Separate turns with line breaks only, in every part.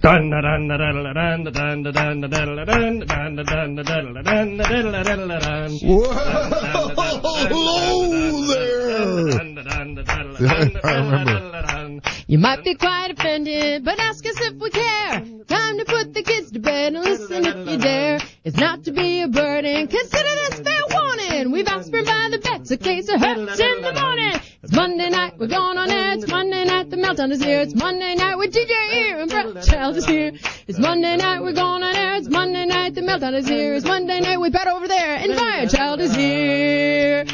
Dun da dun da dun da dun da dun da dun da dun da dun da dun da dun da dun da dun da dun da dun da dun.
Hello there.
Dun da dun da dun da dun da
I
dun
remember.
da dun.
You might be quite offended, but ask us if we care. Time to put the kids to bed and listen if you dare. It's not to be a burden, consider this fair warning. We've offspring by the vets, a case of hurts in the morning. It's Monday night, we're going on air. It's Monday night, the meltdown is here. It's Monday night with DJ here and Brett Child is here. It's Monday night, we're going on air. It's Monday night, the meltdown is here. It's Monday night, we bet over there and Fire Child is here.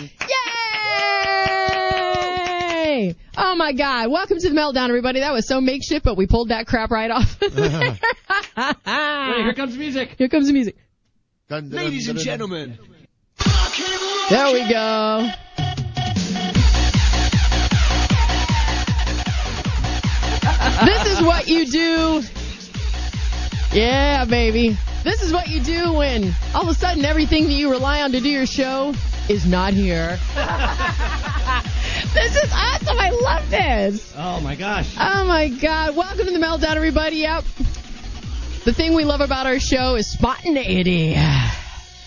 Yay! Oh my god, welcome to the meltdown everybody. That was so makeshift, but we pulled that crap right off.
Hey, Here comes music.
Here comes the music.
Ladies and gentlemen.
There we go. this is what you do. Yeah, baby. This is what you do when all of a sudden everything that you rely on to do your show is not here. this is awesome. I love this.
Oh my gosh.
Oh my God. Welcome to the Meltdown, everybody. Yep. The thing we love about our show is spontaneity.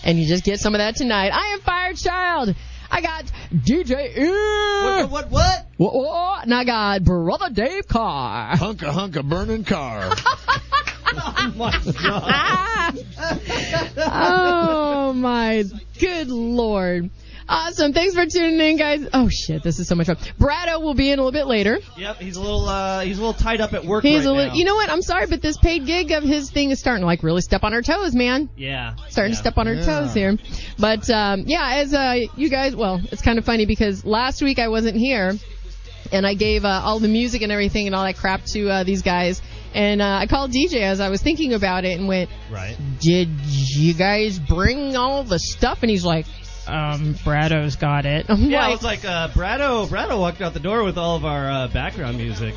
And you just get some of that tonight. I am Fire Child. I got DJ Ear.
What what?
Whoa, whoa, whoa. And I got Brother Dave Carr.
Hunka hunka burning car.
Oh my god.
Ah. oh my good lord. Awesome. Thanks for tuning in, guys. Oh shit, this is so much fun. Brado will be in a little bit later.
Yep, he's a little uh, he's a little tied up at work
He's
right
a little,
now.
you know what? I'm sorry, but this paid gig of his thing is starting to like really step on our toes, man.
Yeah.
Starting to
yeah.
step on our
Yeah.
toes here. But um, yeah, as uh, you guys, well, it's kind of funny because last week I wasn't here, and I gave uh, all the music and everything and all that crap to uh, these guys, and uh, I called DJ as I was thinking about it and went,
Right.
"Did you guys bring all the stuff?" And he's like, "Um, Brado's got it." I'm
Yeah, I
like,
was like, uh, Brado, Brado walked out the door with all of our uh, background music.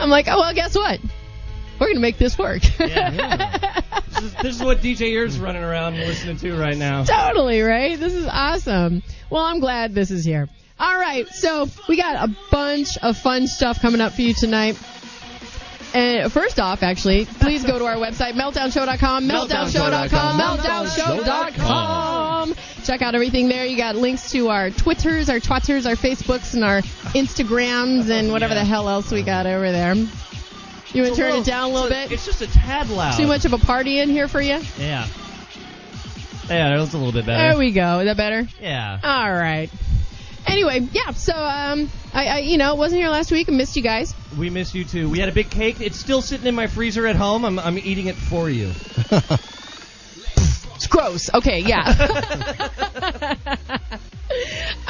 I'm like, "Oh well, guess what? We're gonna make this work."
This is, this is what DJ Ear's running around listening to right now.
totally right. This is awesome. Well, I'm glad this is here. All right, so we got a bunch of fun stuff coming up for you tonight. And first off, actually, please go to our website, meltdownshow.com, meltdownshow.com, meltdownshow.com. Check out everything there. You got links to our Twitters, our Twatters, our Facebooks, and our Instagrams, and whatever the hell else we got over there. You want to turn it down a little bit?
It's just a tad loud.
Too much of a party in here for you?
Yeah. Yeah, that was a little bit better.
There we go. Is that better?
yeah.
All right. Anyway, yeah. So, um, I, I, you know, wasn't here last week. I missed you guys.
We miss you too. We had a big cake. It's still sitting in my freezer at home. I'm, I'm eating it for you.
It's gross. Okay, yeah. I'm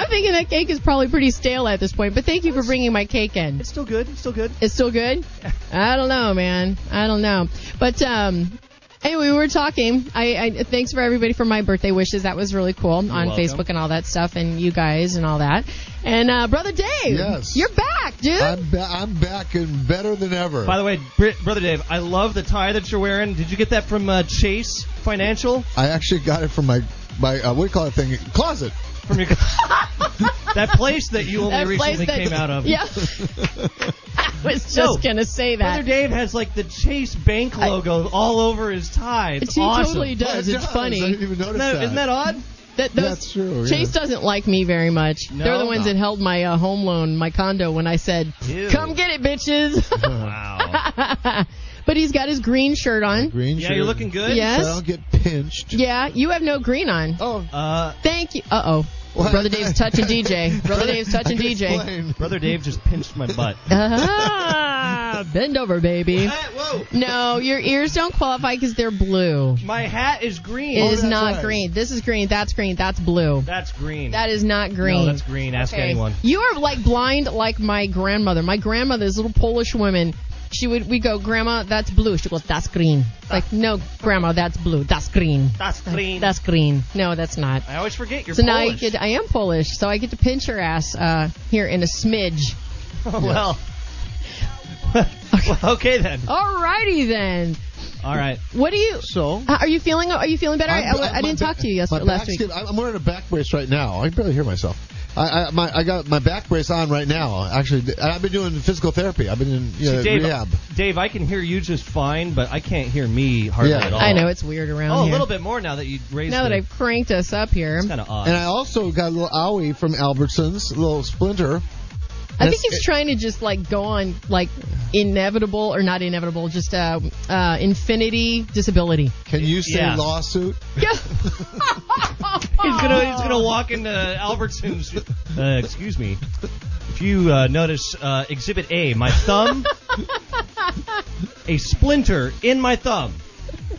thinking that cake is probably pretty stale at this point. But thank you for bringing my cake in.
It's still good. It's still good.
It's still good. I don't know, man. I don't know. But um, anyway, we were talking. I, I thanks for everybody for my birthday wishes. That was really cool on
welcome.
Facebook and all that stuff, and you guys and all that. And uh, brother Dave,
Yes.
you're back, dude.
I'm ba- I'm back and better than ever.
By the way, Br- brother Dave, I love the tie that you're wearing. Did you get that from uh, Chase Financial?
I actually got it from my my uh, what do you call that thing closet.
From your that place that you only
That place
recently
that-
came out of.
Yeah. I was just
No.
gonna say
Brother
that.
Dave has like the Chase Bank logo all over his tie. It's
She
awesome.
totally does.
It
It's
I
funny.
didn't even notice
Isn't that, isn't that odd?
That, those,
That's true, yeah.
Chase doesn't like me very much.
No?
They're the ones
No.
that held my uh, home loan, my condo, when I said,
Ew.
"Come get it, bitches."
Wow.
but he's got his green shirt on.
Green
yeah,
shirt.
you're looking good.
Yeah.
So I
Yes.
don't get pinched.
Yeah, you have no green on.
Oh,
Uh,
Thank you. Uh oh.
What?
Brother Dave's touching DJ. Brother Dave's touching
I can
DJ.
explain.
brother Dave just pinched my butt.
Ah, bend over, baby.
Hey, whoa.
No, your ears don't qualify because they're blue.
My hat is green.
It is
Oh, that's
not
right.
green. This is green. That's green. That's blue.
That's green.
That is not green.
No, that's green. Ask
Okay.
anyone.
You are like blind, like my grandmother. My grandmother's little Polish woman. She would we go, Grandma, that's blue. She goes, that's green. It's like, no, Grandma, that's blue. That's green.
That's green.
That's green. No, that's not.
I always forget you're
So now I
Polish.
get, I am Polish, so I get to pinch her ass uh, here in a smidge.
Oh, well. well, okay then.
Alrighty then.
All right.
What do you?
So.
Uh, Are you feeling? Are you feeling better? I,
I'm-
I-
my
I didn't talk
back-
to you
my
yesterday, last
back's
week.
getting- I'm I'm wearing a back brace right now. I can barely hear myself. I, I my I got my back brace on right now. Actually, and I've been doing physical therapy. I've been in you know,
Dave,
rehab.
Dave, I can hear you just fine, but I can't hear me hardly
Yeah.
at all.
I know it's weird around
Oh, a
here.
little bit more now that you raised.
Now that
the-
I've cranked us up here,
it's kind of odd.
And I also got a little owie from Albertsons, a little splinter.
I think he's
It's-
trying to just like go on like inevitable or not inevitable, just uh, uh, infinity disability.
Can you say
Yeah.
lawsuit?
He's gonna he's gonna walk into Albertsons. Uh, excuse me. If you uh, notice, uh, Exhibit A, my thumb, a splinter in my thumb.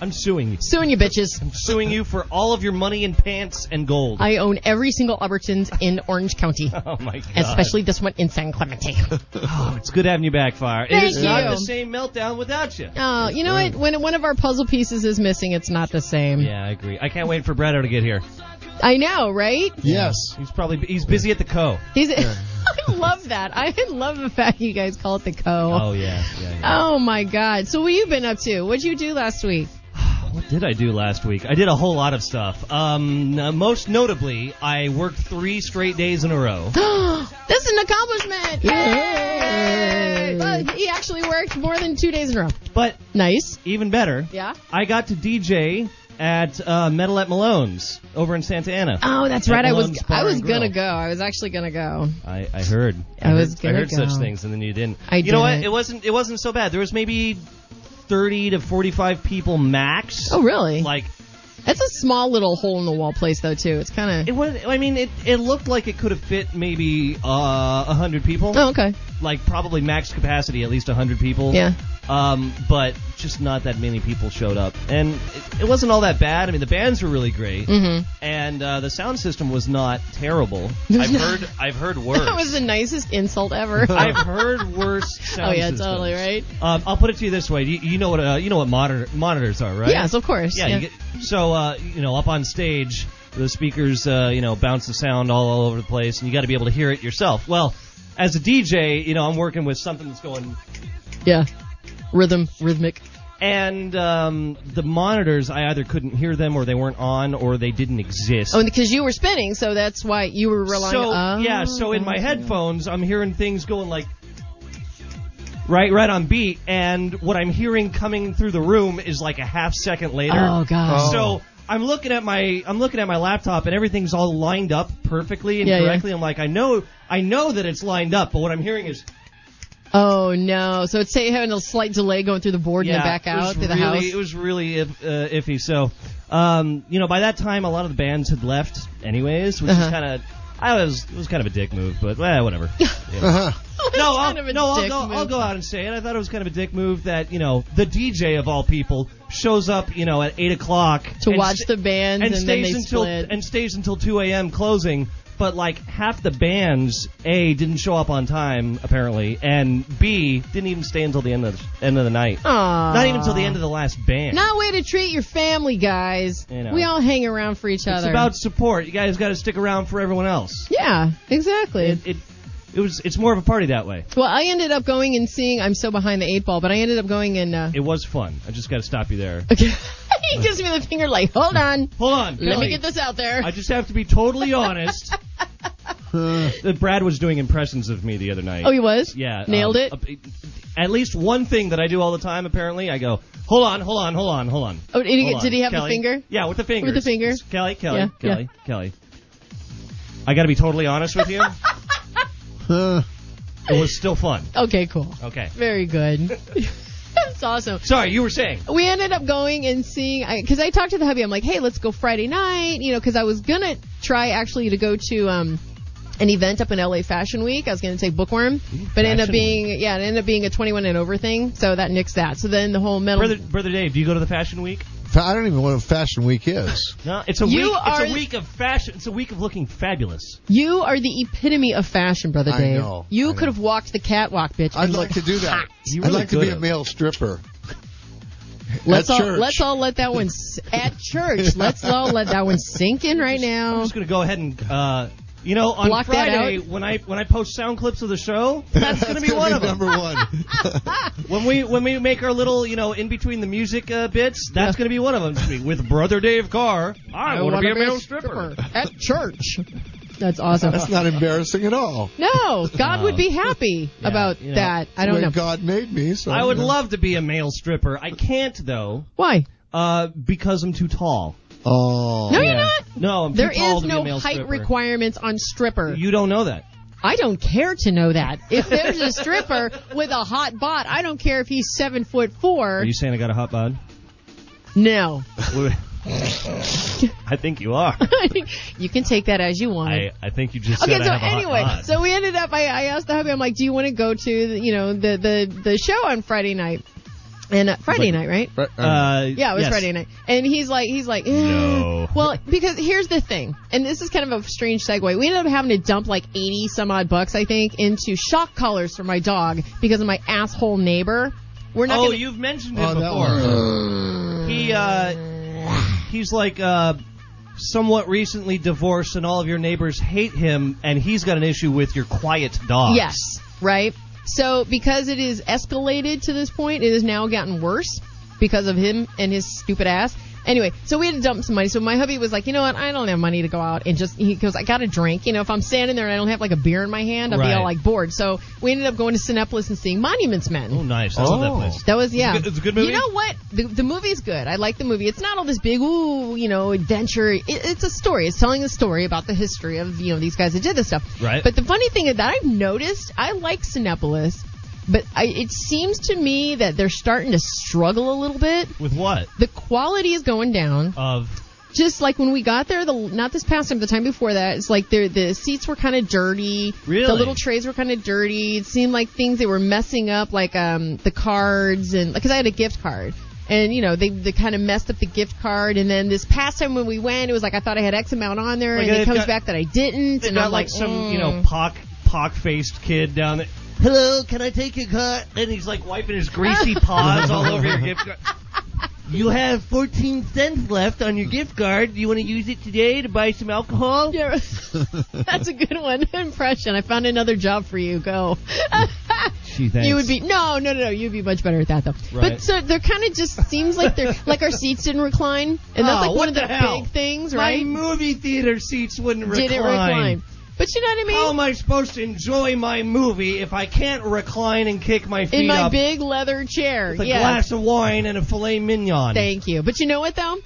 I'm suing you.
Suing you bitches.
I'm suing you for all of your money and pants and gold.
I own every single Albertsons in Orange County,
oh my god.
especially this one in San Clemente.
Oh, it's good having you back, Fire. it
Thank
is not
you.
the same meltdown without you.
Oh, you know what? When one of our puzzle pieces is missing, it's not the same.
Yeah, I agree. I can't wait for Bretto to get here.
I know, right?
Yes.
He's probably he's busy at the co.
He's. I love that. I love the fact you guys call it the co.
Oh yeah, yeah. yeah.
Oh my God! So what you been up to? What'd you do last week?
What did I do last week? I did a whole lot of stuff. Um, uh, most notably, I worked three straight days in a row.
This is an accomplishment. Yay! Well, he actually worked more than two days in a row.
But
Nice.
even better,
Yeah.
I got to DJ at uh, Metal at Malone's over in Santa Ana.
Oh, that's
At
right. I was
Malone's Bar
I was
and Grill.
gonna go. I was actually gonna go.
I, I heard.
I was
heard,
gonna
I heard
go.
such things, and then you didn't.
I
you know what?
didn't.
It wasn't. It wasn't so bad. There was maybe thirty to forty-five people max.
Oh, really?
Like
That's a small little hole in the wall place though too. It's kind
it
of.
was. I mean, it it looked like it could have fit maybe uh, hundred people.
Oh, okay.
like probably max capacity, at least 100 people.
Yeah.
Um, but just not that many people showed up, and it, it wasn't all that bad. I mean, the bands were really great, mm-hmm. and uh, the sound system was not terrible. I've heard I've heard worse.
That was the nicest insult ever.
I've heard worse.
oh
Sound
yeah,
systems.
totally right.
Um, I'll put it to you this way: you, you know what uh, you know what monitor, monitors are, right?
Yes, of course.
Yeah. You get, so uh, you know, up on stage, the speakers uh, you know bounce the sound all, all over the place, and you got to be able to hear it yourself. Well, as a DJ, you know, I'm working with something that's going,
Yeah. Rhythm, rhythmic.
and um, the monitors, I either couldn't hear them, or they weren't on, or they didn't exist.
Oh, because you were spinning, so that's why you were relying.
so
oh,
yeah, so in my headphones, I'm hearing things going like. Right, right on beat, and what I'm hearing coming through the room is like a half second later.
Oh gosh.
So I'm looking at my I'm looking at my laptop and everything's all lined up perfectly and
Yeah, yeah.
correctly. I'm like, I know I know that it's lined up, but what I'm hearing is
Oh no. So it's say having a slight delay going through the board and then
yeah,
back
it was
out through the
really,
house.
It was really if, uh, iffy. So, um, you know, by that time a lot of the bands had left, anyways, which
Uh-huh.
is kind of I was it was kind of a dick move, but eh, whatever. Yeah.
Uh-huh.
No, I'll,
kind of a
no, I'll
dick
go. I'll
move.
go out and say it. I thought it was kind of a dick move that you know the DJ of all people shows up, you know, at eight o'clock
to
and
watch
st-
the bands and,
and,
then
stays
they
until
split.
and stays until 2 a.m. closing. But like half the bands, a didn't show up on time apparently, and b didn't even stay until the end of the, end of the night.
Aw.
Not even until the end of the last band.
Not a way to treat your family, guys.
You know.
We all hang around for each
it's
other.
about support. You guys got to stick around for everyone else.
yeah, exactly.
It, it it was it's more of a party that way.
well, I ended up going and seeing. I'm so behind the eight ball, but I ended up going and. Uh,
It was fun. I just got to stop you there.
okay. he gives me the finger, like, hold on.
Hold on.
Let
Billy.
me get this out there.
I just have to be totally honest. that Brad was doing impressions of me the other night.
oh, he was.
Yeah.
Nailed
um,
it.
a- At least one thing that I do all the time, apparently, I go, hold on, hold on, hold on, hold on.
oh, did he,
hold
did he
on,
have
Kelly."
the finger?
Yeah, with the finger.
With the finger.
Kelly, Kelly,
Yeah,
Kelly, Kelly. I got to be totally honest with you.
Uh,
it was still fun.
Okay, cool.
Okay.
Very good. That's awesome.
Sorry, you were saying.
we ended up going and seeing because I, talked to the hubby. I'm like, hey, let's go Friday night, you know, because I was gonna try actually to go to um an event up in LA Fashion Week. I was gonna take Bookworm, but it ended up
Fashion
being yeah, it ended up being a 21 and over thing, so that nixed that. So then the whole metal.
Brother, Brother Dave, do you go to the fashion week?
fa- I don't even know what Fashion Week is.
No, it's a
You
week.
are-
It's a week of fashion. It's a week of looking fabulous.
you are the epitome of fashion, brother
I
Dave.
know,
You
I
could have walked the catwalk, bitch.
I'd
and
like
looked
to do that.
hot.
You
I'd
really
like to be
could.
a male stripper.
Let's
At
all
church.
let's all let that one s- at church. Let's all let that one sink in right
I'm
now.
just gonna go ahead and, uh, you know, on
Block that
Friday
out.
when I when I post sound clips of the show, that's, gonna be
That's
one of them.
number one.
When we when we make our little you know in between the music uh, bits, that's going to be one of them. With brother Dave Carr, I, want
wanna
to be a male
stripper at church. That's awesome.
That's not embarrassing at all.
no, God would be happy about
you know,
that. I
The
don't
way
know.
God made me. So
I would
you know.
love to be a male stripper. I can't though,
Why?
uh, because I'm too tall.
Oh.
No, you're not.
No, I'm
There
too tall
is
to be a
no
male
height
stripper.
requirements on stripper.
You don't know that.
I don't care to know that. If there's a stripper with a hot bot, I don't care if he's seven foot four.
Are you saying I got a hot bod?
No,
I think you are.
you can take that as you want.
I, I think you just
Okay,
said
so
I have a hot
anyway,
bod.
so we ended up. I, I asked the hubby, I'm like, "Do you want to go to the, you know the the the show on Friday night?" And uh, Friday night, right?
Right, um,
uh,
Yeah, it was
yes.
Friday night. And he's like, he's like, eh.
No.
Well, because here's the thing, and this is kind of a strange segue. We ended up having to dump like 80 some odd bucks, I think, into shock collars for my dog because of my asshole neighbor. We're not
Oh,
gonna.
you've mentioned
Oh,
it
that
before.
one.
He uh, he's like uh, somewhat recently divorced, and all of your neighbors hate him, and he's got an issue with your quiet dogs.
Yes, right? So because it is escalated to this point, it has now gotten worse because of him and his stupid ass. Anyway, so we had to dump some money. So my hubby was like, you know what? I don't have money to go out and just. He goes, I got to drink. You know, if I'm standing there and I don't have like a beer in my hand, I'll be
Right.
all like bored. So we ended up going to Cinepolis and seeing Monuments Men.
Oh, nice. I love that
Oh.
place.
That was yeah.
It's a good- it's a good movie?
You know what? The, the movie's good. I like the movie. It's not all this big ooh, you know, adventure. It, it's a story. It's telling a story about the history of you know these guys that did this stuff.
Right.
But the funny thing that I've noticed, I like Cinepolis, but I, it seems to me that they're starting to struggle a little bit.
With what?
The quality is going down
Of
just like when we got there, the not this past time, the time before that, it's like the the seats were kind of dirty.
Really?
The little trays were kind of dirty. It seemed like things they were messing up, like um the cards and because I had a gift card. And you know they, they kind of messed up the gift card, and then this past time when we went, it was like I thought I had X amount on there,
Like,
and
they've
it comes
got-
back that I didn't,
they've
and
got
I'm
like
like,
some
mm.
you know pock pock faced kid down there. Hello, can I take your car? And he's like wiping his greasy paws all over your gift card. You have 14 cents left on your gift card. Do you want to use it today to buy some alcohol?
Yeah. That's a good one impression. I found another job for you. Go.
Gee, thanks.
You would be no, no, no, no. You'd be much better at that though.
Right.
But so they're kind of just seems like they're like our seats didn't recline, and that's
Oh,
like
what
one of the,
the hell?
big things,
My
right?
movie theater seats wouldn't recline.
Didn't recline. But you know what I mean?
How am I supposed to enjoy my movie if I can't recline and kick my feet
In my
up
big leather chair.
with a
yeah.
glass of wine and a filet mignon?
Thank you. But you know what though?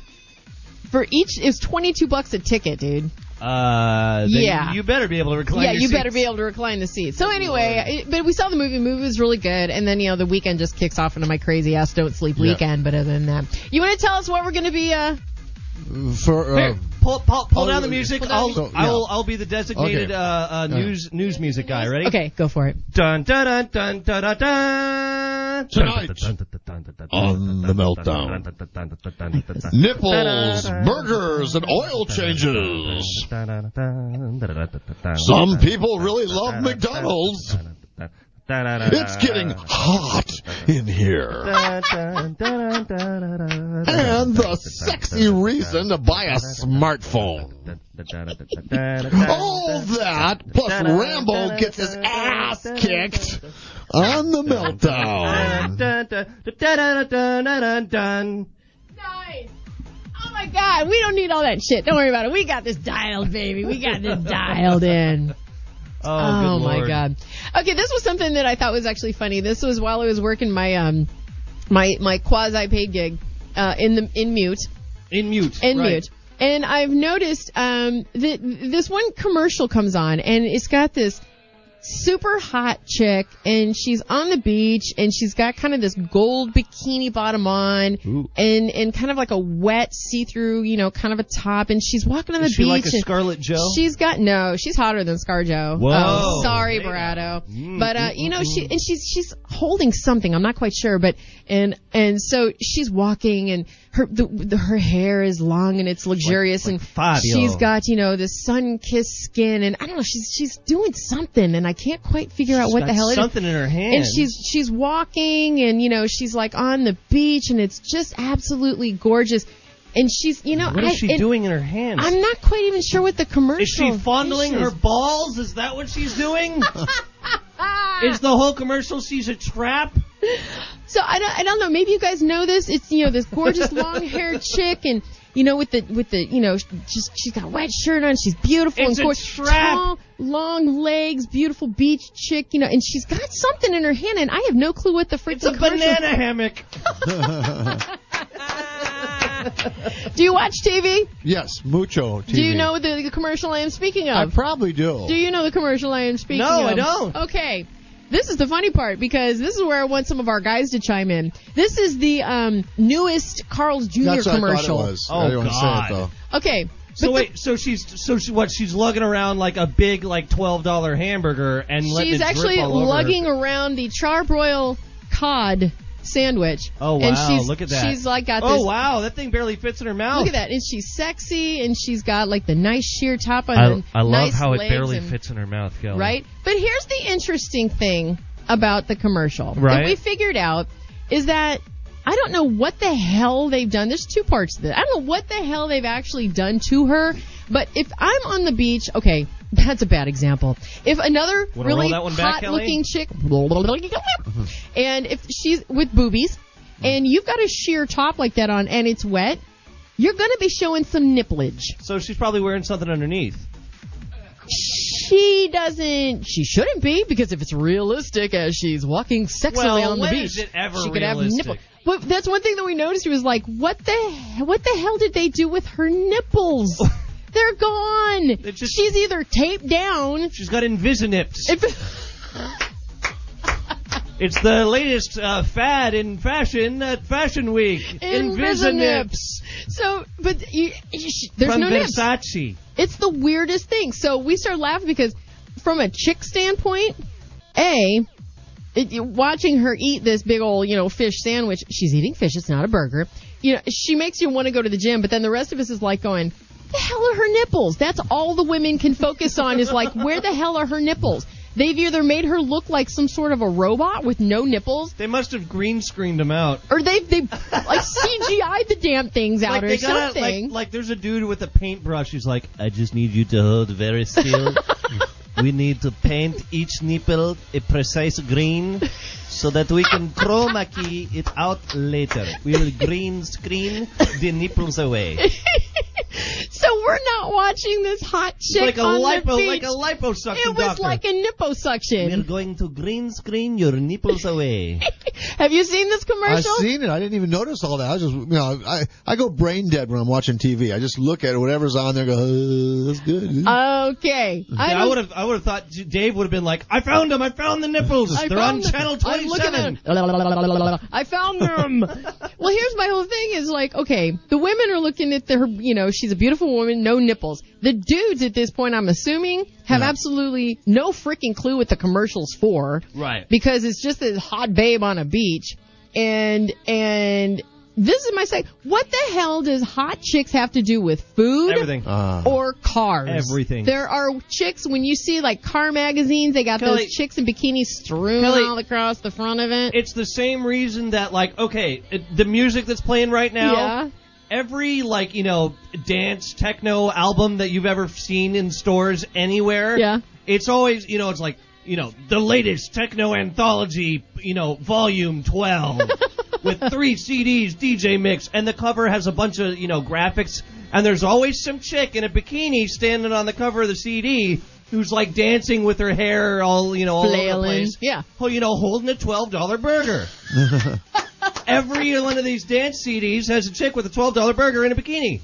For each is twenty two bucks a ticket, dude.
Uh, then
Yeah.
You better be able to recline.
yeah,
your
you better
seats.
be able to recline the seat. So anyway, it, but we saw the movie. The movie was really good, and then you know the weekend just kicks off into my crazy ass don't sleep
Yeah.
weekend. But other than that, you want to tell us what we're going to be? Uh,
For uh,
Here, pull, pull, pull
Oh,
down the
yeah.
music.
Pull down
I'll,
the
music.
I'll, I'll be the designated
Okay.
uh, uh, news news music guy. Ready?
okay, go for it.
Dun dun dun dun dun dun. dun.
Tonight, on The Meltdown. nipples, burgers, and oil changes. Some people really love McDonald's. It's getting hot in here. And the sexy reason to buy a smartphone. All that, plus Rambo gets his ass kicked on the meltdown.
Nice. Oh my God, we don't need all that shit. Don't worry about it. We got this dialed, baby. We got this dialed in.
Oh,
Oh,
good
my
Lord.
God. Okay, this was something that I thought was actually funny. This was while I was working my um my my quasi paid gig uh, in the in mute.
In mute.
and
right.
mute. And I've noticed um, that this one commercial comes on, and it's got this super hot chick, and she's on the beach, and she's got kind of this gold bikini bottom on,
Ooh.
and and kind of like a wet see-through, you know, kind of a top, and she's walking on the
Is she
beach.
like a
and-
Scarlet Joe?
She's got no. She's hotter than ScarJo.
Whoa.
Oh, sorry,
Hey now.
Barato.
Mm,
But uh, you know, she and she's she's holding something. I'm not quite sure, but and and so she's walking, and her the, the, her hair is long and it's luxurious,
like
and
Fabio.
she's got you know this sun-kissed skin, and I don't know. She's she's doing something, and I can't quite figure out
She's
what
got
the hell it is.
Something in her hand.
And she's she's walking, and you know she's like on the beach, and it's just absolutely gorgeous. And she's you know
What is
I-
she
and
doing in her hands?
I'm not quite even sure what the commercial
Is she fondling her
is.
balls? Is that what she's doing? is the whole commercial she's a trap?
So I don't, I don't know. Maybe you guys know this. It's you know this gorgeous long haired chick, and you know, with the with the you know, sh- just she's got a wet shirt on. She's beautiful and
It's a
of course
trap.
tall, long legs, beautiful beach chick. You know, and she's got something in her hand, and I have no clue what the freaking
It's a
commercial-
banana hammock.
Do you watch TV?
Yes, mucho. TV.
Do you know the, the commercial I am speaking
I
of?
probably do.
Do you know the commercial I am speaking
No,
of?
I don't.
Okay. This is the funny part because this is where I want some of our guys to chime in. This is the um, newest Carl's Jr.
That's what
commercial.
I thought it was.
Oh,
I didn't want
God.
to say it though.
Okay.
So
but
wait, so she's so she what? She's lugging around like a big like twelve dollar hamburger and
the,
letting it
she's
drip
actually
all over her.
lugging around the charbroil cod sandwich.
Oh wow!
And she's,
look at that.
She's like got this.
Oh wow! That thing barely fits in her mouth.
Look at that, and she's sexy, and she's got like the nice sheer top on.
I,
and
I love
nice
how it
legs
barely
and-
fits in her mouth, Kelly.
right? But here's the interesting thing about the commercial that
Right.
we figured out is that I don't know what the hell they've done. There's two parts to this. I don't know what the hell they've actually done to her. But if I'm on the beach, okay, that's a bad example. If another
Wanna
really
roll that one back, Mm-hmm.
hot-looking chick, and if she's with boobies, and you've got a sheer top like that on, and it's wet, you're gonna be showing some nipplage.
So she's probably wearing something underneath.
She doesn't. She shouldn't be because if it's realistic as she's walking sexily
Well,
on the
when
beach,
is it ever
she could
realistic?
have nipple. But that's one thing that we noticed. It was like, what the he- what the hell did they do with her nipples? They're gone.
It just-
she's either taped down.
She's got Invisinips.
If,
It's the latest uh, fad in fashion at Fashion Week.
Invisible So, but you, you, sh- there's
From
no nips.
Versace.
It's the weirdest thing. So we start laughing because, from a chick standpoint, a it, it- watching her eat this big old you know fish sandwich, she's eating fish. It's not a burger. You know, she makes you want to go to the gym, but then the rest of us is like going, the hell are her nipples? That's all the women can focus on is like, where the hell are her nipples? They've either made her look like some sort of a robot with no nipples,
They must have green screened them out.
or they've they like CGI'd the damn things out
Like
or
they got
something.
like like there's a dude with a paintbrush who's like, I just need you to hold very still. we need to paint each nipple a precise green so that we can chroma key it out later. We will green screen the nipples away.
So we're not watching this hot chick
like a
on the
lipo
beach.
like a liposuction
it was
doctor.
like a
We're
nipposuction.
going to green screen your nipples away.
Have you seen this
I've
commercial?
seen it. I didn't even notice all that. I was just, you know, I I go brain dead when I'm watching TV. I just look at it, whatever's on there. Go, uh, that's good.
Okay. I,
Yeah, I
don't-
would have. I would have thought Dave would have been like, "I found them. I found the nipples.
I
They're on
found them.
channel
I'm looking at
27."
them. I found them. well, here's my whole thing is like, okay, the women are looking at their, you know, she's a beautiful woman, no nipples. The dudes at this point, I'm assuming, have absolutely no freaking clue what the commercial's for.
Right.
Because it's just this hot babe on a beach. And, and this is my second. What the hell does hot chicks have to do with food?
Everything.
Uh,
or cars.
Everything.
There are chicks when you see like car magazines, they got
Kelly-
those chicks in bikinis strewn
Kelly-
all across the front of it.
it's the same reason that, like, okay, it, the music that's playing right now,
yeah.
every like you know dance techno album that you've ever seen in stores anywhere,
Yeah.
it's always you know it's like you know the latest techno anthology, you know, volume twelve with three CDs, DJ mix, and the cover has a bunch of you know graphics, and there's always some chick in a bikini standing on the cover of the CD. Who's like dancing with her hair all you know all over the
Flailing.
place?
Yeah.
Oh, you know, holding a twelve dollar burger. Every one of these dance CDs has a chick with a twelve dollar burger and a bikini.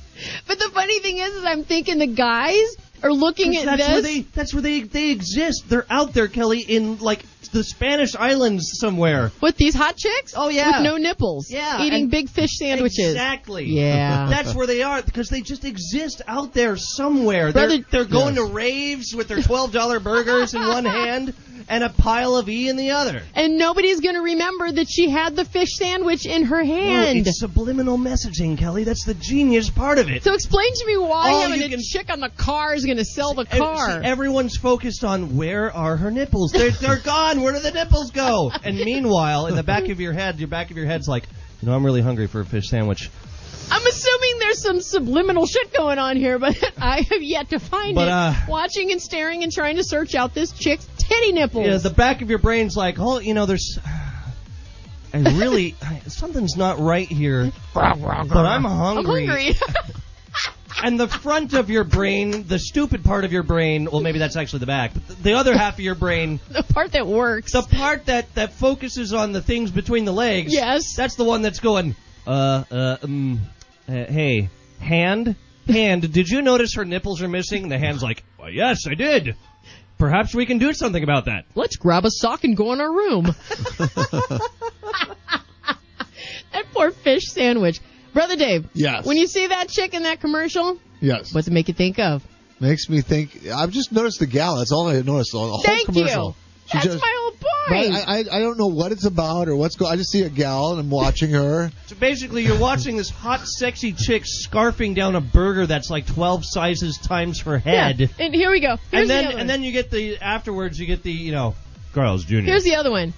But the funny thing is, is I'm thinking the guys are looking at
That's where
this.
they that's where they they exist. They're out there, Kelly, in like the Spanish islands somewhere.
with these hot chicks?
Oh, yeah.
With no nipples.
Yeah,
Eating
and-
big fish sandwiches.
Exactly.
Yeah.
That's where they are because they just exist out there somewhere. They're
Brother-
they're going
Yes.
to raves with their twelve dollar burgers in one hand and a pile of E in the other.
and nobody's going to remember that she had the fish sandwich in her hand.
it's subliminal messaging, Kelly. That's the genius part of it.
so explain to me why
All
having
Oh, you
a
can-
chick on the car is going to sell the
And,
car.
see, everyone's focused on where are her nipples? They're, they're gone. Where do the nipples go? And meanwhile, in the back of your head, your back of your head's like, you know, I'm really hungry for a fish sandwich.
I'm assuming there's some subliminal shit going on here, but I have yet to find
But,
it.
uh,
Watching and staring and trying to search out this chick's titty nipples.
Yeah, the back of your brain's like, oh, you know, there's. I really, something's not right here, but I'm
I'm
hungry.
hungry.
and the front of your brain, the stupid part of your brain, well, maybe that's actually the back, but the- the other half of your brain,
The part that works.
the part that, that focuses on the things between the legs,
yes.
that's the one that's going, uh, uh, um, uh, hey, hand? Hand, did you notice her nipples are missing? And the hand's like, well, yes, I did. Perhaps we can do something about that.
Let's grab a sock and go in our room. that poor fish sandwich. Brother Dave,
Yes.
when you see that chick in that commercial,
yes.
what's it make you think of?
Makes me think. I've just noticed the gal. That's all I had noticed on the whole
Thank
commercial.
you.
She
That's
just-
my whole
Right,
point.
I, I I don't know what it's about or what's going. I just see a gal and I'm watching her.
So basically, you're watching this hot, sexy chick scarfing down a burger that's like 12 sizes times her
Yeah.
head.
And here we go. Here's
and
the
then,
other one.
and then you get the afterwards. You get the you know, Carl's Jr.
Here's the other one.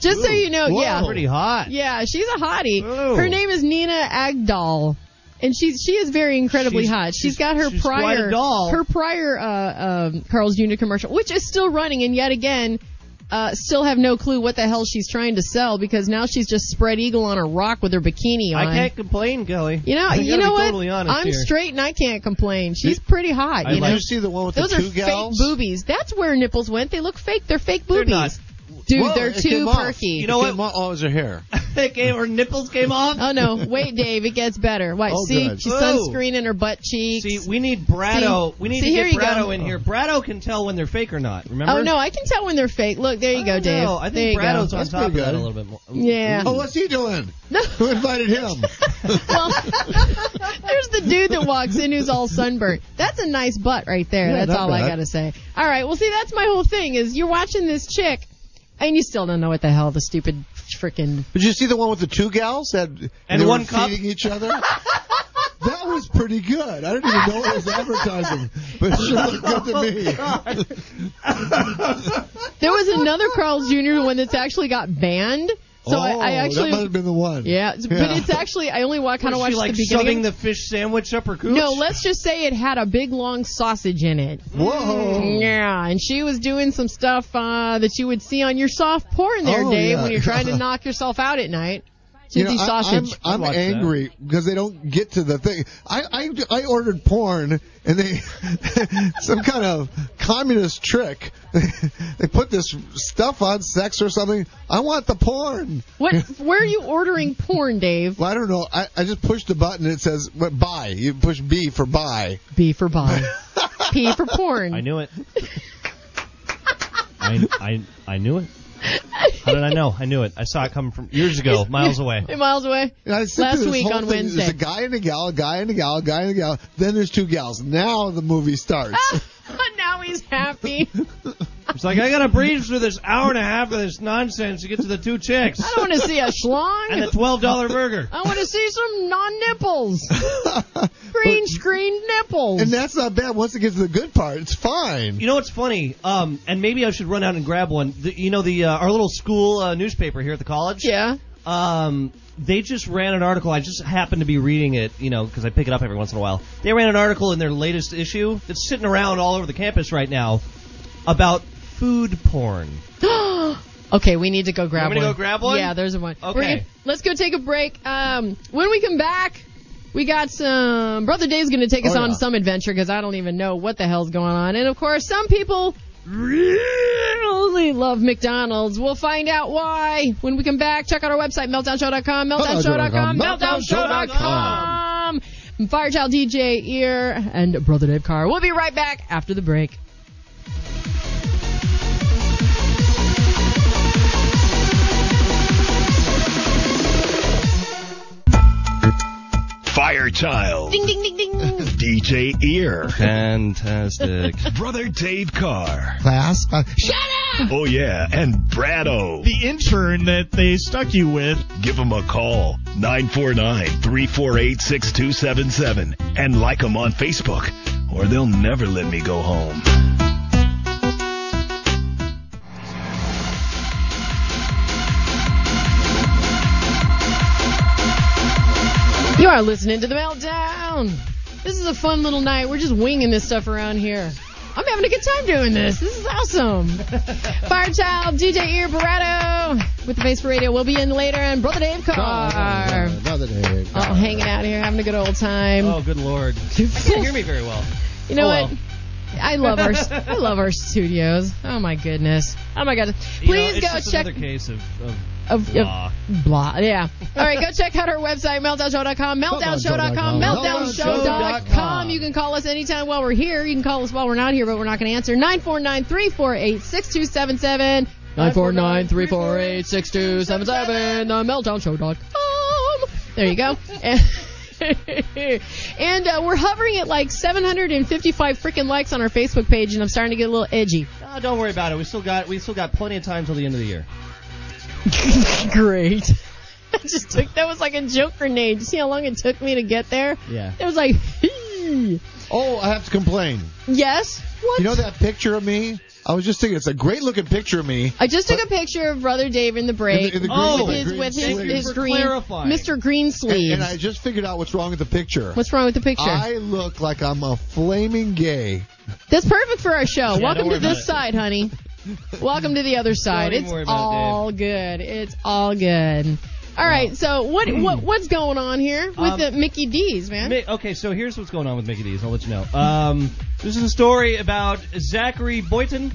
Just so
Ooh,
you know,
whoa.
yeah.
pretty hot.
Yeah, she's a hottie.
Ooh.
Her name is Nina Agdahl. And she's she is very incredibly
She's-
hot.
she's-
she's got her
she's quite
prior
a doll.
her prior uh, um, Carl's Jr. commercial, which is still running, and yet again, uh, still have no clue what the hell she's trying to sell because now she's just spread eagle on a rock with her bikini
I
on.
can't complain, Kelly.
you know,
I
you
gotta
know
be
what?
Totally honest
I'm
here.
straight and I can't complain. She's pretty hot.
I
you
Did
like-
know,
you see the one with
those
the
are
two
fake
gals?
boobies. That's where nipples went. They look fake. They're fake
They're
boobies.
not.
Dude,
Whoa,
they're
it
too
came off.
perky.
You know
It
what?
came off- Oh, it was her hair.
They came, her nipples came off.
Oh no! Wait, Dave, it gets better. Why?
Oh,
see,
good.
she's
Whoa.
sunscreen in her butt cheeks.
See, we need Brado.
See-
we need
see, here
to
you
get
go.
Brado in here. Brado can tell when they're fake or not. Remember?
oh no, I can tell when they're fake. Look, there you
I
go,
don't
Dave.
know. I
there
think
you
Brado's
go.
on
That's
top of
pretty
that a
good.
little bit more.
Yeah.
Oh, what's he doing?
No,
Who invited him?
well, there's the dude that walks in who's all sunburnt. That's a nice butt right there.
Yeah, not
that's all I
bad.
gotta say. All right. Well, see, that's my whole thing is you're watching this chick, and you still don't know what the hell the stupid frickin'
Did you see the one with the two gals that
And
they
one
were
cup.
feeding each other? That was pretty good. I didn't even know it was advertising, but it sure looked
Oh,
good to me.
There was another Carl's Jr. one that's actually got banned. So I, I actually.
Oh, that might have been the one.
yeah, but it's actually I only wa- kind of watched
Was she like
the beginning.
shoving the fish sandwich up her cooch?
No, let's just say it had a big long sausage in it. Mm,
Whoa.
Yeah, and she was doing some stuff uh, that you would see on your soft porn there,
Oh,
Dave,
yeah.
when you're trying to knock yourself out at night.
You know,
Susie
I, I'm,
sausage.
I'm
watch that.
angry because they don't get to the thing. I, I, I ordered porn and they some kind of communist trick. they put this stuff on sex or something. I want the porn.
what? Where are you ordering porn, Dave?
Well, I don't know. I, I just pushed the button. and It says what, buy. You push B for buy.
B for buy, P for porn.
I knew it. I, I I knew it. How did I know? I knew it. I saw it coming from years ago, miles away.
Eight miles away.
And I sit
Last
through this
week
whole
on
thing.
Wednesday.
There's a guy and a gal, a guy and a gal, a guy and a gal. Then there's two gals. Now the movie starts.
now he's happy.
It's like I gotta breeze through this hour and a half of this nonsense to get to the two chicks
I don't want to see a
and the
schlong.
twelve dollar burger.
I want to see some non nipples, Ah! green screen nipples.
and that's not bad. Once it gets to the good part, it's fine.
You know what's funny? Um, and maybe I should run out and grab one. The, you know the uh, our little school uh, newspaper here at the college.
yeah.
Um, they just ran an article. I just happened to be reading it, you know, because I pick it up every once in a while. They ran an article in their latest issue that's sitting around all over the campus right now about food porn.
Okay, we need to go grab
want me to
one.
go grab one?
Yeah, there's a one.
Okay.
We're gonna- let's go take a break. Um, when we come back, we got some. Brother Dave's going to take us
Oh,
on
yeah.
some adventure because I don't even know what the hell's going on. And of course, some people really love McDonald's. We'll find out why when we come back. Check out our website, meltdownshow.com, meltdownshow.com,
Meltdownshow.com,
meltdownshow.com. Firechild DJ Ear and Brother Dave Carr. We'll be right back after the break.
Firechild.
Ding, ding, ding, ding.
DJ Ear.
Fantastic.
Brother Dave Carr.
Class. Uh,
Oh, yeah. And Brado.
the intern that they stuck you with.
Give them a call. 949 348 6277. And like them on Facebook, or they'll never let me go home.
You are listening to the meltdown. This is a fun little night. We're just winging this stuff around here. I'm having a good time doing this. This is awesome. Firechild, DJ Ear Barretto with the Face for Radio. We'll be in later, and Brother Dave Carr.
another day.
Uh all hanging out here, having a good old time.
Oh, good lord. You can't hear me very well.
You know
Oh, well.
what? I love our I love our studios. Oh my goodness. Oh my god.
You know,
Please
it's
go
just
check
Another case of, of
of, of-
blah.
blah. Yeah. All right, go check out our website meltdownshow.com, meltdownshow.com, meltdownshow.com. You can call us anytime while we're here. You can call us while we're not here, but we're not going to answer. 949-348-6277. 949-348-6277. meltdownshow.com. There you go. And- and uh, we're hovering at like 755 freaking likes on our Facebook page, and I'm starting to get a little edgy.
Oh, don't worry about it. We still got we still got plenty of time till the end of the year.
Great. I just took that was like a joke grenade. You see how long it took me to get there?
Yeah.
It was like
Oh, I have to complain.
Yes. What?
You know that picture of me? I was just thinking, it's a great looking picture of me.
I just took a picture of Brother Dave in the break
In the- in the green-
Oh,
with his,
green
with
Thank
his,
sleeve.
you
his
for
green
clarifying.
Mr. Green
And,
Sleeves.
and I just figured out what's wrong with the picture.
What's wrong with the picture?
I look like I'm a flaming gay.
That's perfect for our show. Welcome
don't
to
worry about
this
it.
side, honey. Welcome to the other side.
even
It's
worry about it,
all good. It's all good. All right. So what what what's going on here with
Um,
the Mickey D's, man?
Mi- okay, so here's what's going on with Mickey D's. I'll let you know. Um, this is a story about Zachary Boyton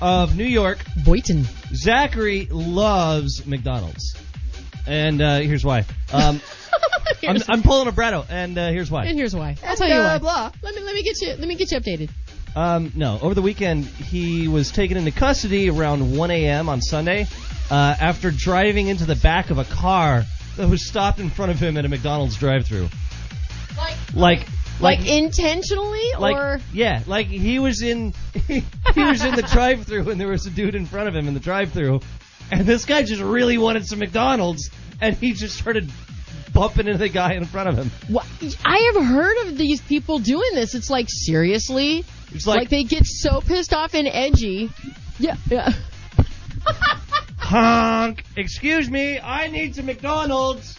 of New York.
Boyton.
Zachary loves McDonald's, and uh, here's why. Um, I'm,
Here's-
I'm pulling a Bratto, and uh, here's why.
and here's why. I'll tell you why. Let me let me get you let me get you updated.
Um, no, over the weekend he was taken into custody around 1 a.m. on Sunday uh, after driving into the back of a car that was stopped in front of him at a McDonald's drive-through.
Like
Like,
like, intentionally
like
or
yeah, like he was in he was in the drive-through and there was a dude in front of him in the drive-through, and this guy just really wanted some McDonald's and he just started bumping into the guy in front of him.
what? I have heard of these people doing this. It's like seriously,
It's
like,
like,
they get so pissed off and edgy. Yeah, yeah.
honk, excuse me, I need some McDonald's.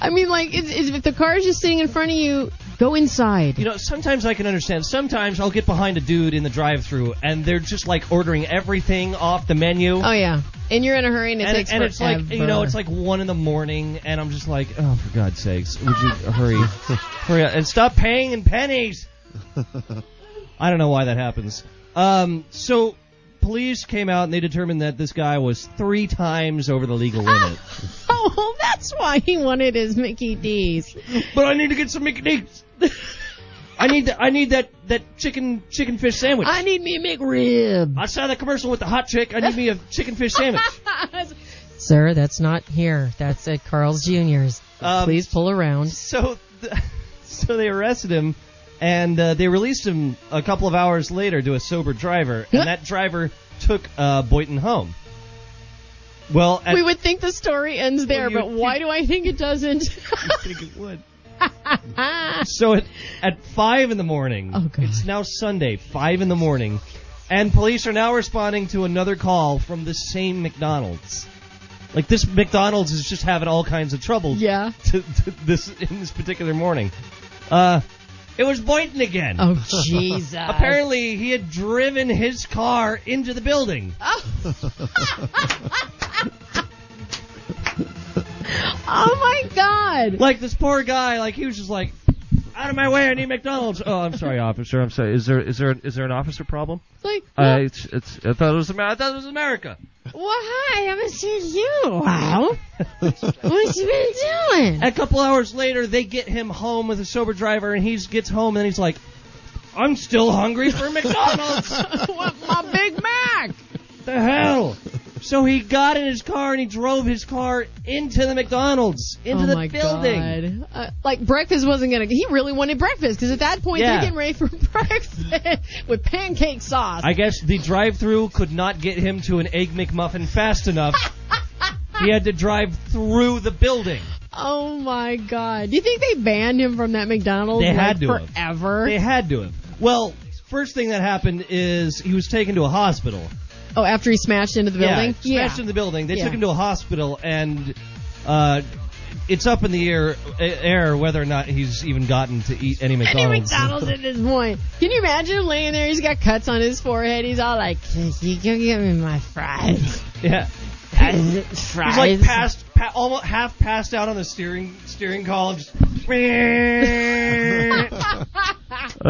I mean, like it's, it's, if the car is just sitting in front of you, go inside.
You know, sometimes I can understand. Sometimes I'll get behind a dude in the drive-through, and they're just like ordering everything off the menu.
oh yeah, and you're in a hurry and it
and,
takes
and it's like
forever.
you know, it's like one in the morning, and I'm just like, oh, for God's sakes, would you hurry, hurry up, and stop paying in pennies? I don't know why that happens. Um, so police came out and they determined that this guy was three times over the legal limit.
oh, well, that's why he wanted his Mickey D's.
but I need to get some Mickey D's. I need that. I need that that chicken chicken fish sandwich.
I need me a McRib,
I saw that commercial with the hot chick. I need me a chicken fish sandwich.
sir. That's not here. That's at Carl's Jr.'s.
Um,
Please pull around.
So, th- so they arrested him, and uh, they released him a couple of hours later to a sober driver, and that driver took uh, Boyton home. Well, at
we would think the story ends there,
Well, you
but
would
why do I think it doesn't?
I think it would. so at, at five in the morning,
Oh, God.
it's now Sunday, five in the morning, and police are now responding to another call from the same McDonald's. Like this McDonald's is just having all kinds of trouble.
yeah.
to, to this in this particular morning. Uh, it was Boynton again.
Oh Jesus.
Apparently, he had driven his car into the building.
Oh my God.
Like this poor guy, like he was just like, out of my way! I need McDonald's. Oh, I'm sorry, officer. I'm sorry. Is there is there is there an officer problem?
It's like
Uh,
well,
it's, it's I thought it was America. I thought it was America.
well, hi, I haven't seen you. Wow. what you been doing?
A couple hours later, they get him home with a sober driver, and he gets home and he's like, I'm still hungry for McDonald's.
Want my Big Mac.
the hell? So he got in his car and he drove his car into the McDonald's, into
oh
the
my
building.
God. Uh, like breakfast wasn't gonna. He really wanted breakfast because at that point
Yeah.
they're getting ready for breakfast with pancake sauce.
I guess the drive-through could not get him to an egg McMuffin fast enough. he had to drive through the building.
oh my God. Do you think they banned him from that McDonald's?
They
like,
had to have.
forever.
They had to have. Well, first thing that happened is he was taken to a hospital.
Oh, after he smashed into the building?
Yeah, smashed in the building. They
Yeah.
took him to a hospital, and uh, it's up in the air, air whether or not he's even gotten to eat any
Any
McDonald's.
McDonald's at this point. Can you imagine him laying there? He's got cuts on his forehead. He's all like, "Can you go get me my fries?"
Yeah.
As
He's
fries.
like passed, pa- almost half passed out on the steering steering column. Just
Oh,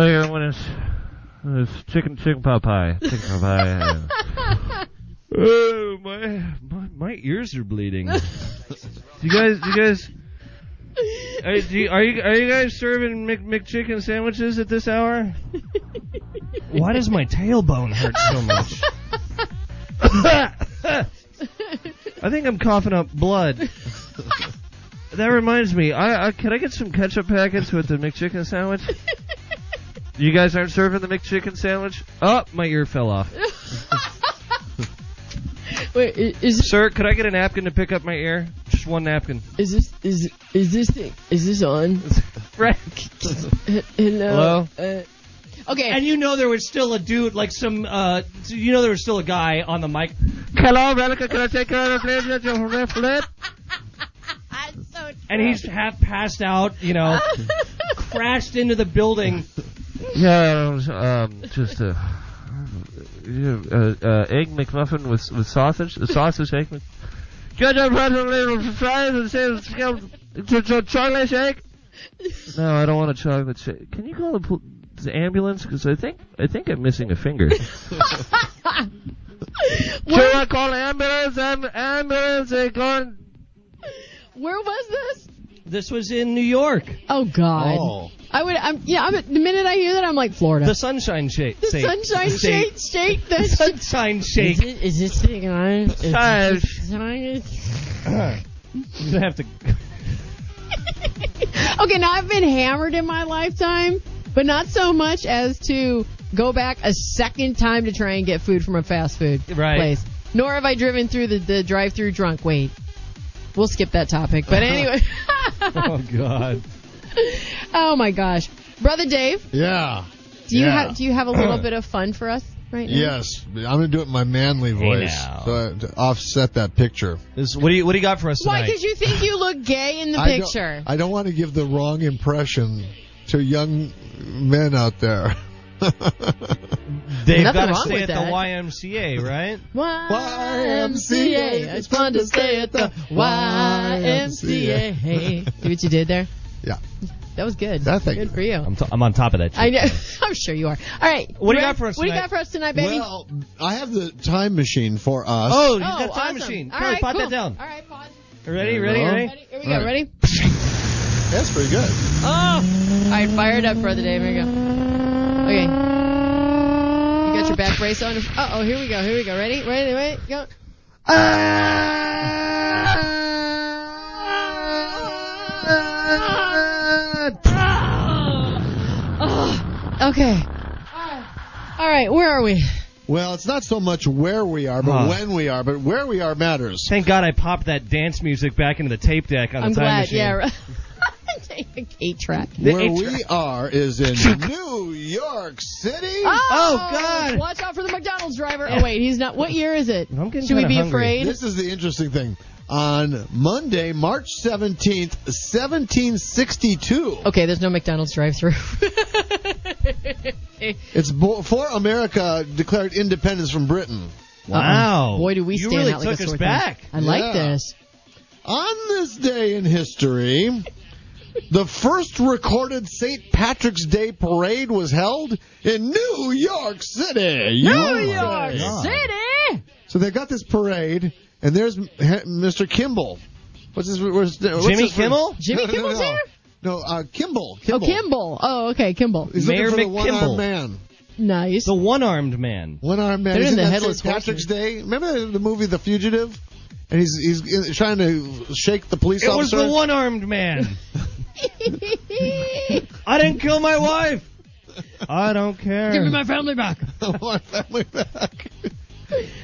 yeah, one is this chicken chicken pot pie. Chicken pot pie. oh my, my my ears are bleeding. do you guys do you guys are, do you, are you are you guys serving Mc, McChicken sandwiches at this hour?
Why does my tailbone hurt so much?
I think I'm coughing up blood. that reminds me, I, I can I get some ketchup packets with the McChicken sandwich? you guys aren't serving the McChicken sandwich? Oh, my ear fell off.
Wait, i- is
Sir, could I get a napkin to pick up my ear? Just one napkin.
is this is is this thing is this on?
Right.
H- Hello. Hello. Uh, okay.
And you know there was still a dude, like some, uh, you know there was still a guy on the mic.
Hello, Relica, can I take care of eh? the flip?
That's so
and he's half passed out, you know, crashed into the building.
Yeah, it was, um, just a uh, uh, egg McMuffin with with sausage, a sausage egg. Mc- Judge, I'm a little fries and says, chocolate shake. No, I don't want a chocolate shake. Can you call the, pol- the ambulance? Because I think I think I'm missing a finger. Should I call ambulance? Am- ambulance? They gone.
Where was this?
This was in New York,
Oh God.
Oh.
I would. I'm. Yeah. I'm. The minute I hear that, I'm like Florida.
the Sunshine Shake.
The sunshine shake, shake the shake.
Sunshine Shake.
Is this thing on? Is
Five.
You have to.
okay, now I've been hammered in my lifetime, but not so much as to go back a second time to try and get food from a fast food
Right.
place. Nor have I driven through the, the drive through drunk. Wait, we'll skip that topic. But anyway,
Oh God.
oh my gosh, brother Dave,
Yeah.
do you
Yeah.
have do you have a little bit of fun for us right now?
Yes, I'm gonna do it in my manly voice
now.
so I- to offset that picture.
This, what do you What do you got for us
Why?
tonight?
Because you think you look gay in the
I don't-
picture.
I don't want to give the wrong impression to young men out there.
They've
Nothing
got to
wrong
stay
with
at
that.
the YMCA, right?
YMCA. It's fun to stay at the YMCA. See what you did there?
yeah,
That was good.
That- thank
good
you.
for you.
I'm, t- I'm on top of that. Shit.
I know. I'm sure you are. All right.
What do you
Brad,
got for us
What do you
tonight?
got for us tonight, baby?
Well, I have the time machine for us.
Oh,
oh,
you got time
awesome.
machine.
All
Carrie,
right,
pot
cool.
that down.
All right, pause.
Ready? Ready?
go.
Ready?
Ready? Here we go.
All right.
Ready?
that's pretty good.
Oh. All right, fire it up, brother Dave. Here we go. Okay. You got your back brace on. Uh oh. Here we go. Here we go. Ready? Ready? Ready? Go. Oh. Oh, okay. All right, where are we?
Well, it's not so much where we are, but
Huh.
when we are. But where we are matters.
Thank God I popped that dance music back into the tape deck on
I'm
the time
glad.
machine.
Yeah. Eight track.
Where
it's-
we are is in New York City.
Oh, God.
Watch out for the McDonald's driver. Oh wait, he's not. What year is it?
I'm getting
Should we
kinda
be
hungry.
afraid?
This is the interesting thing. On Monday, March 17th, 1762,
Okay, there's no McDonald's drive-through.
it's before America declared independence from Britain.
Wow.
Boy, do we
Uh-uh. Oh, you
stand
really
out
took
like a
us
sore thumb.
back.
I like
Yeah.
this.
On this day in history, the first recorded St. Patrick's Day parade was held in New York City.
Oh,
New York
City.
So they got this parade, and there's M- H- Mr. Kimball. What's his? What's what's
Jimmy
his first-
Kimmel?
Jimmy
No, no,
Kimmel's
no.
there?
No, uh, Kimball.
Oh,
Kimball.
Kimball. Oh, okay, Kimball.
He's
Mayor
looking for the
McKimball.
one-armed man.
Nice.
The one-armed man.
One-armed man.
They're
He's
in the
that
Headless
St. Patrick's Day. Remember the movie The Fugitive? And he's he's trying to shake the police
It was
officer.
the one-armed man. I didn't kill my wife. I don't care.
Give me my family back.
the one family back.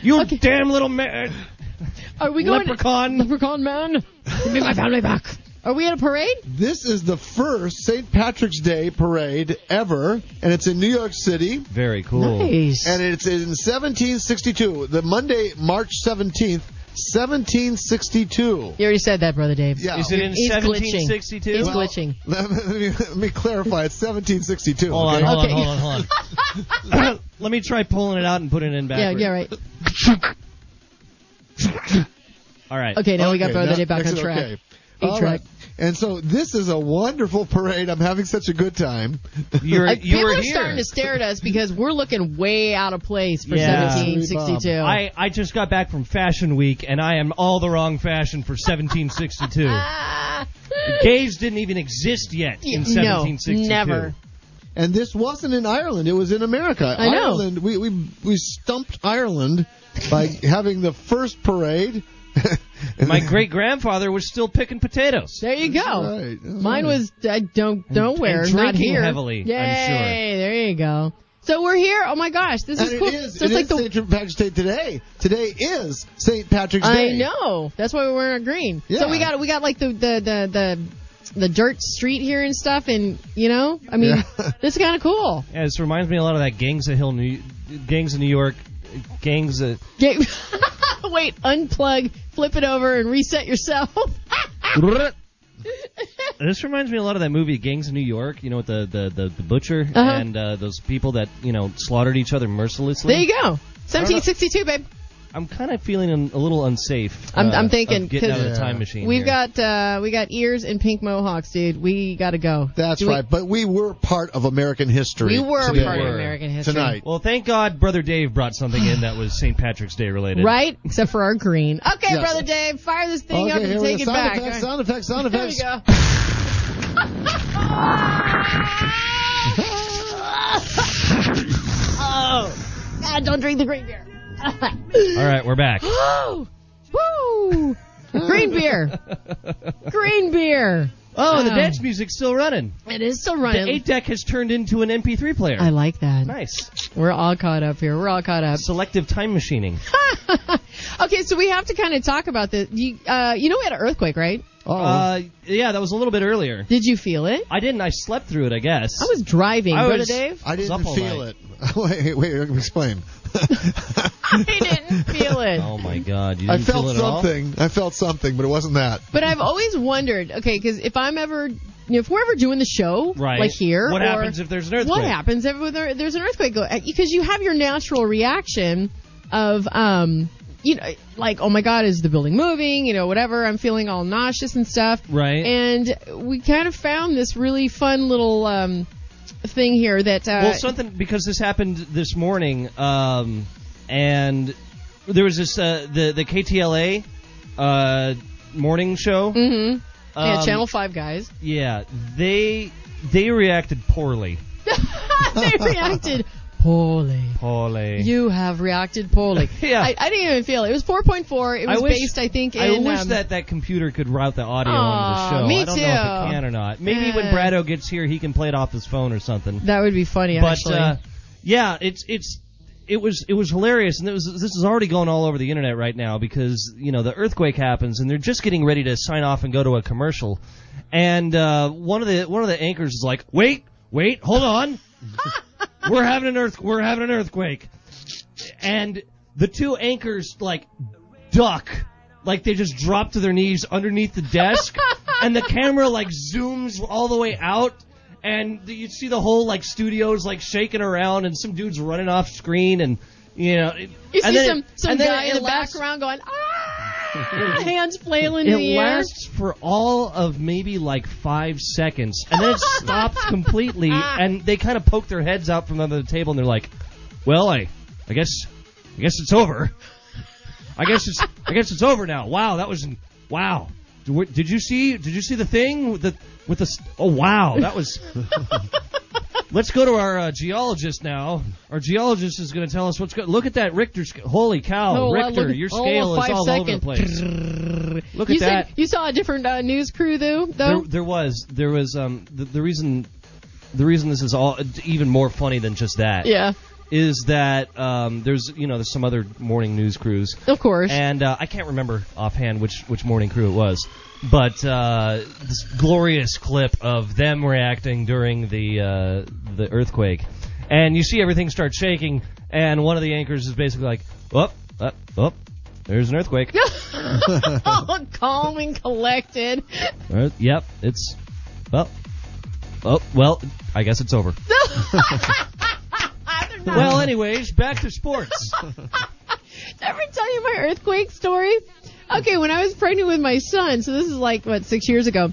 you damn little man.
Are we going?
Leprechaun.
Leprechaun man. Give me my family back. Are we at a parade?
This is the first St. Patrick's Day parade ever, and it's in New York City.
Very cool.
Nice.
And it's in 1762, the Monday, March 17th, 1762.
you already said that, brother Dave.
Yeah.
Is it in
He's glitching.
1762?
He's
Well,
glitching.
Let me, let me clarify. It's 1762.
Hold on,
okay?
hold on,
Okay.
hold on, hold on. Let me try pulling it out and putting it in
Yeah,
backwards.
yeah, right.
All right.
Okay, now we got
Okay,
both
now-
of it back on
that's
track.
okay.
Eight
All right.
track.
And so this is a wonderful parade. I'm having such a good time.
You're,
I-
you
Uh, people
were
are
here.
starting to stare at us because we're looking way out of place for
Yeah.
1762.
I, I just got back from Fashion Week, and I am all the wrong fashion for 1762.
Ah.
Gays didn't even exist yet in
no,
1762.
never.
And this wasn't in Ireland. It was in America.
I know.
Ireland. We we we stumped Ireland by having the first parade. And
My
then-
great grandfather was still picking potatoes.
There you go.
Right. That's right.
Mine was I don't don't wear
and
not
drinking
here
heavily, I'm
Yay, there you go. So we're here. Oh my gosh, this
And
is
it
cool.
is.
so
it
it's like
is
the
St. Patrick's Day today. Today is St. Patrick's
I
Day.
know. That's why we're wearing our green.
Yeah.
So we got we got like the the the the, the dirt street here and stuff, and you know, I mean,
Yeah.
this is kind of cool.
Yeah, this reminds me a lot of that Gangs of Hill, New, Gangs of New York, Gangs of.
Ga- Wait, unplug, flip it over, and reset yourself.
This reminds me a lot of that movie Gangs of New York. You know, with the the the, the butcher
Uh-huh.
and uh, those people that you know slaughtered each other mercilessly.
there you go. 1762, babe.
I'm kind of feeling un- a little unsafe.
I'm-
uh,
I'm thinking,
of getting out of the
Yeah.
time machine.
We've
here.
got uh, we got ears and pink mohawks, dude. We gotta go.
That's
Do we-
right. But we were part of American history.
We were
today.
part of
were.
American history
Tonight.
Well, thank God, brother Dave brought something in that was St. Patrick's Day related.
right? Except for our green. Okay,
Yes.
brother Dave, fire this thing up
okay, here
and
we
take
go.
it
sound
back.
Effects,
All
sound effects, sound
right. There we
effects.
go. oh, God, don't drink the green beer.
All right, we're back.
Woo! Green beer, green beer.
Oh, and the
Wow.
dance music's still running.
It is still
The
running.
eight deck has turned into an MP3 player.
I like that.
nice.
We're all caught up here. We're all caught up.
Selective time machining.
okay, so we have to kind of talk about this. You, uh, you know, we had an earthquake, right?
Oh,
Uh, yeah, that was a little bit earlier.
Did you feel it?
I didn't. I slept through it. I guess.
I was driving,
I
Brother
was-
Dave.
I
up
didn't
all
feel
night.
it. wait, wait, let me explain.
I didn't feel it.
Oh my God! You
I
didn't
felt
feel it at all?
something. I felt something, but it wasn't that.
But I've always wondered, okay, because if I'm ever, if we're ever doing the show,
Right.
like here,
What
or-
happens if there's an earthquake?
What happens if there- there's an earthquake? Because you have your natural reaction of, um, you know, like, oh my God, is the building moving? You know, whatever. I'm feeling all nauseous and stuff.
Right.
And we kind of found this really fun little um, thing here that. Uh,
well, something because this happened this morning, um, and there was this uh, the the KTLA uh, morning show.
hmm yeah,
Um,
Channel Five guys.
Yeah, they they reacted poorly.
they reacted poorly.
Poorly.
You have reacted poorly.
Yeah.
I, I didn't even feel it. It was 4.4. It was
I wish-
based, I think, in.
I wish
um,
that that computer could route the audio
Aw,
on the show.
me
I don't know if
too. Eh.
it can or not. Maybe when
Yeah.
Brado gets here, he can play it off his phone or something.
that would be funny,
but
actually.
uh, yeah, it's it's it was it was hilarious, and it was this is already going all over the internet right now because you know the earthquake happens, and they're just getting ready to sign off and go to a commercial, and uh, one of the one of the anchors is like, wait, wait, hold on, we're having an earth we're having an earthquake, and the two anchors like duck. Like they just drop to their knees underneath the desk, and the camera like zooms all the way out, and you see the whole like studios like shaking around, and some dudes running off screen, and you know, it-
you
and
see
then
some,
it-
some
and then
guy
it
in the
lasts-
background going, ah! Hands flailing in the
It
air.
lasts for all of maybe like five seconds, and then it stops completely. And they kind of poke their heads out from under the table, and they're like, "Well, I, I guess, I guess it's over. I guess it's, I guess it's over now. Wow, that was, wow. Did we- did you see? Did you see the thing with the with the? s- Oh wow, that was. Let's go to our uh, geologist now. Our geologist is going to tell us what's going. Look at that Richter. Sc- Holy cow,
Oh, wow,
Richter!
look at-
your
oh,
scale is
five
all over the
seconds.
place. Look
you
at that.
said- you saw a different uh, news crew, though?
There,
though?
there was, there was. Um, the, the reason, the reason this is all even more funny than just that is
yeah,
that um, there's, you know, there's some other morning news crews,
of course.
and uh, I can't remember offhand which which morning crew it was, but uh, this glorious clip of them reacting during the uh, the earthquake, and you see everything start shaking, and one of the anchors is basically like, "Up, up, up." There's an earthquake.
oh, calm and collected.
Uh, yep, it's well, oh well. I guess it's over.
They're not
Well, anyways, back to sports.
Did I ever tell you my earthquake story? Okay, when I was pregnant with my son, so this is like what six years ago.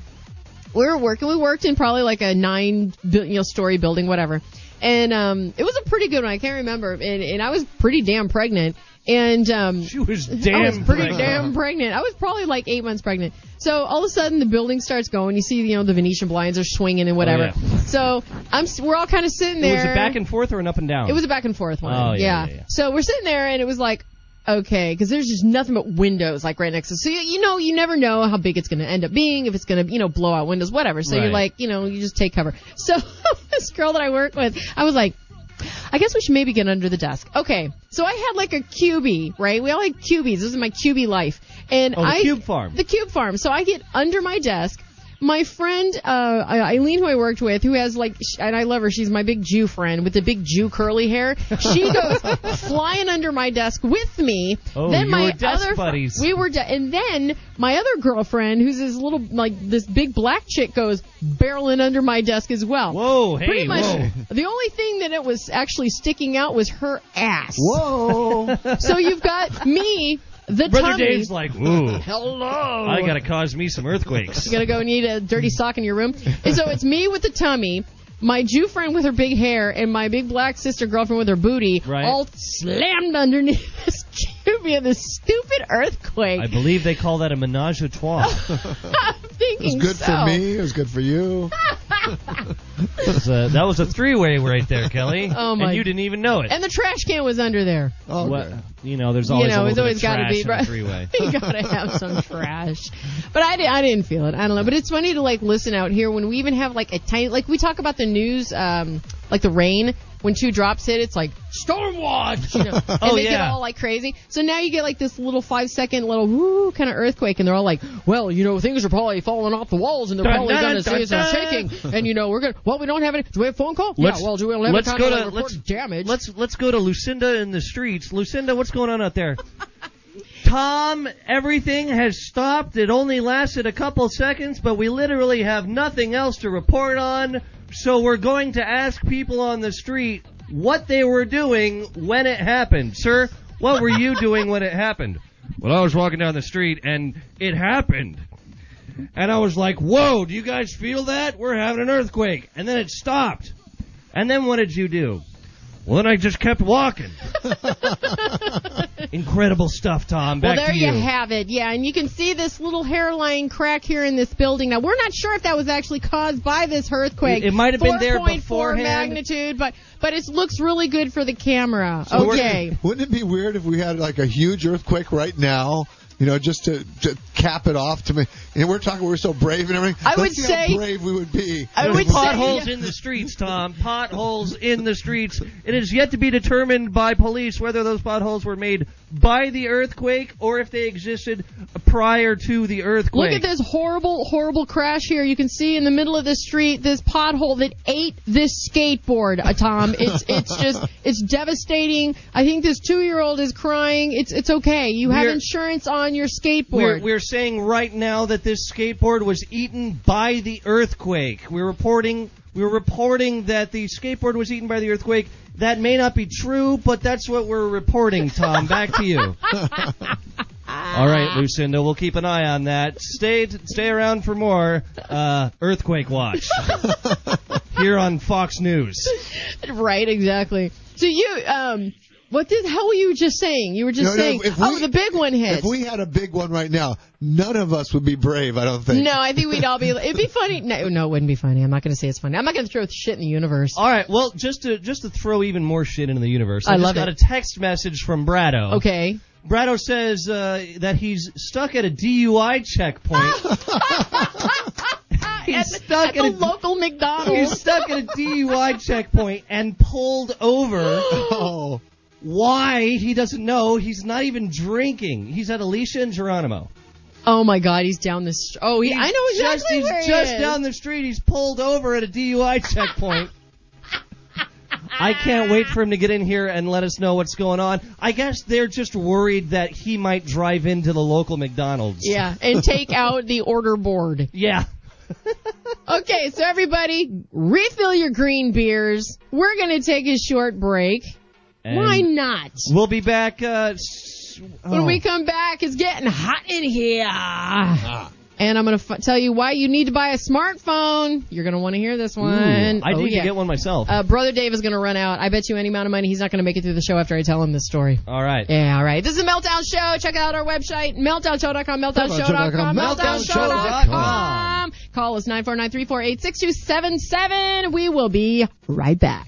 We were working. We worked in probably like a nine bu- you know story building, whatever. And um, it was a pretty good one. I can't remember. And, and I was pretty damn pregnant. And um,
She was
I
damn
was pretty
pregnant.
damn pregnant. I was probably like eight months pregnant. So all of a sudden the building starts going. You see, you know, the Venetian blinds are swinging and whatever.
Oh,
So I'm s- we're all kind of sitting there.
Was it back and forth or an up and down?
It was a back and forth one.
Oh, yeah,
yeah.
yeah, yeah.
So we're sitting there and it was like, okay, because there's just nothing but windows like right next to. So you, you know, you never know how big it's going to end up being, if it's going to, you know, blow out windows, whatever. So you're
Right.
like, you know, you just take cover. So this girl that I work with, I was like, I guess we should maybe get under the desk. Okay, so I had like a QB, right? We all had QBs. This is my QB life, and
Oh, the
I
cube farm.
the cube farm. So I get under my desk. My friend uh, Eileen, who I worked with, who has like, sh- and I love her. She's my big Jew friend with the big Jew curly hair. She goes flying under my desk with me.
Oh,
then
you
my
were desk
other fr-
buddies.
we were, de- and then my other girlfriend, who's this little like this big black chick, goes barreling under my desk as well.
Whoa, hey,
Pretty much,
whoa.
the only thing that it was actually sticking out was her ass.
Whoa.
So you've got me, the
Brother
tummy.
Dave's like, ooh,
Hello.
I gotta cause me some earthquakes.
you gotta go need a dirty sock in your room. And so it's me with the tummy, my Jew friend with her big hair, and my big black sister girlfriend with her booty,
Right.
all slammed underneath this cubby of this stupid earthquake.
I believe they call that a menage a trois.
I'm thinking
Good
so.
for me. It was good for you.
That was a- that was a three-way right there, Kelly.
Oh, my-
And you didn't even know it.
And the trash can was under there.
Oh,
What-
okay.
you know, there's always
you know,
a
it's
little
always
bit of
got to
trash
be
in
right.
a three-way.
you gotta have some trash. But I, di- I didn't feel it. I don't know. But it's funny to like listen out here when we even have like a tiny like we talk about the news, um, like the rain. When two drops hit, it's like storm watch, you know, and
Oh,
they get
yeah.
all like crazy. So now you get like this little five second little woo kind of earthquake, and they're all like, "Well, you know, things are probably falling off the walls, and they're probably
Dun, dun,
going to see
dun,
some
dun.
shaking, and you know, we're gonna well, we don't have any. Do we have phone call?
Let's-
yeah, well, do we have
let's
time
go
to,
to-
report
let's-
damage?
Let's let's go to Lucinda in the streets. Lucinda, what's going on out there? Tom, Um, everything has stopped. It only lasted a couple seconds, but we literally have nothing else to report on. So we're going to ask people on the street what they were doing when it happened. Sir, what were you doing when it happened? Well, I was walking down the street and it happened. And I was like, whoa, do you guys feel that? We're having an earthquake. And then it stopped. And then what did you do? Well, then I just kept walking. Incredible stuff, Tom. Back
well, there
to you.
have it. Yeah, and you can see this little hairline crack here in this building. Now, we're not sure if that was actually caused by this earthquake.
It- it might have been there
4.4
beforehand.
magnitude, but but it looks really good for the camera.
we're-
okay.
Wouldn't it be weird if we had like a huge earthquake right now? You know, just to, to cap it off to me. And we're talking, we're so brave and everything.
I
Let's
would
see
say-
how brave we would be.
I
If
would
we-
say-
Potholes in the streets, Tom. Potholes in the streets. It is yet to be determined by police whether those potholes were made by the earthquake or if they existed prior to the
Look
earthquake.
at this horrible, horrible crash here. You can see in the middle of the street this pothole that ate this skateboard, uh, Tom. It's it's just it's devastating. I think this two year old is crying. It's it's okay. You have
We're-
insurance on your skateboard.
We're, we're saying right now that this skateboard was eaten by the earthquake. We're reporting we're reporting that the skateboard was eaten by the earthquake. That may not be true, but that's what we're reporting, Tom. Back to you. All right, Lucinda, we'll keep an eye on that. Stay stay around for more uh, earthquake watch here on Fox News.
Right, exactly. So you, um, what the hell were you just saying? You were just
No, no,
saying,
if
oh,
we-
the big one hit.
If we had a big one right now, none of us would be brave, I don't think.
no, I think we'd all be. It'd be funny. No, no, it wouldn't be funny. I'm not going to say it's funny. I'm not going to throw shit in the universe.
All right, well, just to just to throw even more shit into the universe, I,
I
just
love
got
it.
a text message from Brado.
Okay.
Brado says uh, that he's stuck at a DUI checkpoint.
Oh. At,
He's
the- at
stuck in
the
a-
local
he's
McDonald's.
stuck at a DUI checkpoint and pulled over.
Oh,
Why? He doesn't know. He's not even drinking. He's at Alicia and Geronimo.
Oh my God, he's down this. Oh, he,
He's
I know exactly
just, he's
where he
just
is.
down the street. He's pulled over at a DUI checkpoint. I can't wait for him to get in here and let us know what's going on. I guess they're just worried that he might drive into the local McDonald's.
Yeah, and take out the order board.
Yeah.
Okay, so everybody, refill your green beers. We're going to take a short break.
And-
Why not?
We'll be back uh, s-
When we come back, it's getting hot in here.
Ah.
And I'm going to f- tell you why you need to buy a smartphone. You're going to want to hear this one.
I
Oh,
need
yeah.
to get one myself.
Uh, Brother Dave is going to run out. I bet you any amount of money he's not going to make it through the show after I tell him this story.
All right.
Yeah, all right. This is the Meltdown Show. Check out our website, meltdownshow.com, meltdownshow.com,
Meltdownshow.com,
meltdownshow.com. Call us 949-348-6277. We will be right back.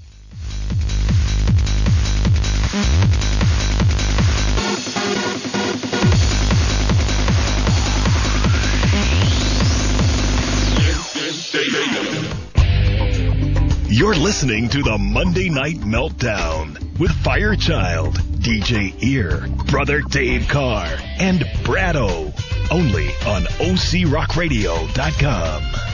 You're listening to the Monday Night Meltdown with Firechild, DJ Ear, Brother Dave Carr, and Brado. Only on OCRockRadio.com.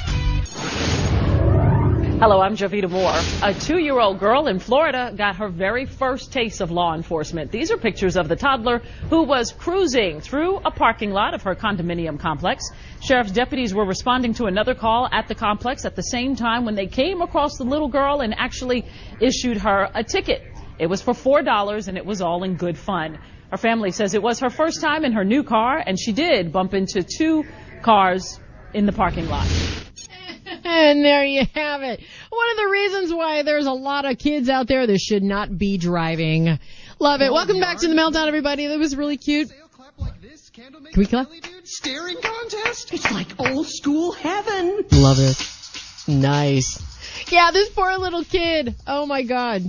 Hello, I'm Javita Moore. A two-year-old girl in Florida got her very first taste of law enforcement. These are pictures of the toddler who was cruising through a parking lot of her condominium complex. Sheriff's deputies were responding to another call at the complex at the same time when they came across the little girl and actually issued her a ticket. It was for $4 and it was all in good fun. Her family says it was her first time in her new car and she did bump into two cars in the parking lot.
And there you have it. One of the reasons why there's a lot of kids out there that should not be driving. Love it. Welcome back to the Meltdown, everybody. That was really cute. Can we clap?
Staring contest? It's like old school heaven.
Love it. Nice. Yeah, this poor little kid. Oh my god.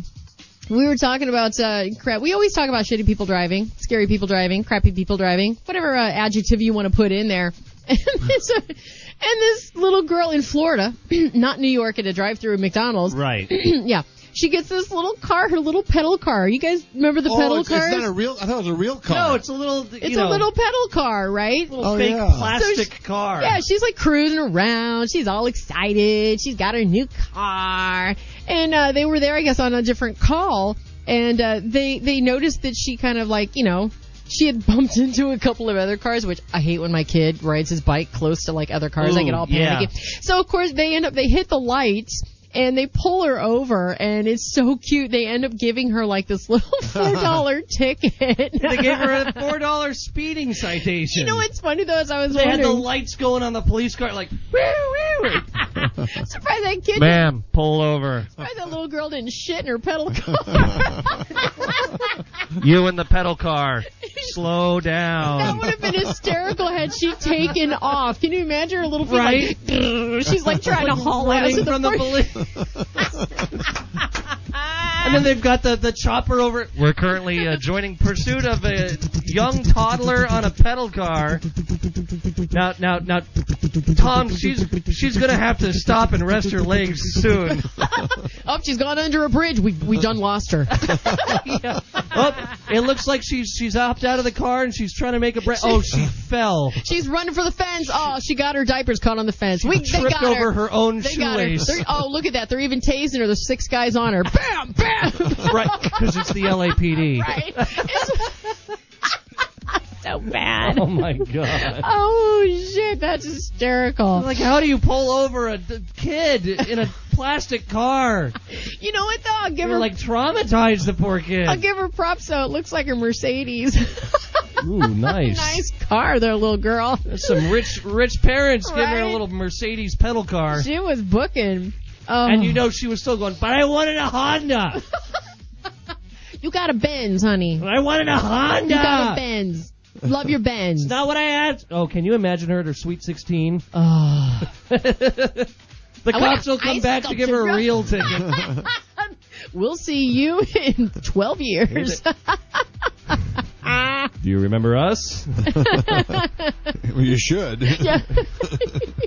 We were talking about uh, crap. We always talk about shitty people driving, scary people driving, crappy people driving, whatever uh, adjective you want to put in there. And this, and this little girl in Florida, not New York, at a drive-through at McDonald's.
Right.
yeah. She gets this little car, her little pedal car. You guys remember the pedal
Oh, it's,
cars?
it's not a real. I thought it was a real car.
No, it's a little.
It's a little pedal car, right?
Oh,
fake
yeah.
plastic
So she-
car.
Yeah, she's like cruising around. She's all excited. She's got her new car. And uh, they were there, I guess, on a different call. And uh, they they noticed that she kind of like you know she had bumped into a couple of other cars, which I hate when my kid rides his bike close to like other cars. I
Ooh,
get all
yeah.
panicky. So of course they end up they hit the lights. And they pull her over, and it's so cute. They end up giving her like this little four dollar ticket.
They gave her a four dollar speeding
You
citation.
know what's funny though? Is I was
They had
wondering.
the lights going on the police car, like woo woo.
surprised that kid
Ma'am, pull over.
Surprised that little girl didn't shit in her pedal car.
You in the pedal car. Slow
that
down.
would have been hysterical had she taken off. Can you imagine her little foot like, "Grrr," she's like trying to haul out
running
to the
from the
first-
police.
Ah.
and then they've got the, the chopper over.
We're currently uh, joining pursuit of a young toddler on a pedal car. Now, now, now,
Tom, she's she's gonna have to stop and rest her legs soon.
Oh, she's gone under a bridge. We we done lost her.
Oh, it looks like she's she's hopped out of the car and she's trying to make a break. Oh, she fell.
She's running for the fence. Oh, she got her diapers caught on the fence. We they
Tripped
got
over
her.
her own
They got her.
shoelace.
They're- oh, look at that. They're even tasing her. There's six guys on her. Bam, bam.
Right, because it's the LAPD.
Right. It's- so bad.
Oh my god.
Oh shit, that's hysterical.
Like, how do you pull over a d- kid in a plastic car?
You know what though? I'll give
You're
her
like traumatized the poor
I'll
kid.
give her props though. It looks like her Mercedes.
Ooh, nice.
nice car there, little girl.
Some rich rich parents giving her a
Right?
little Mercedes pedal car.
She was booking. Oh,
And you know she was still going, but I wanted a Honda.
you got a Benz, honey.
But I wanted a Honda.
You got a Benz. Love your Benz.
Not what I asked. Oh, can you imagine her at her sweet 16?
oh.
the
I want
cops will
an
come
ice
back to give her a
sculpture.
real ticket.
We'll see you in 12 years.
Do you remember us?
Well, you should.
Yeah.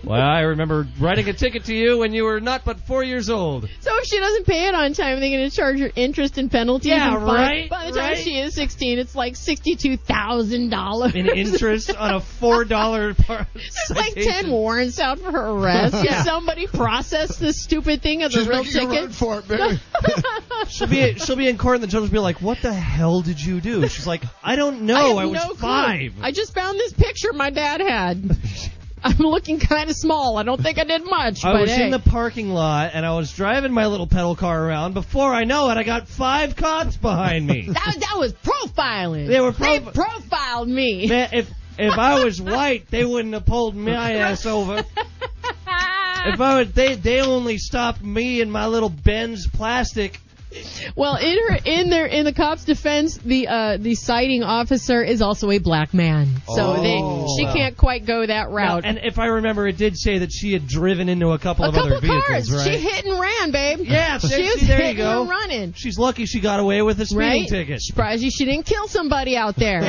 Why, I remember writing a ticket to you when you were not but four years old.
so if she doesn't pay it on time, they're going to charge her interest and penalties.
Yeah,
and fine.
right,
By the time
right.
she is 16, it's like $62,000.
In interest on a $4 par-
There's like
citation.
ten warrants out for her arrest. Can somebody process this stupid thing as
She's
a real
making a run
ticket?
for it, baby.
She'll be, she'll be in court and the judge will be like, what the hell did you do? She's like, Oh, I don't know.
I,
I,
have
was
no clue.
five.
I just found this picture my dad had. I'm looking kind of small. I don't think I did much.
I
but
was
hey.
in the parking lot and I was driving my little pedal car around. Before I know it, I got five cops behind me.
that, that was profiling.
They were
They
profi-
profiled me.
Man, if if I was white, they wouldn't have pulled my ass over. If I was, they they only stopped me and my little Benz plastic.
Well, in her, in their, in the cop's defense, the uh, the citing officer is also a black man, so
Oh.
they she can't quite go that route.
And if I remember, it did say that she had driven into a couple
a
of
couple
other vehicles,
cars,
right?
she hit and ran, babe.
Yeah,
she
see,
was
see, there you
hitting
go.
and running.
She's lucky she got away with a speeding
Right?
ticket.
Surprised you she didn't kill somebody out there.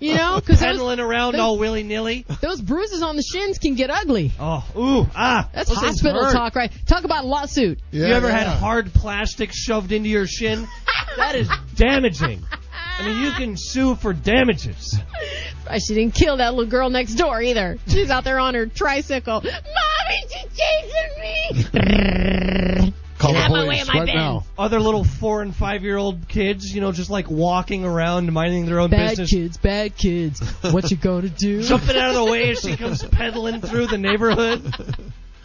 You know, because those,
Pedaling around all willy nilly.
those bruises on the shins can get ugly.
Oh, ooh, ah.
That's
those things
hospital
hurt.
talk, right? Talk about lawsuit.
You ever had
yeah.
hard plastic shoved into your shin? that is damaging. I mean, you can sue for damages.
Surprised she didn't kill that little girl next door either. She's out there on her tricycle. Mommy, she's chasing me.
Call the
Get out my
police
way of my
right
bed.
now.
Other little four and five year old kids, you know, just like walking around minding their own
Bad
business.
kids, bad kids. What you gonna do?
Jumping out of the way as she comes pedaling through the neighborhood.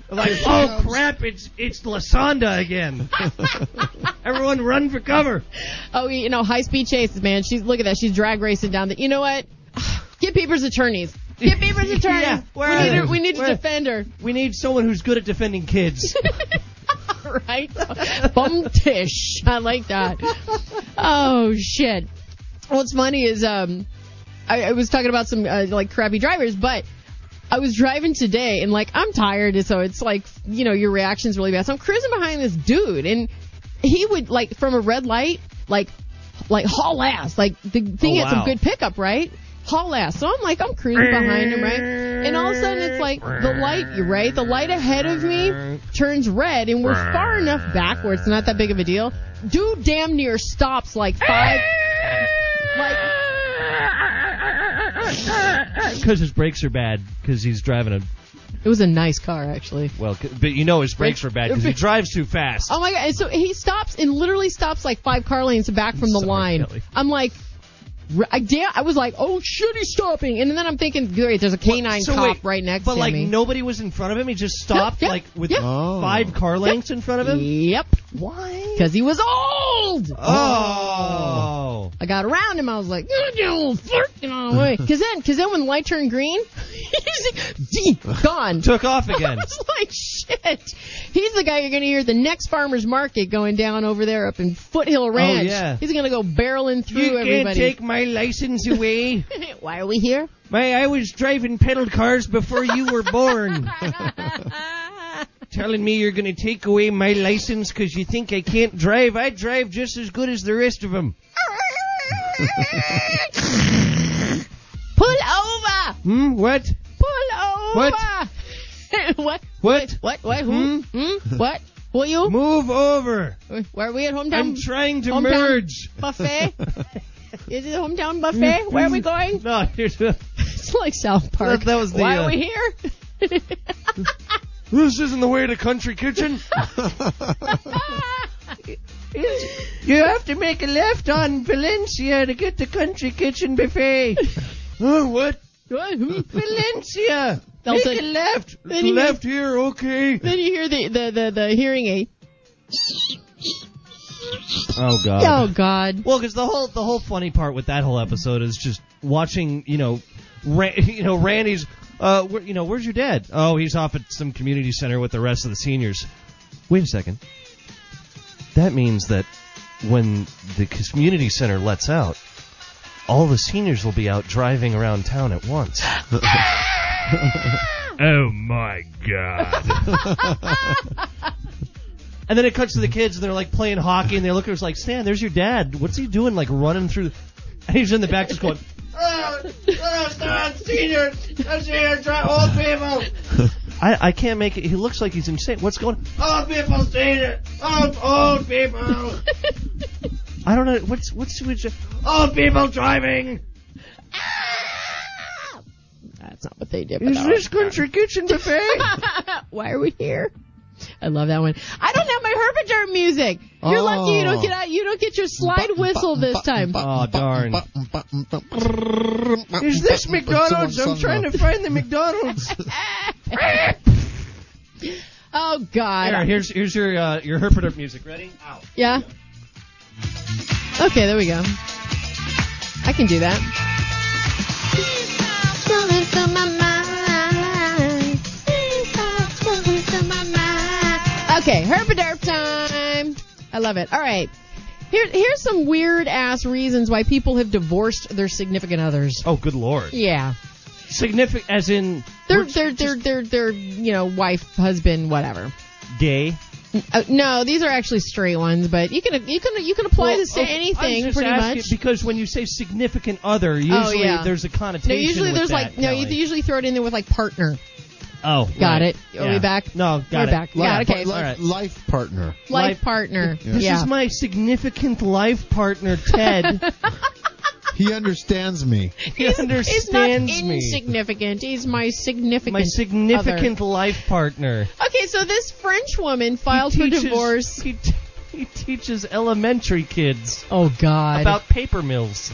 Like, oh crap, it's it's Lasanda again. Everyone run for cover.
Oh, you know, high speed chases, man. She's look at that. She's drag racing down the. You know what? Get Bieber's attorneys. Get Bieber's attorneys.
Yeah,
we
where are
need,
they?
her, we need to
Where-
defend her,
We need someone who's good at defending kids.
right? Bumtish. I like that. Oh shit. What's funny is um, I, I was talking about some uh, like crappy drivers, but. I was driving today and like I'm tired, and so it's like you know your reaction's really bad. So I'm cruising behind this dude, and he would like from a red light, like like haul ass. Like the thing
Oh,
had some
wow.
good pickup, right? Haul ass. So I'm like I'm cruising behind him, right? And all of a sudden it's like the light, you're right, the light ahead of me turns red, and we're far enough back where it's not that big of a deal. Dude, damn near stops like five. Like,
Because his brakes are bad. Because he's driving a
it was a nice car, actually.
well, c- but you know his brakes are bad because he drives too fast.
Oh my god! And so he stops and literally stops like five car lanes back from the
Sorry,
line.
Kelly.
I'm like, r- I damn! I was like, oh shit, he's stopping. And then I'm thinking, great, there's a canine
So
cop
wait,
right next
but
to
like
me.
nobody was in front of him. He just stopped
Yeah,
like with
yeah.
Oh.
five car lengths in front of him.
Yep. Why? Because he was old.
Oh.
I got around him. I was like, "Oh, you little flirt," you know, away. Cause then, cause then when the light turned green, he's like, gone.
Took off again.
I was like, shit. He's the guy you're going to hear at the next farmer's market going down over there up in Foothill Ranch.
Oh, yeah.
He's going to go barreling through
you can't
everybody.
take my license away.
Why are we here?
my, I was driving pedal cars before you were born. Telling me you're going to take away my license because you think I can't drive. I drive just as good as the rest of them.
Pull over!
Hmm? What?
Pull over! What? what?
What?
What? What? Who? Hmm? What? Who are you?
Move over.
Where are we at hometown?
I'm trying to
hometown
merge.
buffet? Is it hometown buffet?
Mm-hmm.
Where are we going?
No, here's a-
It's like South Park.
That- that was the,
Why are
uh,
we here?
this isn't the way to country kitchen. You have to make a left on Valencia to get the country kitchen buffet. oh, what?
What? Hmm?
Valencia!
They'll
Make
say-
a left!
Then you-
left here, okay.
Then you hear the the the, the hearing aid.
Oh, God.
Oh God.
Well, because the whole the whole funny part with that whole episode is just watching, you know, Ra- you know Randy's, uh, where, you know, where's your dad? Oh, he's off at some community center with the rest of the seniors. Wait a second. That means that when the community center lets out, all the seniors will be out driving around town at once. oh my god. and then it cuts to the kids and they're like playing hockey and they look at us like, Stan, there's your dad. What's he doing? Like running through and he's in the back just going, I, I can't make it. He looks like he's insane. What's going on? Old people senior. Old, old people. I don't know. What's, what's, what's, old people driving.
That's not what they did. but
Is
all
this country kitchen buffet?
right. Why are we here? I love that one. I don't have my Carpenter music. You're
Oh.
lucky you don't get out, you don't get your slide whistle this time.
Oh, darn. Is this McDonald's? I'm trying to find the McDonald's.
Oh God.
Here, here's here's your uh, your Herpeter music. Ready? Ow.
Yeah. Okay, there we go. I can do that. Okay, herpaderp time. I love it. All right. Here, here's some weird ass reasons why people have divorced their significant others.
Oh, good lord.
Yeah.
Significant as in
They're, they're, they're, they're, they're, you know, wife, husband, whatever.
gay.
Uh, no, these are actually straight ones, but you can, you can, you can apply
Well,
this to
okay,
anything
I'm just
pretty
asking
much. Oh,
Because when you say significant other, usually
yeah.
there's a connotation.
No, usually
with
there's
that,
like no. You
Kelly.
usually throw it in there with like partner,
oh,
Got it.
right.
Are we back?
No, got
We're
it.
back. Yeah, okay.
All right.
Life, life partner.
life,
Life-
partner. Yeah.
This is my significant life partner, Ted.
He understands me.
he understands
He's not
me.
insignificant. He's my significant.
my significant life partner.
other. Okay, so this French woman filed
He teaches-
for divorce.
He, t- he teaches elementary kids
Oh God,
about paper mills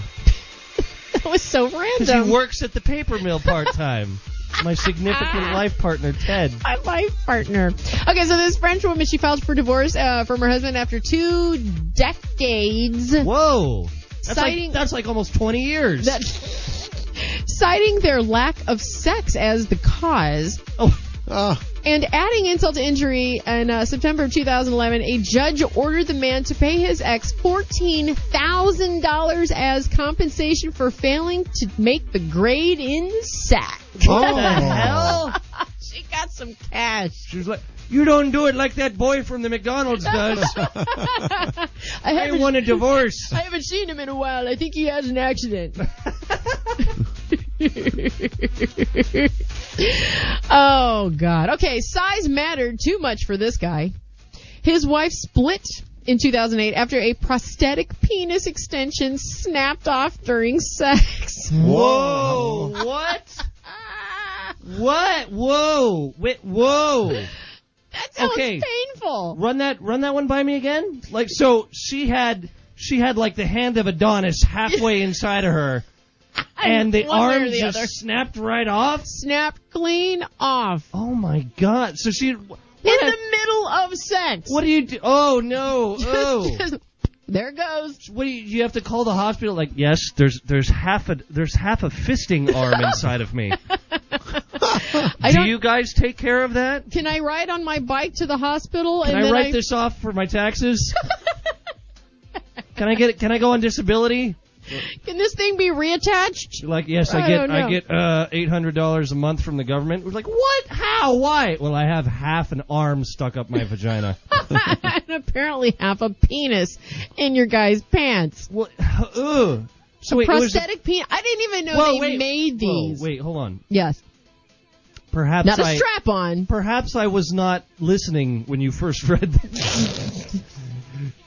that was so
because
random.
he works at the paper mill part time. my
Ah.
significant life partner, Ted.
my life partner. Okay, so this French woman, she filed for divorce uh, from her husband after two decades.
Whoa. That's,
Citing-
like, that's like almost 20 years.
That, citing their lack of sex as the cause.
oh,
Ah,
And adding insult to injury, in uh, September of 2011, a judge ordered the man to pay his ex $14,000 as compensation for failing to make the grade in SAC.
Oh.
she got some cash.
She's like, you don't do it like that boy from the McDonald's does.
I
I
haven't,
want a divorce.
I haven't seen him in a while. I think he has an accident. oh, God. Okay, size mattered too much for this guy. His wife split in 2008 after a prosthetic penis extension snapped off during sex.
Whoa! What? What? Whoa! Wait, whoa!
That sounds
Okay.
painful.
Run that, run that one by me again. Like, so she had, she had like the hand of Adonis halfway inside of her, and the
One way or
arm
the
just
other.
snapped right off.
Snapped clean off
Oh my god! So she, what?
in the middle of sex.
what do you do? Oh no! Oh.
Just- there it goes.
What do you, you have to call the hospital? Like, yes, there's there's half a there's half a fisting arm inside of me.
I
Do
don't.
you guys take care of that?
can I ride on my bike to the hospital
Can
and
I
then
write
I,
this off for my taxes? can I get? Can I go on disability?
can this thing be reattached?
You're like, yes, I,
I
get.
don't know.
I get uh, eight hundred dollars a month from the government. We're like, what? How? Why? Well, I have half an arm stuck up my vagina.
and apparently half a penis in your guy's pants.
Well, ugh. So wait, it was a-
Prosthetic penis. I didn't even know
Whoa,
they
wait.
made
Whoa,
these.
wait, hold on.
Yes.
Perhaps
Not a
I-
strap on.
Perhaps I was not listening when you first read that.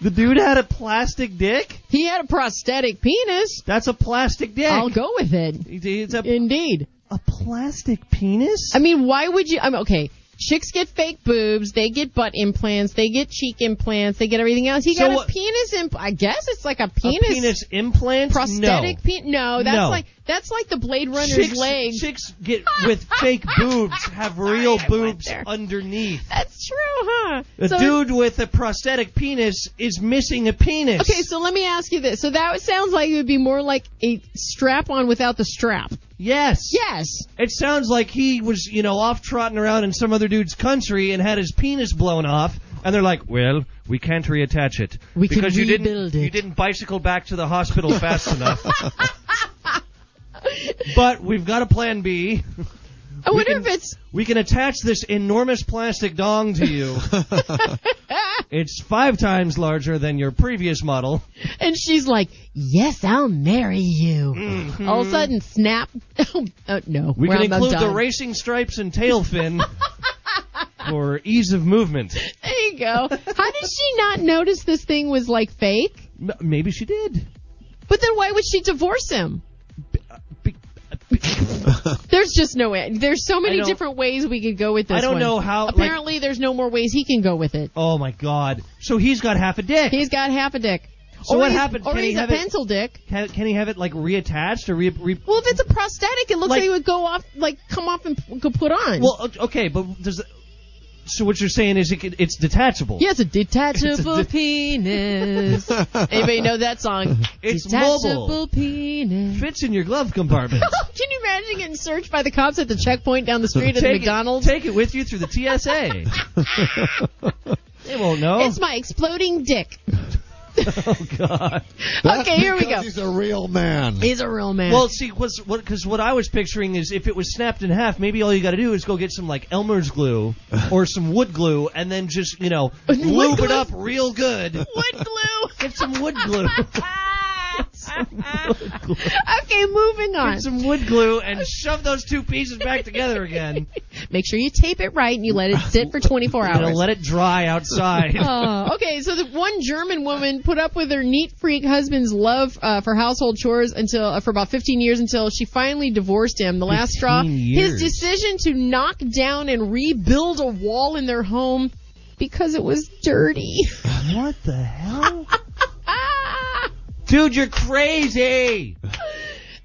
the dude had a plastic dick?
He had a prosthetic penis.
That's a plastic dick.
I'll go with it.
It's a,
Indeed.
a plastic penis?
I mean, why would you? I'm okay. Chicks get fake boobs. They get butt implants. They get cheek implants. They get everything else. He
So
got a
what-
penis implant. I guess it's like a
a
penis,
penis implant?
prosthetic
no.
penis. No, that's
No.
like that's like the Blade Runner's
Chicks,
legs.
chicks get with fake boobs have real
I went
boobs
there.
underneath.
That's true, huh?
A
So it's-
dude with a prosthetic penis is missing a penis.
Okay, so let me ask you this. So that would- sounds like it would be more like a strap on without the strap.
yes.
Yes.
It sounds like he was, you know, off trotting around in some other dude's country and had his penis blown off. And they're like, "Well, we can't reattach it
We can
because you
rebuild
didn't
it."
you didn't bicycle back to the hospital fast enough." but we've got a plan B.
I wonder
can-
if it's
We can attach this enormous plastic dong to you. it's five times larger than your previous model.
and she's like, "Yes, I'll marry you." All of a sudden, snap. uh, no,
We
we're
can
not
include the
done.
racing stripes and tail fin for ease of movement.
There you go. How did she not notice this thing was like fake?
M- maybe she did.
But then why would she divorce him?
Be-
There's just no way. There's so
I
many
don't-
different ways we could go with this.
I don't
one.
know how, like-
Apparently, there's no more ways he can go with it.
Oh my God! So he's got half a dick.
He's got half a dick.
So
or
what
he's,
happened?
Or
Can he
he's a
have it-
pencil dick.
Can, can he have it like reattached or re? re-
Well, if it's a prosthetic, it looks like,
Like-
it would go off, like come off and p- go put on.
well, o- okay, but does. So what you're saying is it, could- it's detachable.
yeah, it's a detachable
It's a de-
penis. Anybody know that song?
It's
detachable
mobile.
penis.
Fits in your glove compartment.
Can you imagine getting searched by the cops at the checkpoint down the street at the
Take it-
McDonald's?
Take it with you through the TSA. they won't know.
it's my exploding dick.
oh God.
Okay, here we
Because
go.
He's a real man.
He's a real man.
Well, see, what's what? Because what I was picturing is if it was snapped in half, maybe all you got to do is go get some like Elmer's glue or some wood glue, and then just you know
Wood
lube it
glue?
up real good.
wood glue.
Get some wood glue.
okay, moving on.
Get some wood glue and shove those two pieces back together again,
Make sure you tape it right and you let it sit for 24
and
hours.
let it dry outside.
Oh, okay, so the one German woman put up with her neat freak husband's love uh, for household chores until uh, for about 15 years until she finally divorced him. The last straw,
15 years.
his decision to knock down and rebuild a wall in their home because it was dirty.
What the hell? Dude, you're crazy.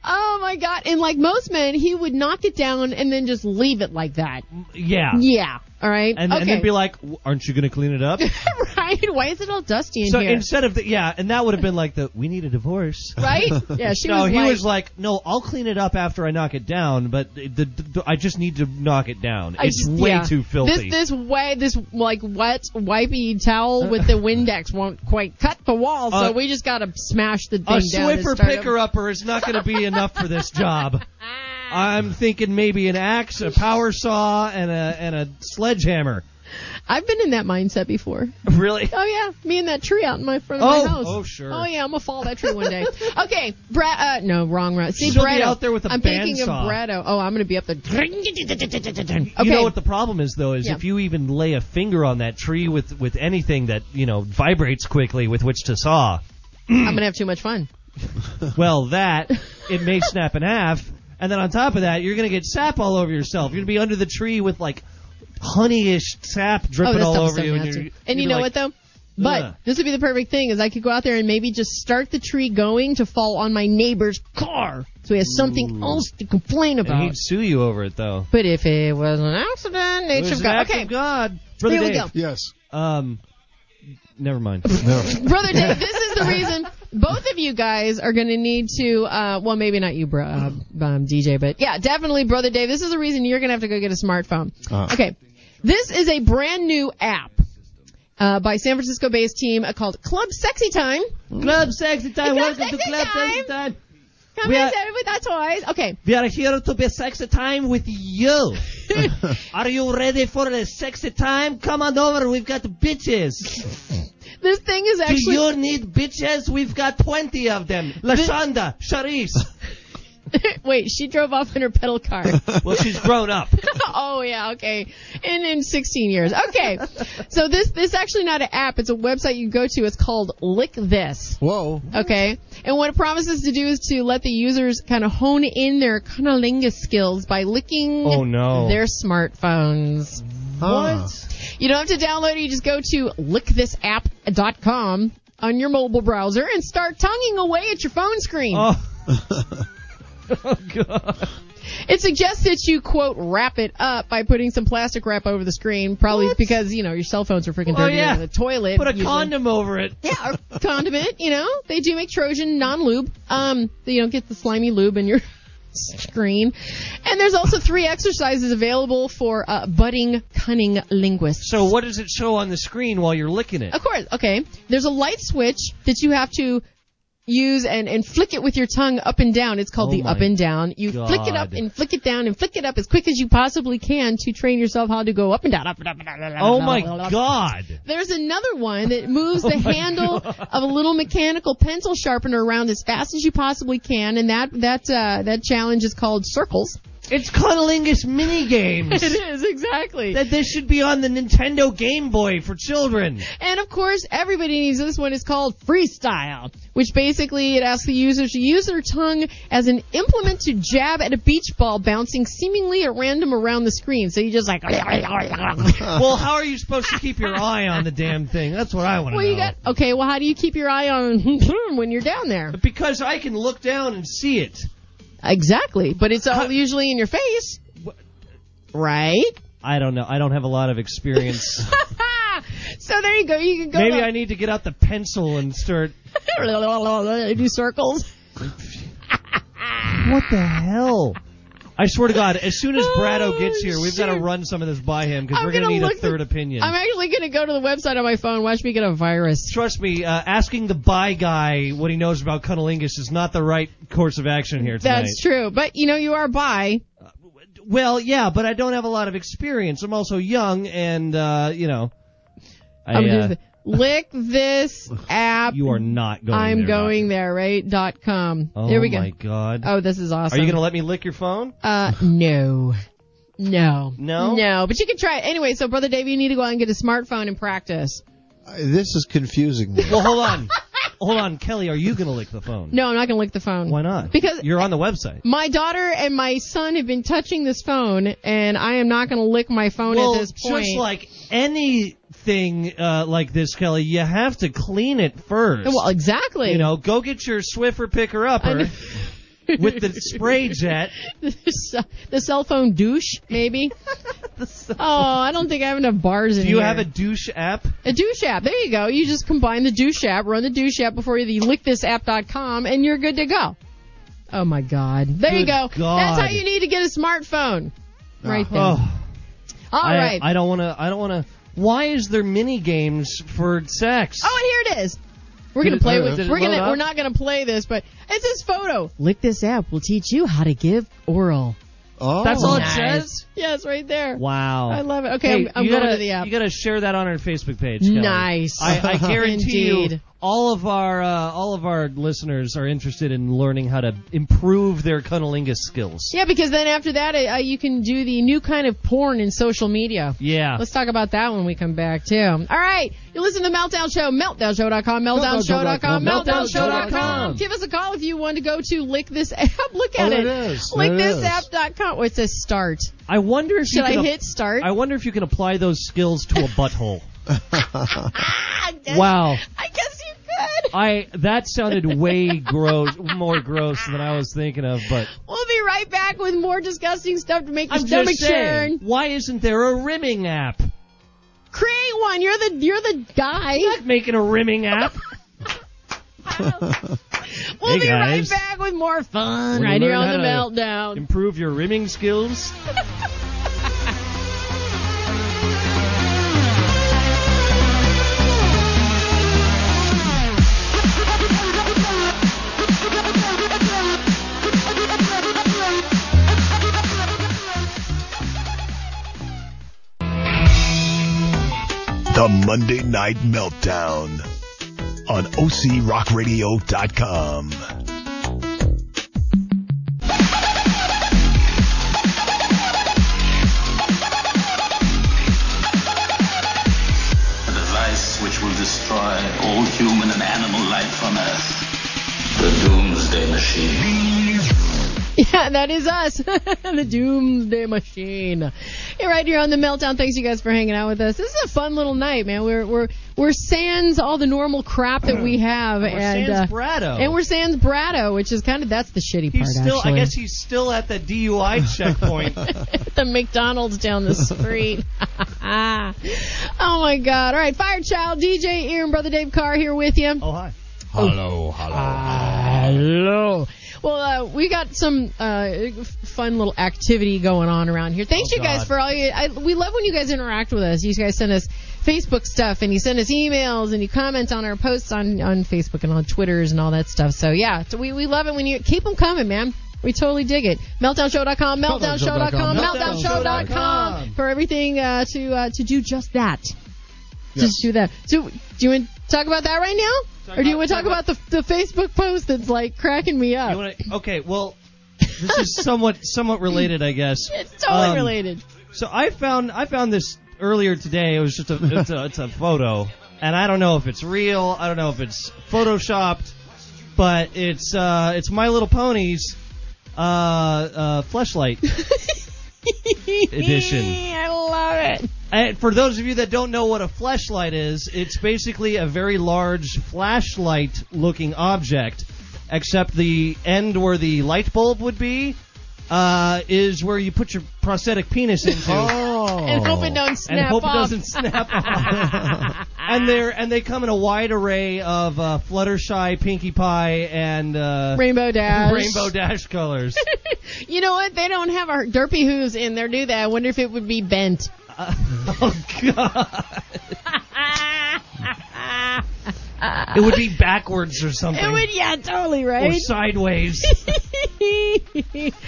Oh my god! And like most men, he would knock it down and then just leave it like that.
Yeah.
Yeah. All right.
And,
okay.
and then be like, "W- aren't you going to clean it up?
right? Why is it all dusty in
so
here?
instead of the, yeah, and that would have been like the, we need a divorce.
right? Yeah. She
no,
was
he
like,
was like, no, I'll clean it up after I knock it down, but the, the, the- I just need to knock it down.
I
it's
just-
way
yeah.
too filthy.
This this way this like wet wipey towel with the Windex won't quite cut the wall, so
Uh,
we just gotta smash the thing
a
down. and
Swiffer
start over.
picker upper is not going to be enough for this job. I'm thinking maybe an axe, a power saw, and a and a sledgehammer.
I've been in that mindset before.
Really?
Oh yeah, me and that tree out in my front of
Oh,
my house.
oh, sure.
Oh yeah, I'm gonna fall that tree one day. okay, Brett. Uh, no, wrong, right. See,
She'll be
Bretto.
out there with a
I'm thinking of
bandsaw.
Bretto. Oh, I'm gonna be up there. Okay.
You know what the problem is though is
Yeah.
if you even lay a finger on that tree with with anything that you know vibrates quickly with which to saw,
I'm gonna have too much fun.
well that it may snap in half, and then on top of that you're gonna get sap all over yourself. You're gonna be under the tree with like honeyish sap
Oh,
dripping
this
all
stuff's
over
so
you, and,
nasty.
you're-
And you
you'd
know
be
what
like,
though? But
Ugh.
this would be the perfect thing is I could go out there and maybe just start the tree going to fall on my neighbor's car, so he has something else to complain
And
about.
he'd sue you over it though.
But if it was an accident,
It
nature
was
of
an
God.
act
Okay,
of God. Brother
here we
Dave,
go.
Yes.
Um, never mind.
Brother Dave, this is the reason both of you guys are going to need to, uh, well, maybe not you, bro, uh, um, DJ, but yeah, definitely, Brother Dave, this is the reason you're going to have to go get a smartphone.
Uh.
Okay. This is a brand new app. Uh, by San Francisco based team uh, called Club Sexy Time.
Club sexy time.
Club
Welcome to
Sexy
Club sexy
Time.
time.
Come
We
in
are-
there with our toys. Okay.
We are here to be sexy time with you. are you ready for the sexy time? Come on over. We've got bitches.
This thing is
Do
actually,
you need bitches? We've got 20 of them. Lashonda, Charisse.
wait, she drove off in her pedal car.
well, she's grown up.
oh yeah, okay. In in 16 years. Okay. so this this is actually not an app. It's a website you go to. It's called Lick This.
Whoa.
Okay. And what it promises to do is to let the users kind of hone in their cunnilingus skills by licking
Oh, no.
their smartphones.
What?
You don't have to download it. You just go to lickthisapp.com on your mobile browser and start tonguing away at your phone screen.
Oh. oh, God.
It suggests that you quote wrap it up by putting some plastic wrap over the screen, probably because you know your cell phones are freaking dirty.
Oh,
they're
yeah.
in the toilet.
Put a
usually.
condom over it.
Yeah, or condiment. You know, they do make Trojan non-lube. Um, so you don't get the slimy lube in your screen. And there's also three exercises available for uh, budding cunning linguists.
So what does it show on the screen while you're licking it?
Of course. Okay. There's a light switch that you have to use and, and flick it with your tongue up and down. It's called
Oh
the
my
up and down. You flick it up
God.
and flick it down and flick it up as quick as you possibly can to train yourself how to go up and down, up and up and down.
Oh, my Oh God.
There's another one that moves the handle of a little mechanical pencil sharpener around as fast as you possibly can, and that that uh, that challenge is called circles.
It's cunnilingus mini
It
games.
is, exactly.
That this should be on the Nintendo Game Boy for children.
And of course, everybody needs this one. It's called freestyle, which basically it asks the user to use their tongue as an implement to jab at a beach ball bouncing seemingly at random around the screen. So you just like, well,
Well, how are you supposed to keep your eye on the damn thing? That's what I want to know.
you got okay. Well, how do you keep your eye on when you're down there?
because I can look down and see it.
Exactly, but it's all usually in your face, right?
I don't know. I don't have a lot of experience.
So there you go. You can go.
Maybe I need to get out the pencil and start.
I do circles.
What the hell? Oh, I swear to God, as soon as Brado gets here, we've got to
Shoot.
run some of this by him because
I'm
we're going to
gonna
need a
look
third
the-
opinion.
I'm actually gonna go to the website on my phone. Watch me get a virus.
Trust me, uh, asking the by guy what he knows about cunnilingus is not the right course of action here tonight.
That's true. But you know, you are bi.
Well, yeah, but I don't have a lot of experience. I'm also young, and uh, you know, I,
I'm
uh,
just- lick this app.
you are not going.
I'm
there,
going
Doctor.
there, right? Dot com.
Oh
there we go.
my God.
Oh, this is awesome.
Are you gonna let me lick your phone?
Uh, no. No.
No?
No, but you can try it. Anyway, so Brother Dave, you need to go out and get a smartphone and practice.
Uh, This is confusing me.
Well, hold on, hold on, Kelly. Are you gonna lick the phone?
No, I'm not going to lick the phone.
Why not?
Because-
you're on the website.
My daughter and my son have been touching this phone, and I am not going to lick my phone
Well,
at this point.
just like anything uh, like this, Kelly, you have to clean it first.
well, exactly.
you know, go get your Swiffer picker upper with the spray jet.
the cell phone douche, maybe. oh, I don't think I have enough bars in
Do you
here.
have a douche app?
A douche app. There you go. You just combine the douche app, run the douche app before you lick this app.com, and you're good to go. Oh my God. There you
Good
go.
God.
That's how you need to get a smartphone. Right there. All
Oh. I,
right.
I don't want to. I don't want to. Why is there mini games for sex?
oh, and here it is. We're gonna play with.
Did it
We're
load
gonna.
up?
We're not gonna play this, but it's this photo. Lick this app. We'll teach you how to give oral.
Oh,
that's all
Nice.
it says.
Yes, right there.
Wow.
I love it. Okay,
Hey,
I'm, I'm
you
going
gotta,
to the app.
You gotta share that on our Facebook page. Kelly.
Nice.
I, I guarantee you,
Indeed.
all of our uh, all of our listeners are interested in learning how to improve their cunnilingus skills.
Yeah, because then after that, uh, you can do the new kind of porn in social media.
Yeah.
Let's talk about that when we come back, too. All right. You listen to Meltdown Show, meltdownshow.com, meltdownshow.com, meltdownshow.com. Give us a call if you want to go to Lick This App. Look at
Oh,
it.
it is. There it is.
LickThisApp.com. Oh, it says start.
I wonder if
Should
you
I
can
hit start?
I wonder if you can apply those skills to a butthole.
I guess,
wow.
I guess you could.
I that sounded way gross, more gross than I was thinking of. But
We'll be right back with more disgusting stuff to make your
I'm
stomach
just saying,
churn.
why isn't there a rimming app?
Create one. You're the you're the guy.
Making a rimming app.
We'll
Hey,
be right
guys.
back with more fun
Wanna
right here
learn
on the
how to
meltdown.
Improve your rimming skills.
The Monday Night Meltdown on OCRockRadio.com.
a device which will destroy all human and animal life on Earth. The Doomsday Machine.
Yeah, that is us, the Doomsday Machine. Hey, right here on the Meltdown. Thanks you guys for hanging out with us. This is a fun little night, man. We're we're we're sans all the normal crap that we have,
Or
and
Sans
uh,
Brado.
and we're sans Brado, which is kind of that's the shitty part.
He's still.
actually.
I guess he's still at the DUI checkpoint.
at the McDonald's down the street. oh my God! All right, Fire Child, DJ Ear, and Brother Dave Carr here with you.
oh hi.
Hello, hello.
Hello. Well, uh, we got some uh, f- fun little activity going on around here. Thanks,
Oh,
you guys,
God.
for all you. I, we love when you guys interact with us. You guys send us Facebook stuff, and you send us emails, and you comment on our posts on, on Facebook and on Twitters and all that stuff. So yeah, so we, we love it when you keep them coming, man. We totally dig it. MeltdownShow.com, MeltdownShow.com, MeltdownShow.com for everything uh, to uh, to do just that. Just do that. So, do you want to talk about that right now, or do you
about-
want to
talk
talk about the, the Facebook post that's like cracking me up?
You wanna, okay. Well, this is somewhat somewhat related, I guess.
It's totally
Um,
related.
So I found I found this earlier today. It was just a it's, a it's a photo, and I don't know if it's real. I don't know if it's photoshopped, but it's uh, it's My Little Ponies uh, uh, fleshlight edition.
I love it.
And for those of you that don't know what a flashlight is, it's basically a very large flashlight-looking object, except the end where the light bulb would be uh, is where you put your prosthetic penis into.
And hope it don't Oh. snap
and hope
off.
it doesn't snap off. and they and they come in a wide array of uh, Fluttershy, Pinkie Pie, and uh,
Rainbow Dash.
Rainbow Dash colors.
You know what? They don't have our derpy who's in there, do they? I wonder if it would be bent.
oh God! It would be backwards or something,
It would, yeah, totally,
or
right?
sideways.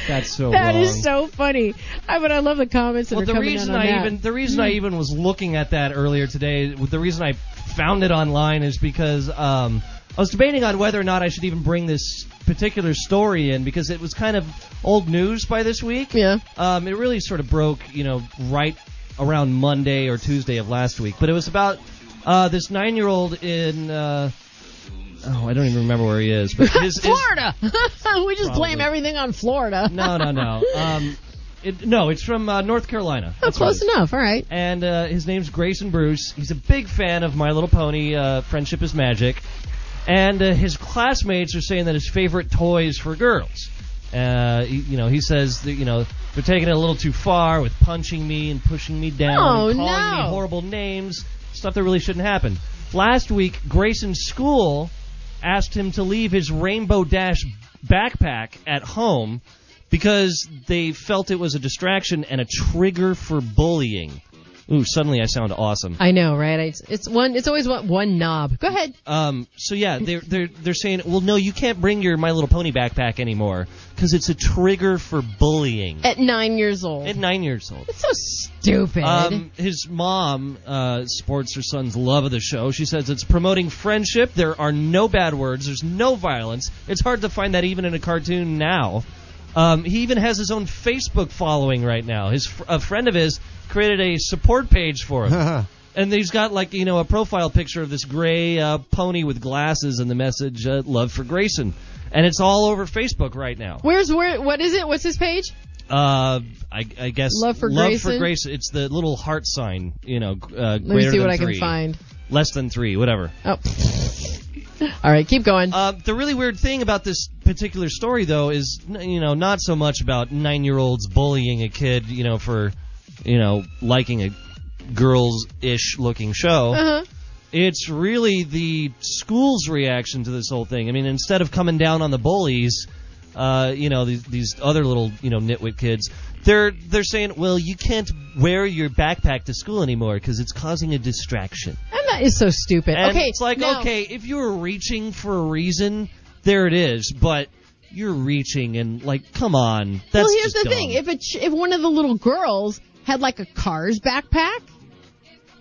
That's so
That
wrong.
is so funny. I but I love the comments that
well,
are
the
coming
reason
in on
I
that. Hmm.
even the reason I even was looking at that earlier today, the reason I found it online is because um, I was debating on whether or not I should even bring this particular story in because it was kind of old news by this week.
yeah.
Um, it really sort of broke, you know, right around Monday or Tuesday of last week. But it was about uh, this nine-year-old in. Uh, oh, I don't even remember where he is. But his, his,
Florida. we just blame
Probably.
everything on Florida.
no, no, no. Um, it, no, it's from uh, North Carolina.
Oh,
That's what it
close
is.
enough. All right.
and uh, his name's Grayson Bruce. He's a big fan of My Little Pony, uh, Friendship is Magic, and uh, his classmates are saying that his favorite toys for girls. Uh, he- you know, he says that you know they're taking it a little too far with punching me and pushing me down,
Oh,
and calling
no.
me horrible names, stuff that really shouldn't happen. Last week, Grayson's school asked him to leave his Rainbow Dash backpack at home because they felt it was a distraction and a trigger for bullying. Ooh, suddenly I sound awesome.
I know, right? It's, it's one. It's always one, one knob. Go ahead.
Um, so yeah, they're they're they're saying, well, no, you can't bring your My Little Pony backpack anymore because it's a trigger for bullying
At nine years old.
at nine years old.
it's so stupid.
Um, his mom uh, supports her son's love of the show. She says it's promoting friendship. There are no bad words. There's no violence. It's hard to find that even in a cartoon now. Um, he even has his own Facebook following right now. His fr- a friend of his created a support page for him. And he's got like you know a profile picture of this gray uh, pony with glasses and the message uh, "Love for Grayson," and it's all over Facebook right now.
Where's where? What is it? What's his page?
Uh, I, I guess
Love for Grayson?
Grace. It's the little heart sign, you know. Uh,
Let me
greater
see what
than
I can
three,
find.
Less than three, whatever.
Oh. All right, keep going.
Uh, the really weird thing about this particular story, though, is n- you know not so much about nine-year-olds bullying a kid, you know, for you know liking a girls-ish looking show.
Uh-huh.
It's really the school's reaction to this whole thing. I mean, instead of coming down on the bullies, uh, you know, these, these other little, you know, nitwit kids, they're they're saying, well, you can't wear your backpack to school anymore because it's causing a distraction.
And that is so stupid.
And
okay,
it's like,
now-
okay, if you were reaching for a reason, there it is, but you're reaching and like, come on, that's
well, here's
just
the
dumb.
thing: if a ch- if one of the little girls had like a car's backpack,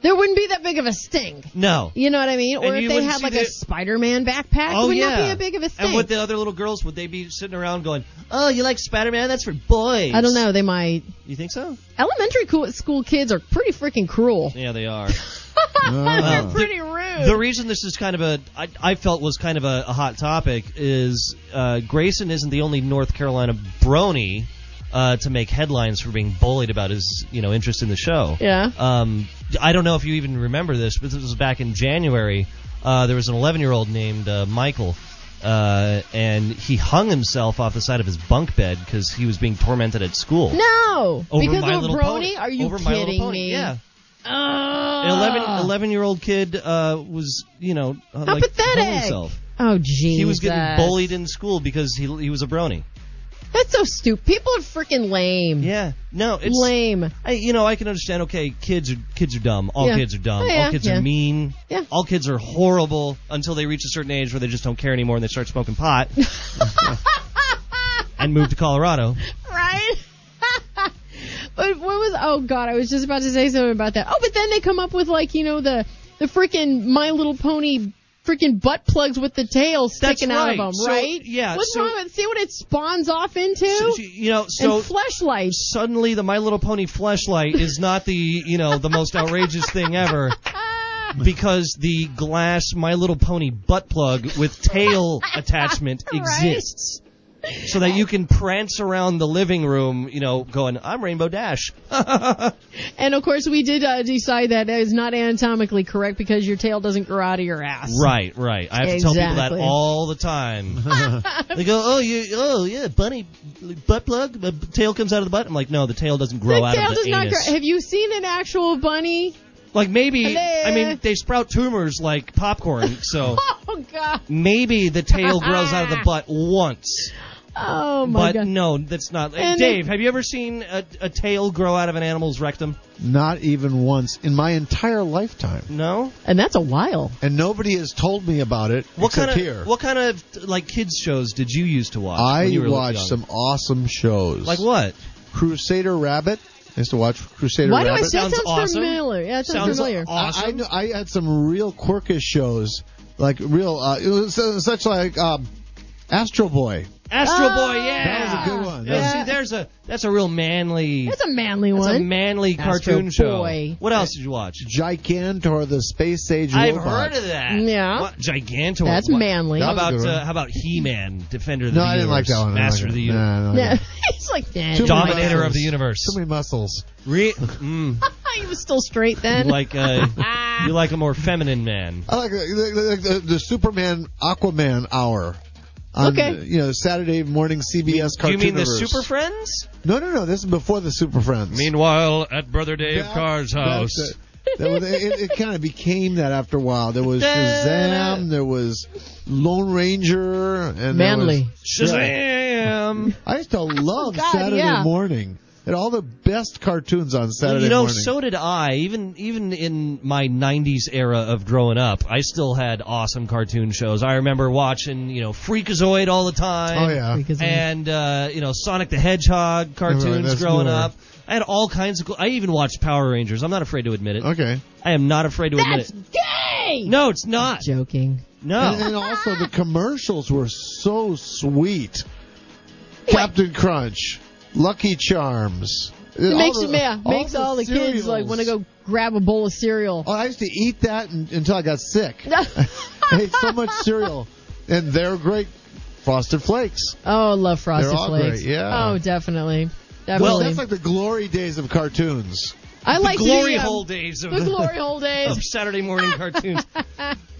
there wouldn't be that big of a sting.
no.
You know what I mean?
And
Or
you
if they
wouldn't
had
see
like a
the-
Spider-Man backpack, it
Oh
would
yeah,
not be a big of a sting.
And with the other little girls, would they be sitting around going, "Oh, you like Spider-Man? That's for boys."
I don't know. They might.
You think so?
Elementary coo- school kids are pretty freaking cruel.
Yeah, Ah. they are.
They're
the-
pretty rude.
the reason this is kind of a, I, I felt was kind of a, a hot topic is uh, Grayson isn't the only North Carolina brony uh, to make headlines for being bullied about his, you know, interest in the show.
yeah.
Um, I don't know if you even remember this, but this was back in January. Uh, there was an 11 year old named uh, Michael, uh, and he hung himself off the side of his bunk bed because he was being tormented at school.
No.
Over
because
my
of
little
Brony?
pony.
Are you
over my
kidding
little pony.
me?
Yeah,
Ugh.
an 11, 11 year old kid uh, was you know uh,
Ah. How
like
pathetic.
hung himself.
Oh, Jesus.
He was getting bullied in school because he he was a brony.
That's so stupid. People are freaking lame.
Yeah, no, it's
lame.
I, you know, I can understand. Okay, kids are kids are dumb. All
Yeah.
kids are dumb.
Oh, yeah,
All kids
yeah.
are mean.
Yeah.
All kids are horrible until they reach a certain age where they just don't care anymore and they start smoking pot and move to Colorado.
right? but what was? Oh God, I was just about to say something about that. Oh, but then they come up with like you know the the freaking My Little Pony freaking butt plugs with the tail sticking
right.
out of them,
So-
right?
yeah,
What's
so-
wrong with see what it spawns off into?
So, you know, so
and fleshlight.
suddenly the My Little Pony flashlight is not the you know the most outrageous thing ever because the glass My Little Pony butt plug with tail attachment exists. So that you can prance around the living room, you know, going, I'm Rainbow Dash.
And of course, we did uh, decide that that is not anatomically correct because your tail doesn't grow out of your ass.
Right, right. I have to tell people that
Exactly.
all the time. they go, oh, you, oh, yeah, bunny butt plug, the tail comes out of the butt. I'm like, no, the tail doesn't grow
the
out
tail
of the
does not
anus.
grow. Have you seen an actual bunny?
Like maybe,
Hello?
I mean, they sprout tumors like popcorn, so
Oh god.
maybe the tail grows out of the butt once.
Oh my
But
god.
no, that's not.
And
Dave, have you ever seen a, a tail grow out of an animal's rectum?
Not even once in my entire lifetime.
No.
And that's a while.
And nobody has told me about it
What
except
kind of
here.
what kind of like kids shows did you used to watch? when
I
you were
watched some
young?
awesome shows.
Like what?
Crusader Rabbit. I used to watch Crusader
Why do I
Rabbit.
say that
Sounds
sounds
awesome.
familiar? Yeah, it sounds,
Sounds
familiar.
I, I, kn- I had some real quirkish shows, like real, uh, it was, uh, such like um, Astro Boy.
Astro
Ah!
Boy, yeah.
That was a good one.
Yeah,
That was-
See, there's a that's a real manly.
That's a manly
that's a
one.
manly
Astro
cartoon show.
Boy.
What else did you watch?
Gigantor the Space Age
I've
Robot.
heard of that.
Yeah.
What? Gigantor.
That's
What?
manly.
How
That was a good
about
one.
uh, how about He-Man, Defender of the
No, I
Universe,
didn't like that one. I didn't
Master
like
of the
it.
Universe,
Nah, I didn't like
Yeah.
it.
He's like, nah.
Too many
Dominator of the
muscles.
Universe.
Too many muscles.
Re- mm,
he was still straight then. Ah.
you like uh, you like a more feminine man.
I like the, the, the, the Superman Aquaman hour. On,
Okay.
uh, You know, Saturday morning CBS
Do you
cartoon.
mean the Super Friends?
No, no, no. This is before the Super Friends.
Meanwhile, at Brother Dave
That-
Carr's
that's
house.
it. That was- it, it kind of became that after a while. There was Shazam, there was Lone Ranger, and there was-
Manly. Oh
Shazam!
I used to love
God,
Saturday
yeah.
morning. And all the best cartoons on Saturday
you know,
morning.
so did I. Even even in my '90s era of growing up, I still had awesome cartoon shows. I remember watching, you know, Freakazoid all the time.
oh yeah,
Because-
And uh, you know, Sonic the Hedgehog
Right,
cartoons
that's
growing
newer.
up. I had all kinds of. Cool, I even watched Power Rangers. I'm not afraid to admit it.
okay.
I am not afraid to admit
That's
it.
gay!
No, it's not.
Joking.
And,
No.
and also the commercials were so sweet. Captain Crunch, Lucky Charms.
It makes, yeah, makes all the kids like want to go grab a bowl of cereal.
Oh, I used to eat that un until I got sick. I ate so much cereal, and they're great. Frosted Flakes.
Oh, I love Frosted
They're all
Flakes.
great, yeah.
Oh, definitely.
Well,
Definitely.
that's like the glory days of cartoons.
I like
Glory
the, um,
hole days Oh, of
The glory hole
of
days.
Saturday morning cartoons.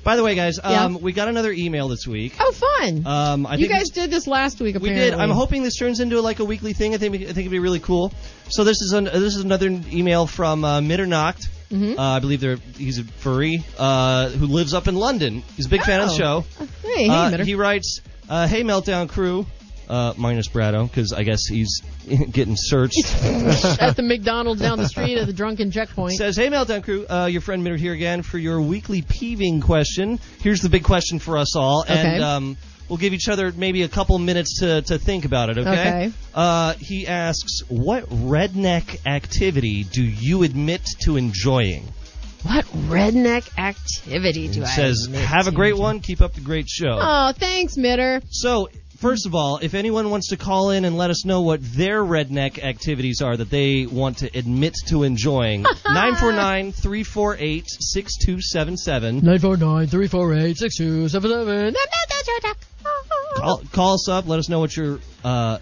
By the way, guys, um,
Yeah.
we got another email this week.
Oh, fun.
Um, I
you
think
guys did this last week,
we
apparently.
did. I'm hoping this turns into like a weekly thing. I think I think it'd be really cool. So this is an, this is another email from uh, Mitternacht.
Mm-hmm.
Uh, I believe they're, he's a furry uh, who lives up in London. He's a big fan of the show.
Oh. Hey, hey,
Uh,
Mitter.
he writes, uh, "Hey, Meltdown Crew." Uh, minus Brado, because I guess he's getting searched.
At the McDonald's down the street at the drunken checkpoint.
Says, hey, Meltdown Crew, uh, your friend Minute here again for your weekly peeving question. Here's the big question for us all, and
Okay.
um, we'll give each other maybe a couple minutes to, to think about it, okay?
Okay.
Uh, he asks, what redneck activity do you admit to enjoying?
what redneck activity do I
Says,
admit
have a
to
great
enjoy?"
one, keep up the great show.
Oh, thanks, Mitter.
So, first of all, if anyone wants to call in and let us know what their redneck activities are that they want to admit to enjoying, 949 348 6277.
949 348 6277.
Call call us up, let us know what your uh,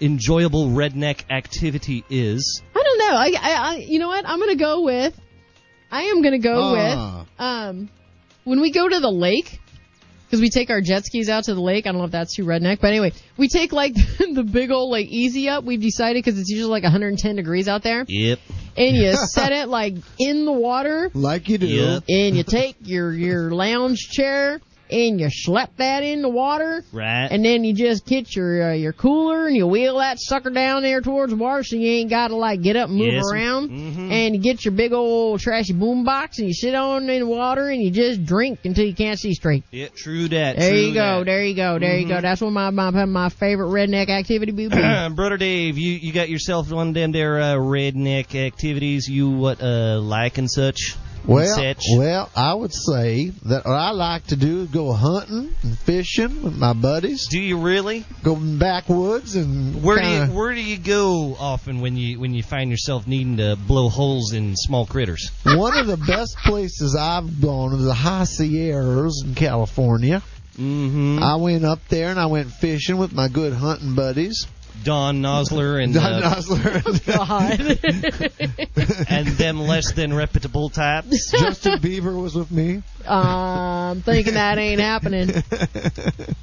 enjoyable redneck activity is.
I don't know. I, I, I, you know what? I'm gonna go with. I am gonna
Ah.
go with. Um, when we go to the lake, because we take our jet skis out to the lake. I don't know if that's too redneck, but anyway, we take like the big old like easy up. We've decided because it's usually like 110 degrees out there,
Yep.
and you set it like in the water,
Like you do.
Yeah.
and you take your your lounge chair and you slap that in the water.
Right.
And then you just get your uh, your cooler and you wheel that sucker down there towards the water so you ain't gotta like get up and move
Yes. mm-hmm.
around. And you get your big old trashy boom box and you sit on in the water and you just drink until you can't see straight.
yeah, true that.
There
true
you go,
that. Mm-hmm.
there you go, there you go. That's what my my my favorite redneck activity would be.
Brother Dave, you, you got yourself one of them there uh, redneck activities you what uh, like and such?
Well,
Sitch.
well, I would say that what I like to do is go hunting and fishing with my buddies,
Do you really?
go backwoods and
Where
kinda-
do you where do you go often when you when you find yourself needing to blow holes in small critters?
One of the best places I've gone is the High Sierras in California.
Mm-hmm.
I went up there and I went fishing with my good hunting buddies.
Don Nosler and
Don
uh,
Nosler and
and them less than reputable types.
Justin Bieber was with me.
Um, thinking that ain't happening.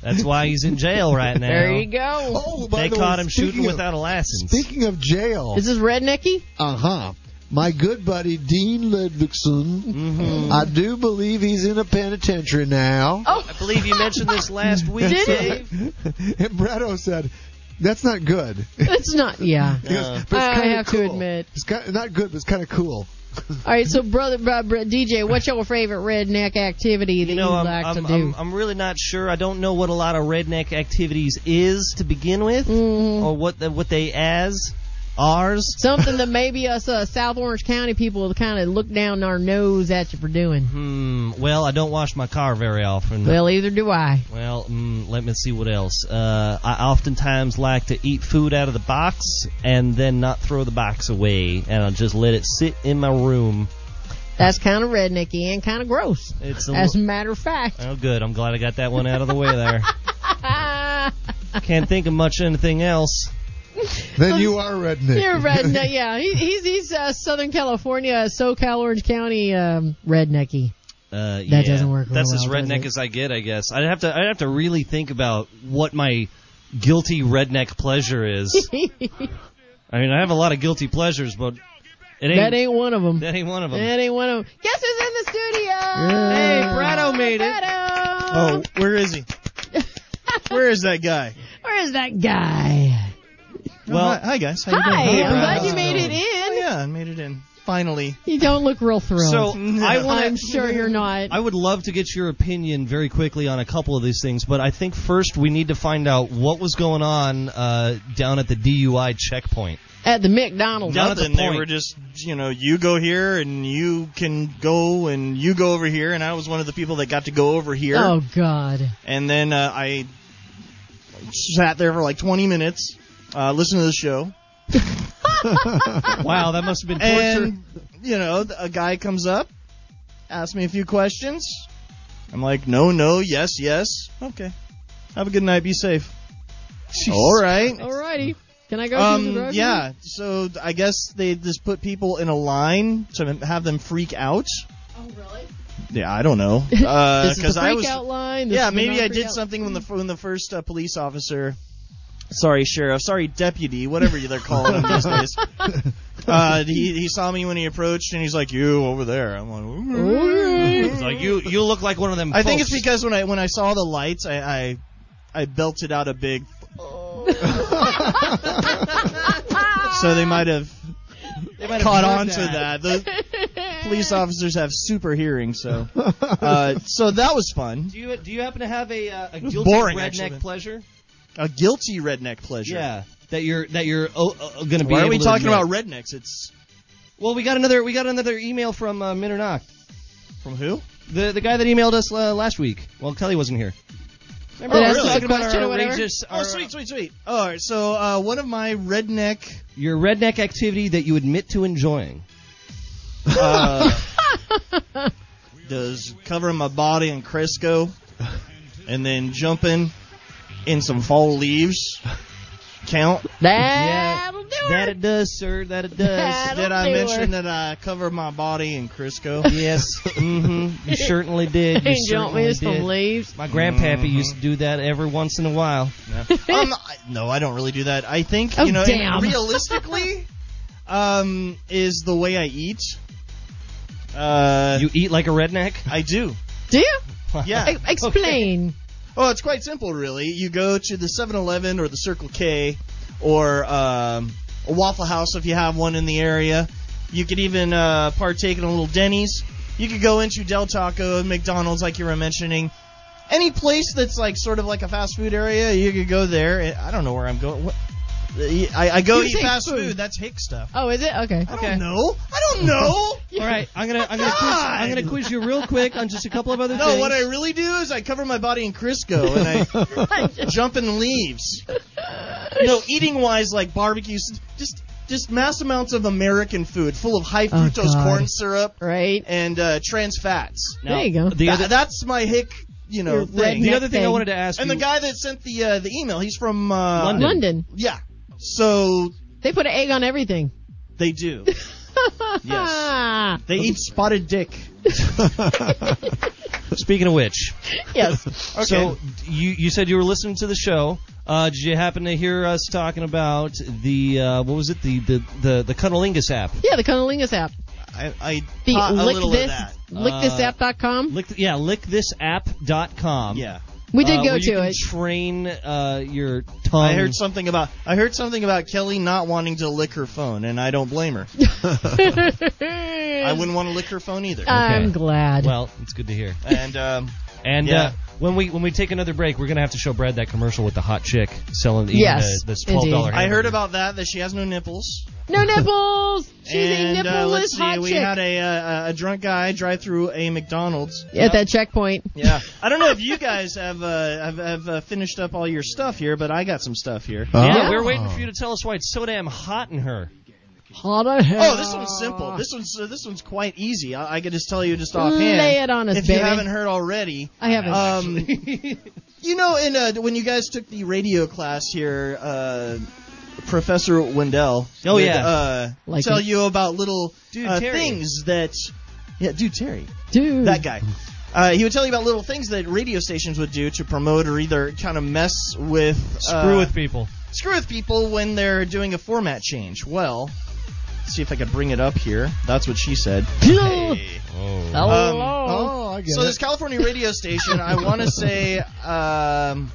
That's why he's in jail right now.
There you go.
Oh, by
They
the
caught
way,
him shooting
speaking of-
without a license.
Speaking of jail,
Is this rednecky?
uh huh. My good buddy Dean Ludvigson, I do believe he's in a penitentiary now.
I believe you mentioned this last week,
Did it?
Dave.
and Bretto said, "That's not good."
It's not. Yeah.
He goes, "But it's
I
kinda
have to admit.
it's kind not good, but it's kind of cool.
All right. So, brother, bro, bro, DJ, what's your favorite redneck activity that you,
You know, I'm,
like
I'm,
to do?
I'm, I'm really not sure. I don't know what a lot of redneck activities is to begin with,
Mm-hmm.
or what the, what they as, ours.
Something that maybe us uh, South Orange County people will kind of look down our nose at you for doing.
Hmm. Well, I don't wash my car very often.
Well, either do I.
Well, mm, let me see what else. Uh, I oftentimes like to eat food out of the box and then not throw the box away, and I'll just let it sit in my room.
That's kind of rednecky and kind of gross.
It's a
As a
li-
matter of fact.
oh, good. I'm glad I got that one out of the way there. Can't think of much anything else.
Then you are redneck.
Oh, You're redneck. Yeah, he, he's he's uh, Southern California, uh, SoCal, Orange County um, rednecky.
Uh, yeah,
doesn't work real
That's
well,
as
does
redneck
it?
as I get, I guess. I'd have to. I'd have to really think about what my guilty redneck pleasure is. I mean, I have a lot of guilty pleasures, but it ain't.
That ain't one of them.
that ain't one of them.
That ain't one of them. Guess who's in the studio?
Hey, Brado made it.
Oh, where is he? Where is that guy?
Where is that guy?
Well,
Well,
hi, hi, guys. How you doing?
Hi,
Hey,
I'm
Brad.
glad
How's
you made it
going? Oh,
in.
yeah, I made it in. Finally.
You don't look real thrilled.
so I want.
I'm sure you're not.
I would love to get your opinion very quickly on a couple of these things, but I think first we need to find out what was going on uh, down at the DUI checkpoint.
At the McDonald's.
Down at the
Nothing. They
point.
were just, you know, you go here and you can go and you go over here, and I was one of the people that got to go over here.
Oh God.
And then uh, I sat there for like 20 minutes, uh, listened to the show,
Wow, that must have been torture.
and you know, th- a guy comes up, asks me a few questions. I'm like, no, no, yes, yes. Okay. Have a good night. Be safe. All right.
Alrighty. Can I go through the
Um,
drive
yeah. So th- I guess they just put people in a line to have them freak out.
Oh really?
Yeah, I don't know.
Uh,
This is
Because
the
I
freak
was.
out line. This
Yeah,
is the
maybe I
non-freak
did
out-
something when the when the first uh, police officer, sorry sheriff, sorry deputy, whatever they're calling him these days. Uh, he he saw me when he approached and he's like, "You over there?" I'm like, "Ooh."
It's like you, you look like one of them.
I think it's
folks.
because when I when I saw the lights, I I, I belted out a big. so they might have. caught on to that. The police officers have super hearing, so uh, so that was fun.
Do you do you happen to have a, uh, a
was
guilty
boring,
redneck
actually.
pleasure?
A guilty redneck pleasure.
Yeah, that you're that you're oh, uh, going to be.
Why are
able
we
to
talking
admit.
about rednecks? It's
Well, we got another we got another email from uh, Minter Knock,
from who?
the the guy that emailed us uh, last week. Well, Kelly wasn't here. Remember
Did
we
I ask
were
you a
talking about
question
our
or whatever?
outrageous-
Oh,
our-
sweet, sweet, sweet. All right, so uh, one of my redneck.
Your redneck activity that you admit to enjoying.
Uh, does covering my body in Crisco and then jumping in some fall leaves count.
That'll do it.
That it does, sir. That it does.
That-
Did
That'll
I
do
mention
it.
that I cover my body in Crisco?
yes. Mm-hmm. You certainly did. You
Hey, jump
certainly
me some
did.
leaves.
My grandpappy used to do that every once in a while.
Mm-hmm. um, I- no, I don't really do that. I think
Oh,
you know, and
damn.
realistically, um, is the way I eat. Uh,
You eat like a redneck?
I do.
Do you?
Yeah.
E- explain.
Well, Oh, it's quite simple, really. You go to the 7-Eleven or the Circle K, or um, a Waffle House if you have one in the area. You could even uh, partake in a little Denny's. You could go into Del Taco and McDonald's, like you were mentioning. Any place that's like sort of like a fast food area, you could go there. I don't know where I'm going. What?
I, I go
You
eat
say
fast
food.
food. That's hick stuff.
Oh, is it? Okay.
I don't know. I don't know.
All right, I'm gonna I'm gonna quiz, I'm gonna quiz you real quick on just a couple of other
No,
things.
what I really do is I cover my body in Crisco and I jump in leaves. No, eating wise, like barbecues, just just mass amounts of American food, full of
Oh,
high fructose
God.
corn syrup
Right.
and uh, trans fats.
Now,
There you go.
The
Tha-
other
that's my hick, you know,
Your
thing.
the
redneck
other thing I
thing.
wanted to ask
And
you,
the guy that sent the uh, the email, he's from uh,
London.
London.
Yeah. So
They put an egg on everything.
they do. yes.
Ah.
They eat spotted dick.
Speaking of which,
yes.
so you you said you were listening to the show. Uh, did you happen to hear us talking about the uh, what was it the the the, the Cunnilingus app?
Yeah, the Cunnilingus app.
I, I
The
taught Uh, a
lick
little
this,
of that. Uh,
lickthisapp.com.
Uh, Lick, yeah, lickthisapp.com.
Yeah.
we did go
Uh, where you
to
can
it.
Train uh, your tongue.
I heard something about I heard something about Kelly not wanting to lick her phone, and I don't blame her. I wouldn't want to lick her phone either.
I'm
Okay.
glad.
Well, it's good to hear.
and um,
And
Yeah.
uh, when we when we take another break, we're gonna have to show Brad that commercial with the hot chick selling the
Yes,
the, this twelve
indeed.
dollar.
I heard about that that she has no nipples.
no nipples. She's
and
a
uh, let's
nippleless
see,
hot
we
chick
had a uh, a drunk guy drive through a McDonald's.
at that checkpoint.
Yeah, I don't know if you guys have uh, have, have uh, finished up all your stuff here, but I got some stuff here.
Yeah,
Yeah.
we were
Oh.
waiting for you to tell us why it's so damn hot in her.
Hot as hell.
Oh, this one's simple. This one's uh, this one's quite easy. I, I could just tell you just offhand.
Oh, Lay it on us,
if
baby.
you haven't heard already.
I haven't.
Um, you know, in uh, when you guys took the radio class here, uh, Professor Wendell.
Oh,
would,
yeah.
Uh,
Like
tell
it.
you about little
Dude,
uh,
Terry.
things that. Yeah, dude, Terry,
Dude.
that guy. Uh, he would tell you about little things that radio stations would do to promote or either kind of mess with, uh,
Screw with people.
screw with people when they're doing a format change. Well, let's see if I could bring it up here. That's what she said. Um,
Hello. Hello.
oh, I get
So
it.
this California radio station, I want to say, um,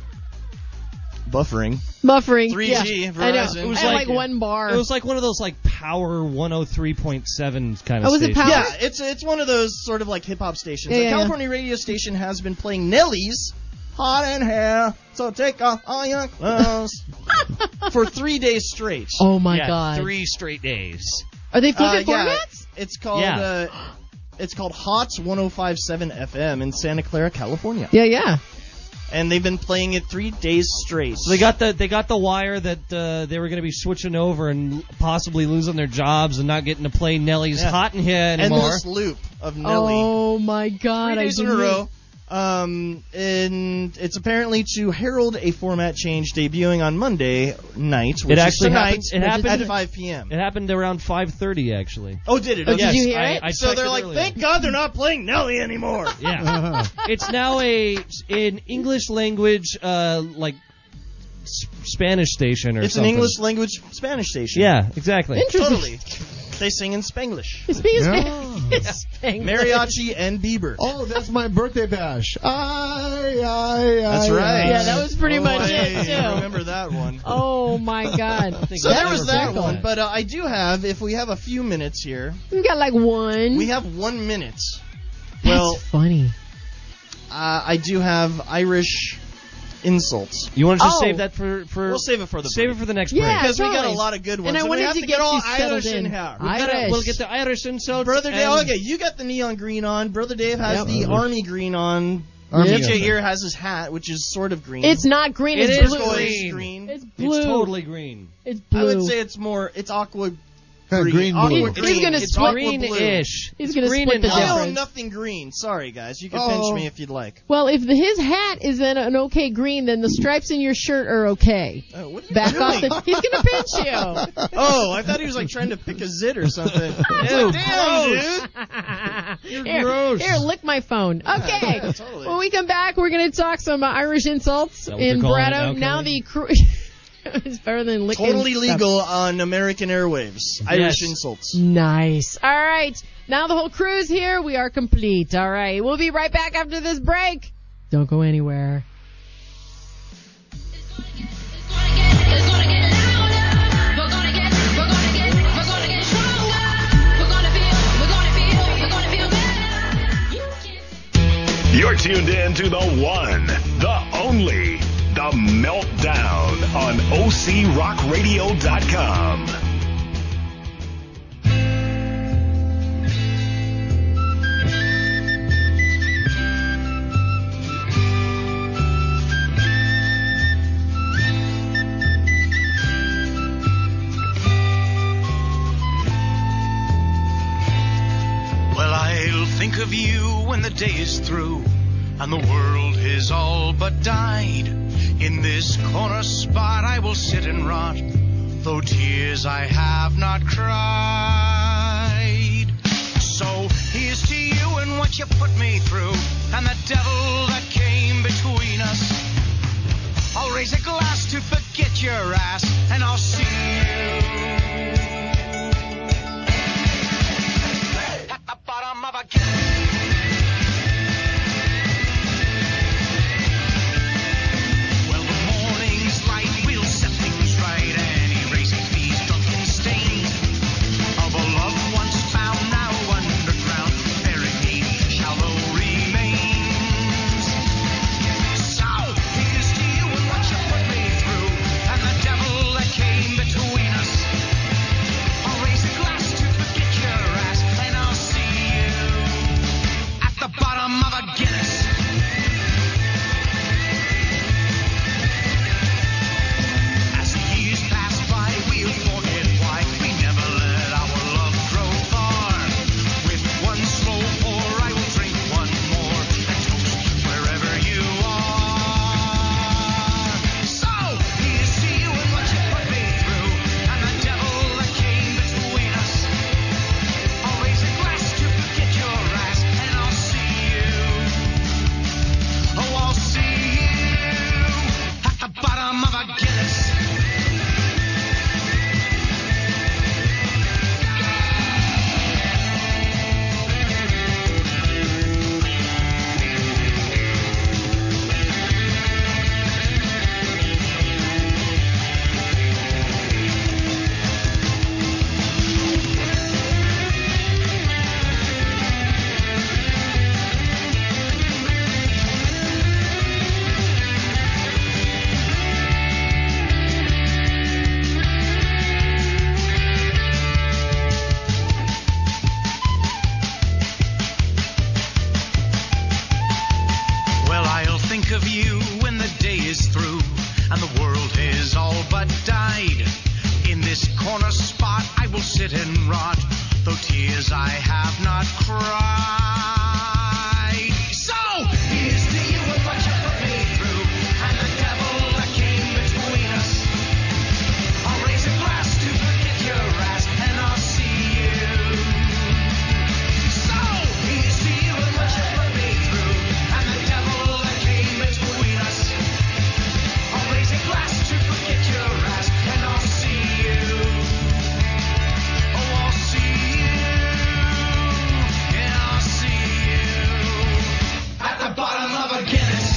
buffering.
Buffering.
3G,
yeah. I know.
Verizon.
It
It
was
was
like,
like-
one bar.
It was like one of those like Power 103.7 kind of.
Oh, was it
stations.
Power?
Yeah, it's it's one of those sort of like hip hop stations.
Yeah,
the
yeah, yeah.
California radio station has been playing Nelly's "Hot and Hair," so take off all your clothes for three days straight.
oh my god.
Three straight days.
Are they flipping
Uh, yeah,
formats?
it's called
Yeah.
uh, it's called Hot's 105.7 FM in Santa Clara, California,
Yeah, yeah.
and they've been playing it three days straight.
So they got the they got the wire that uh, they were going to be switching over and possibly losing their jobs and not getting to play Nelly's
Yeah.
Hot in Here anymore.
endless loop of Nelly.
Oh my god.
three
I
days in a
didn't- Oh,
row. Um, and it's apparently to herald a format change debuting on Monday night, which is
It actually
tonight
happened- it happened-
at 5 p.m.
it happened around 5:30 actually.
oh, did it?
Oh,
Okay.
yes,
did you hear
I,
it?
I
so
checked
they're
it
like,
earlier.
thank God they're not playing Nelly anymore.
Yeah.
Uh-huh.
it's now a an English language uh like s- Spanish station or
it's an
something.
English language Spanish station.
Yeah, exactly.
Totally. They sing in Spanglish.
Speaking of
Yeah.
Spanish.
Mariachi and Bieber.
Oh, that's my birthday bash. I, I,
That's
I,
right.
I.
Yeah, that was
Oh,
pretty much it,
I
too.
remember that one.
Oh my god.
So there was that
Exactly.
one, but uh, I do have, if we have a few minutes here,
we got like one.
we have one minute.
That's
Well,
funny.
Uh, I do have Irish insults.
You want to just
Oh.
save that for for
We'll save it for the
save
break.
it for the next
Yeah,
break.
because we got a
totally.
lot of good ones.
And I
we
wanted
have
to
to
get
all
you settled
Irish
in.
here.
I-
Gotta-
Irish.
We'll get the Irish insults.
Brother Dave,
and-
okay, you got the neon green on. Brother Dave has
Yep.
the army green on.
Army
DJ
green.
Ear has his hat, which is sort of green.
It's not green,
It
it's
is
blue.
green.
green.
It's blue.
It's totally green.
It's blue.
I would say it's more. It's aqua
Kinda
green.
green
Aqua
blue.
He's
green.
gonna
it's
split-
aqua blue.
Greenish.
He's
It's
gonna
green
split
and
the
aqua.
I
difference.
own nothing green. Sorry, guys. You can
Oh.
pinch me if you'd like.
Well, if the, his hat is an, an okay green, then the stripes in your shirt are okay.
Oh, what are you
Back
doing?
off the. He's gonna pinch you.
Oh, I thought he was like trying to pick a zit or something.
Ew,
Damn,
gross.
dude.
here,
gross.
here, lick my phone. Okay.
Yeah, totally.
When we come back, we're gonna talk some uh, Irish insults
that what
in
they're calling it
Bratto. Now,
now,
the
Kelly?
crew. it's better than licking.
Totally
stuff.
legal on American airwaves. Irish insults.
Nice. All right. Now the whole crew's here. We are complete. All right. We'll be right back after this break. Don't go anywhere.
You're tuned in to the one, the only, the
The Meltdown on OCRockRadio.com.
Well, I'll think of you when the day is through and the world has all but died. In this corner spot, I will sit and rot, though tears I have not cried. So here's to you and what you put me through, and the devil that came between us. I'll raise a glass to forget your ass, and I'll see you at the bottom of a Well, the morning's light will set things right and erase these drunken stains of a love once found, now underground, buried shallow remains. So here's to you and what you put me through, and the devil that came between us. I'll raise a glass to forget your ass, and I'll see you at the bottom of a Guinness. As the years pass by, we'll forget why we never let our love grow far. With one slow pour, I will drink one more and toast wherever you are. So here's to you and what you put me through, and the devil that came between us. I'll raise a glass to forget your ass, and I'll see you. Oh, I'll see you at the bottom of a Guinness. Well, I'll think of you when the day is through and the world has all but died. In this corner spot, I will sit and rot, though tears I have not cried. So here's to you and what you put me through, and the devil that came between us. I'll raise a glass to forget your ass, and I'll see you. So here's to you and what you put me through, and the devil that came between us. I'll raise a glass to forget your ass, and I'll see you. Oh, I'll see you. Yeah, I'll see you at the bottom of a Guinness.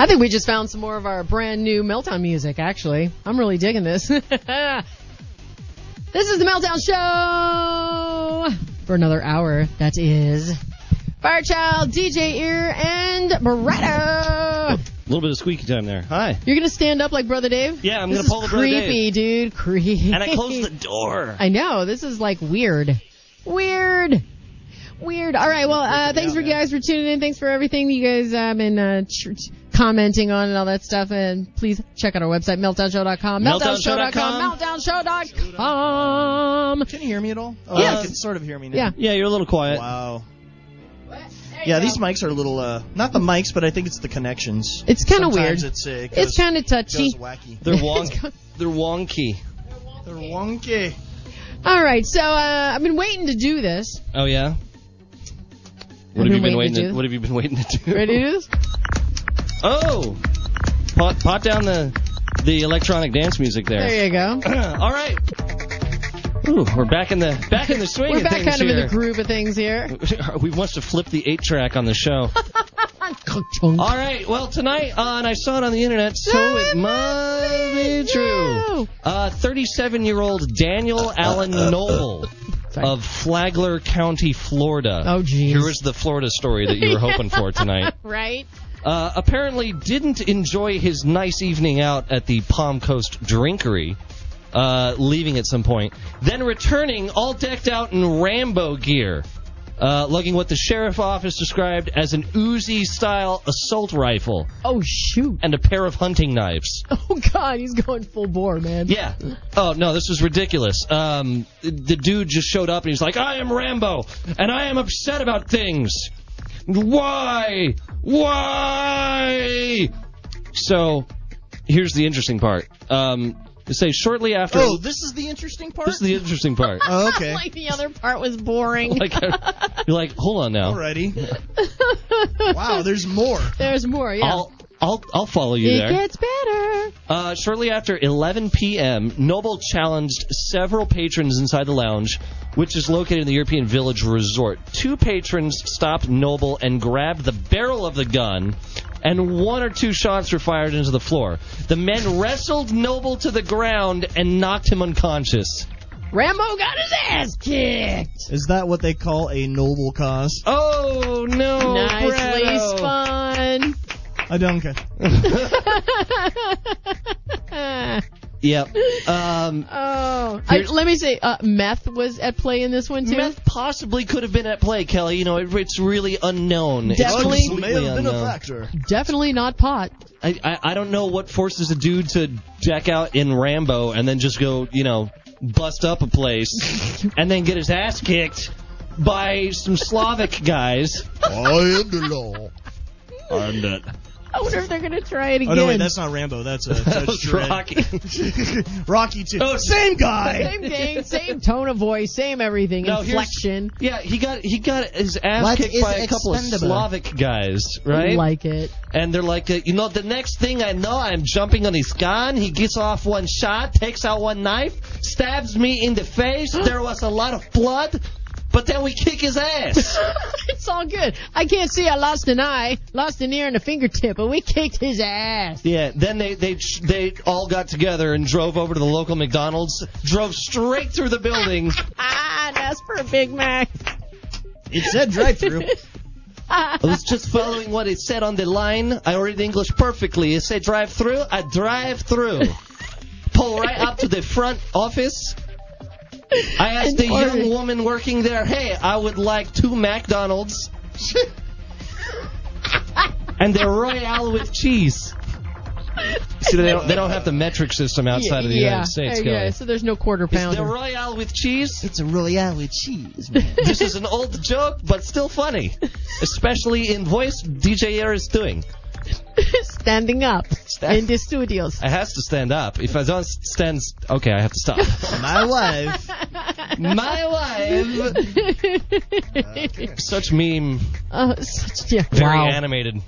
I think we just found some more of our brand new Meltdown music, actually. I'm really digging this. this is the Meltdown Show for another hour. That is Firechild, DJ Ear, and Barretto.
A little bit of squeaky time there. Hi.
You're going to stand up like Brother Dave?
Yeah, I'm
This
gonna
is
pull the Brother
creepy, dude. Creepy.
And I closed the door.
I know. This is like weird. Weird. Weird. All right. Well, uh, thanks for you guys for tuning in. Thanks for everything you guys have been uh, ch- ch- commenting on and all that stuff. And please check out our website, meltdownshow.com.
Meltdownshow.com.
Meltdownshow.com.
Can you hear me at all? Oh,
Uh,
Yes.
You can sort of hear me now.
Yeah.
Yeah, you're a little quiet.
Wow. Yeah, these mics are a little uh not the mics, but I think it's the connections.
It's kind of weird.
Sometimes It's uh, it
It's
goes-
kind of touchy.
goes wacky.
They're
It's
wonky.
go-
They're wonky.
They're wonky.
All right. So uh, I've been waiting to do this.
Oh yeah. Oh, What have you been waiting? To,
do
what have you been waiting to do?
Ready to do this?
Oh, pot, pot down the the electronic dance music there.
There you go.
All right. Ooh, we're back in the back in the swing.
We're
of
back
things
kind of in
here.
the groove of things here.
we must have flipped the eight track on the show.
All
right. Well, tonight, uh, and I saw it on the internet, so it must be true. Uh, 37-year-old
Uh,
Daniel Allen Noble of Flagler County, Florida.
Oh, geez.
Here was the Florida story that you were hoping for tonight.
right?
Uh, apparently didn't enjoy his nice evening out at the Palm Coast Drinkery, uh, leaving at some point, then returning all decked out in Rambo gear, uh, lugging what the sheriff office described as an Uzi-style assault rifle.
Oh shoot!
And a pair of hunting knives.
Oh God, he's going full bore, man.
Yeah. Oh no, this was ridiculous. Um, the dude just showed up and he's like, "I am Rambo, and I am upset about things. Why? Why?" So, here's the interesting part. Um, they say shortly after.
Oh, this is the interesting part.
This is the interesting part.
like the other part was boring.
Like, you're like, hold on now.
Alrighty. wow, there's more.
There's more. Yeah.
I'll I'll I'll follow you
it
there.
gets better.
Uh, shortly after 11 p.m., Noble challenged several patrons inside the lounge, which is located in the European Village Resort. Two patrons stopped Noble and grabbed the barrel of the gun, and one or two shots were fired into the floor. The men wrestled Noble to the ground and knocked him unconscious.
Rambo got his ass kicked.
Is that what they call a noble cause?
Oh no!
Nicely
Bravo.
spun.
A dunka.
Yep. Um,
oh, I,
Here's-
let me say, uh, meth was at play in this one too.
Meth possibly could have been at play, Kelly. You know, it, it's really unknown. It's
Definitely.
completely
May have been a
unknown.
factor.
Definitely not pot.
I, I, I don't know what forces a dude to deck out in Rambo and then just go, you know, bust up a place and then get his ass kicked by some Slavic guys.
I am the law.
I'm not.
I wonder if they're gonna try it again.
Oh no, wait, that's not Rambo. That's a
That
that's
was
Shred.
Rocky.
Rocky too.
Oh,
same guy.
same game, same tone of voice, same everything,
No, here's-
inflection.
Yeah, he got he got his ass
What
kicked
is
by a couple of
expendable?
Slavic guys, right?
Like it.
and they're like, uh, you know, the next thing I know, I'm jumping on his gun. He gets off one shot, takes out one knife, stabs me in the face. There was a lot of blood, but then we kick his ass.
it's all good. I can't see. I lost an eye, lost an ear, and a fingertip, but we kicked his ass.
Yeah, then they they they all got together and drove over to the local McDonald's, drove straight through the building.
Ah, that's for a Big Mac.
It said drive-through.
I was just following what it said on the line. I read English perfectly. It said drive through. I drive through. Pull right up to the front office. I asked the young woman working there, "Hey, I would like two McDonald's and the Royale with cheese." See, they don't, they don't have the metric system outside of the
yeah,
United States,
yeah,
Kelly.
so there's no quarter
Is the
pounder.
Royale with cheese?
It's a royale with cheese.
this is an old joke, but still funny, especially in voice DJ Air is doing.
Standing up in the studios.
I have to stand up. If I don't stand, okay, I have to stop.
My wife.
My wife. Such meme,
Uh, such, yeah.
very
wow.
animated.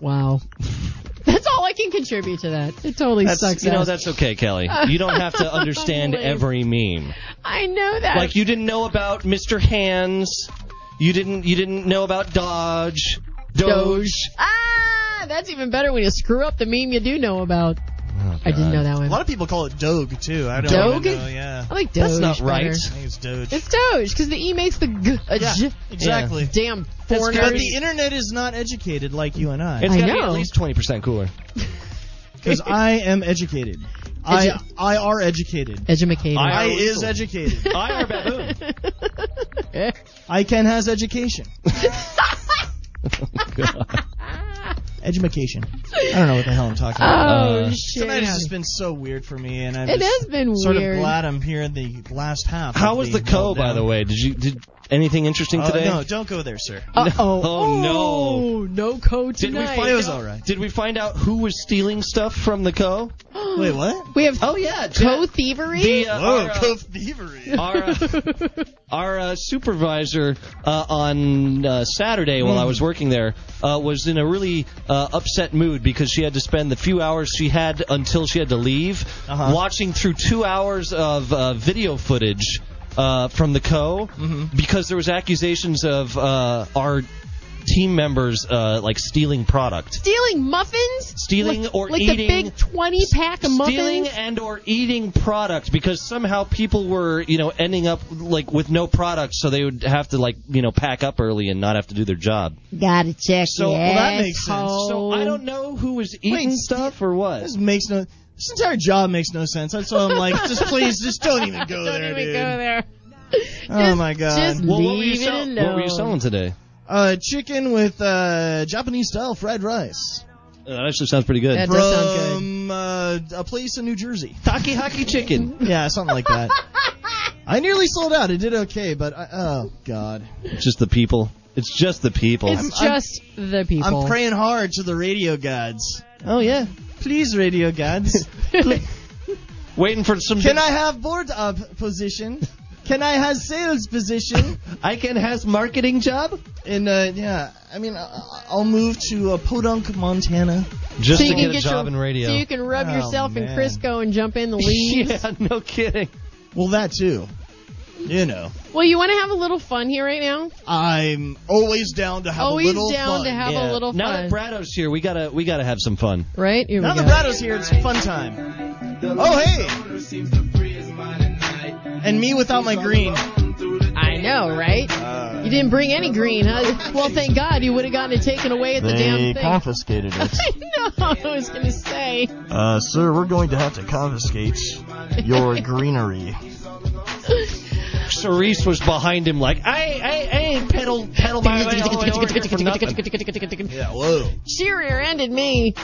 wow. That's all I can contribute to that. It totally
That's,
sucks.
you know,
ass.
that's okay, Kelly. You don't have to understand
Please.
every meme.
I know that.
Like you didn't know about Mr. Hands. You didn't. You didn't know about Dodge. Doge.
Ah, that's even better when you screw up the meme you do know about.
Oh,
I didn't know that
A
one.
lot of people call it Doge too. I don't
Doge?
even know. Yeah.
I like Doge.
That's not
better.
right.
I think it's Doge.
It's Doge because the E makes the g. A
Yeah,
j-
exactly.
Damn foreigners.
But the internet is not educated like you and I,
It's
I
gotta be
know.
at least twenty percent cooler.
because I am educated. I
Edu-
I are educated.
Edumacated.
I-
I
are
is
lethal.
educated.
I are baboon. Eh.
I can has education.
Oh,
Education. I don't know what the hell I'm talking about.
oh
Uh,
shit.
Tonight has just been so weird for me, and I'm
it
just
has been
sort
weird.
of glad I'm here in the last half.
How
of
was the co?
meltdown.
By the way, did you did Anything interesting
Uh,
today?
no, don't go there, sir.
oh no.
Oh, no code
Did we
tonight.
find
It was all right.
Did we find out who was stealing stuff from the co?
Wait, what?
We have
Oh yeah,
code thievery.
The, uh,
Whoa,
our, uh,
Cove thievery.
our, uh, our uh, supervisor uh, on uh, Saturday while
Hmm.
I was working there uh, was in a really uh, upset mood because she had to spend the few hours she had until she had to leave
Uh-huh.
watching through two hours of uh, video footage uh, from the co
Mm-hmm.
because there was accusations of uh, our team members uh, like stealing product.
Stealing muffins?
Stealing
like,
or
like
eating-
the big 20 pack of
stealing
muffins?
and or eating product because somehow people were you know ending up like with no product so they would have to like you know pack up early and not have to do their job
Gotta check
so
your
well, that makes sense.
asshole.
so i don't know who was eating
Wait,
stuff or what
This makes no. This entire job makes no sense. That's why I'm like, just please, just don't even go
Don't
there,
even
dude.
go there.
Oh my god.
Just
well, what, were you
leave it
sell-
alone.
what were you selling today
uh, chicken with uh, Japanese style fried rice
Uh, that actually sounds pretty good
That
from
does sound good.
uh, a place in New Jersey.
taki haki chicken
Yeah, something like that. I nearly sold out. It did okay, but I, oh god,
it's just the people it's just the people
It's just the people.
I'm praying hard to the radio gods.
oh yeah
Please, radio gods,
waiting for some
can I have board up position? Can I have sales position?
i can has marketing job
And uh, yeah, I mean, I- I'll move to uh, Podunk, Montana.
just
so
to
you
get
can
a
get
job
your,
in radio
So you can rub
Oh,
yourself
man.
in Crisco and jump in the leaves.
yeah no kidding
Well, that too. You know,
Well, you want to have a little fun here right now?
I'm always down to have a
Always
little
down
fun.
to have
Yeah.
a little
now
fun.
that brado's here we gotta we gotta have some fun
right? Here
Now
we
the
go.
Brado's here, it's fun time. Oh hey! And me without my green.
I know, right?
Uh,
you didn't bring any green, huh? Well, thank God you would have gotten it taken away at the damn thing.
confiscated it.
I know. I was gonna say.
Uh, sir, we're going to have to confiscate your greenery.
Cerise was behind him, like, I, I, I ain't pedal, pedal my way all the way over here for nothing.
Yeah, whoa.
She rear-ended me.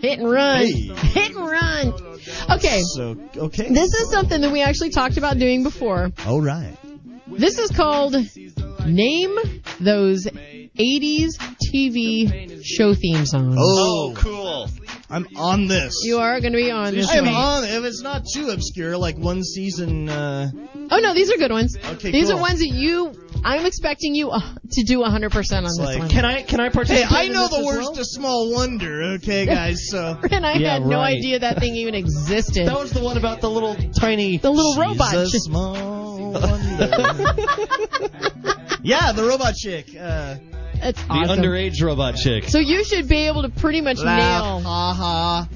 Hit and run.
Hey.
Hit and run. Okay.
So, okay.
This is something that we actually talked about doing before.
All right.
This is called Name Those 80s TV Show Theme Songs.
Oh,
cool.
I'm on this.
You are going to be on this
I am
one.
on. If it's not too obscure, like one season. Uh,
Oh, no, these are good ones.
Okay,
these
cool.
are ones that you, I'm expecting you uh, to do 100% on this
like,
one.
Can I, can I
hey,
participate?
I
in
know
this
the
as
worst
well?
of Small Wonder. Okay, guys. So.
and I
Yeah,
had no
right.
idea that thing even existed.
That was the one about the little tiny.
the little robot.
She's a small wonder. yeah, the robot chick. Uh,
That's
the
awesome.
underage robot chick.
So you should be able to pretty much
laugh,
nail.
ha ha.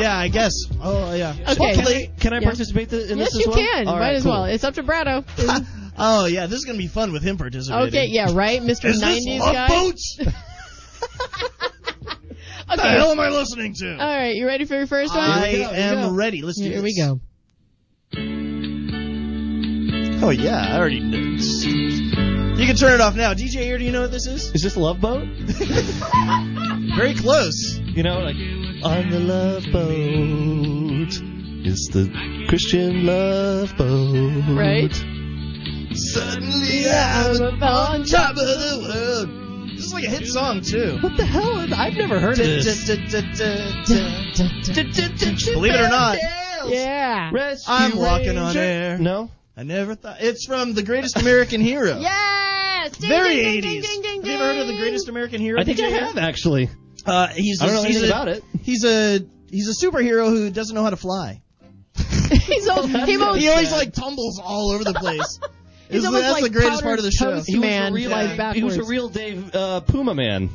Yeah, I guess. Oh yeah.
Okay.
Can I, can I
Yeah.
participate th- in
Yes,
this as
you
well?
can.
All
Might
right,
as
cool.
well. It's up to Brado.
Oh yeah, this is gonna be fun with him participating.
okay, yeah, right, Mr.
Is this
90s
Love
guy.
Boats? What the
Okay.
hell am I listening to?
All right, you ready for your first one?
I
Here we go, here we
am
go.
ready. Let's do
Oh, Here we
this.
go.
Oh yeah, I already know. this. You can turn it off now. DJ here, do you know what this is?
Is this Love Boat?
Very close.
You know, like, on the Love Boat. It's the Christian Love Boat.
Right?
Suddenly I'm on top of the world. This is like a hit song too.
What the hell? Is, I've never heard of this.
Believe it or not,
Yeah.
I'm walking on air.
No?
I never thought it's from The Greatest American Hero.
Yes. Ding,
Very
ding,
80s.
ding, ding, ding,
Have you ever heard of The
ding.
Greatest American Hero?
I think
DJ?
I have, actually.
Uh, he's
I don't know
he's
anything
a,
about it.
He's a he's a superhero who doesn't know how to fly.
He's al- he almost,
He always like tumbles all over the place. It's-
almost
that's
like
the greatest part
powdered
of the show.
toast.
He was
Man,
a real,
like
he was a
backwards.
real Dave uh, Puma man.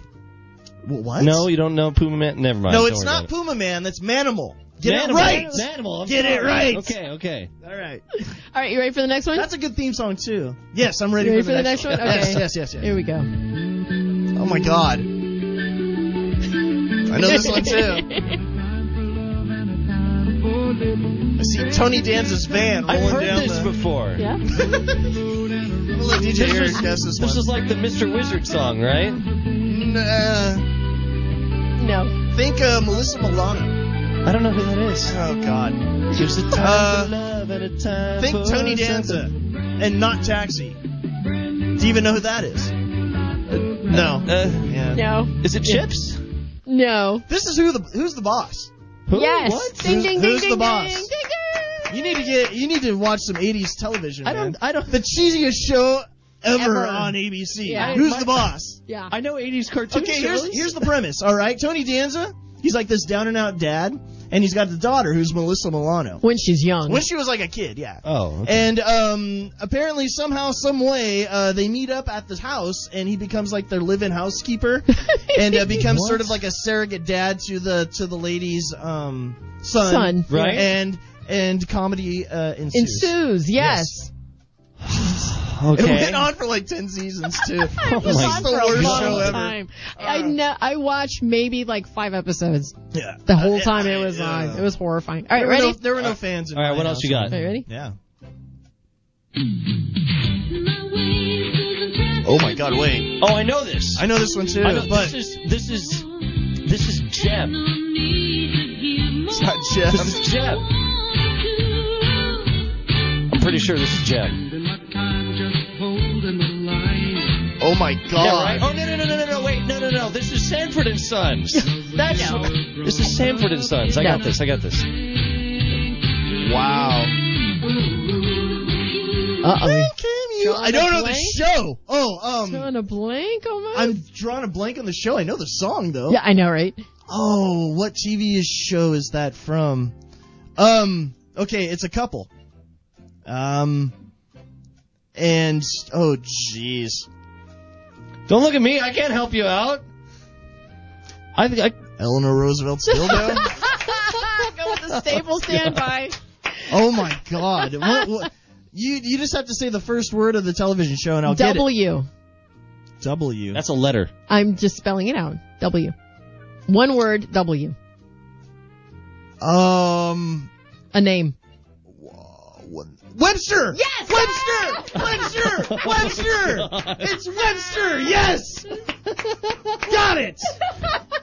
Wh- What?
No, you don't know Puma man. Never mind.
no,
don't
it's
worry
not
about it.
Puma Man. That's Manimal. Get
Manimal.
it right.
Manimal, I'm
Get it
sorry.
right.
Okay, okay.
All right.
All right, you ready for the next one?
That's a good theme song too. Yes, I'm ready,
You ready
for the next, one.
Okay.
Yes, yes, yes, yes.
Here we go.
Oh my god. I know this one too. I see Tony Danza's van rolling
I've heard
down
this
the.
before.
yeah.
I'm gonna let DJ
This,
Eric
was,
guess this,
this
one.
is like the Mr. Wizard song, right?
N- uh,
No.
think uh, Melissa Milano.
I don't know who that is.
Oh god.
There's a time
Uh,
for love and a time
Think
for
Tony
something.
Danza and not Taxi. Do you even know who that is? Uh, No.
Uh,
yeah.
No.
Is it Chips?
No.
This is who the who's the boss.
yes.
What?
Ding
Who's-
ding ding
who's
ding
the
ding,
boss?
ding ding.
You need to get you need to watch some 80s television.
I don't-
man. I don't. The cheesiest show ever,
Ever.
on ABC.
Yeah.
Who's
I-
the boss?
Yeah.
I know 80s cartoons.
Okay, here's here's the premise. All right, Tony Danza, he's like this down and out dad, and he's got the daughter who's Melissa Milano.
When she's young.
When she was like a kid, yeah.
Oh, okay.
And um, apparently, somehow, some way, uh, they meet up at this house, and he becomes like their live-in housekeeper, and uh, becomes sort of like a surrogate dad to the to the lady's um, son,
Son.
Right.
And and comedy uh, ensues.
ensues. Yes.
It
okay.
went on for like ten seasons too.
It was
my
on
the
for a
worst
long
show ever.
time. I know. I watched maybe like five episodes
Yeah.
the whole time it was
Uh, yeah.
on. It was horrifying. All right,
There were,
ready?
no, there were no fans. In
All right,
my
what
house.
else you got?
Are you ready?
Yeah.
Oh my God, wait. Oh, I know this.
I know this one too.
I know
but
this is this is this is Jeb.
it's not Jeff.
This is Jeb. I'm pretty sure this is Jeb.
Oh my God.
Yeah, right? Oh no no no no no no wait no no no this is Sanford and Sons. That's this is Sanford and Sons. I got this. I got this.
Wow.
Uh oh.
I don't know the show. Oh, um,
Drawing a blank almost.
I'm drawing a blank on the show. I know the song though.
yeah, I know, right?
Oh, what TV show is that from? Um, okay, it's a couple. Um, and oh, jeez.
Don't look at me. I can't help you out. I think I
Eleanor Roosevelt's dildo.
Go with the staple standby.
oh my God. What, what? You you just have to say the first word of the television show and I'll get
W.
it. W.
that's a letter.
I'm just spelling it out. W. One word. W.
Um.
A name.
Webster! Yes! Webster! Webster! Webster! It's Webster! Yes! Got it!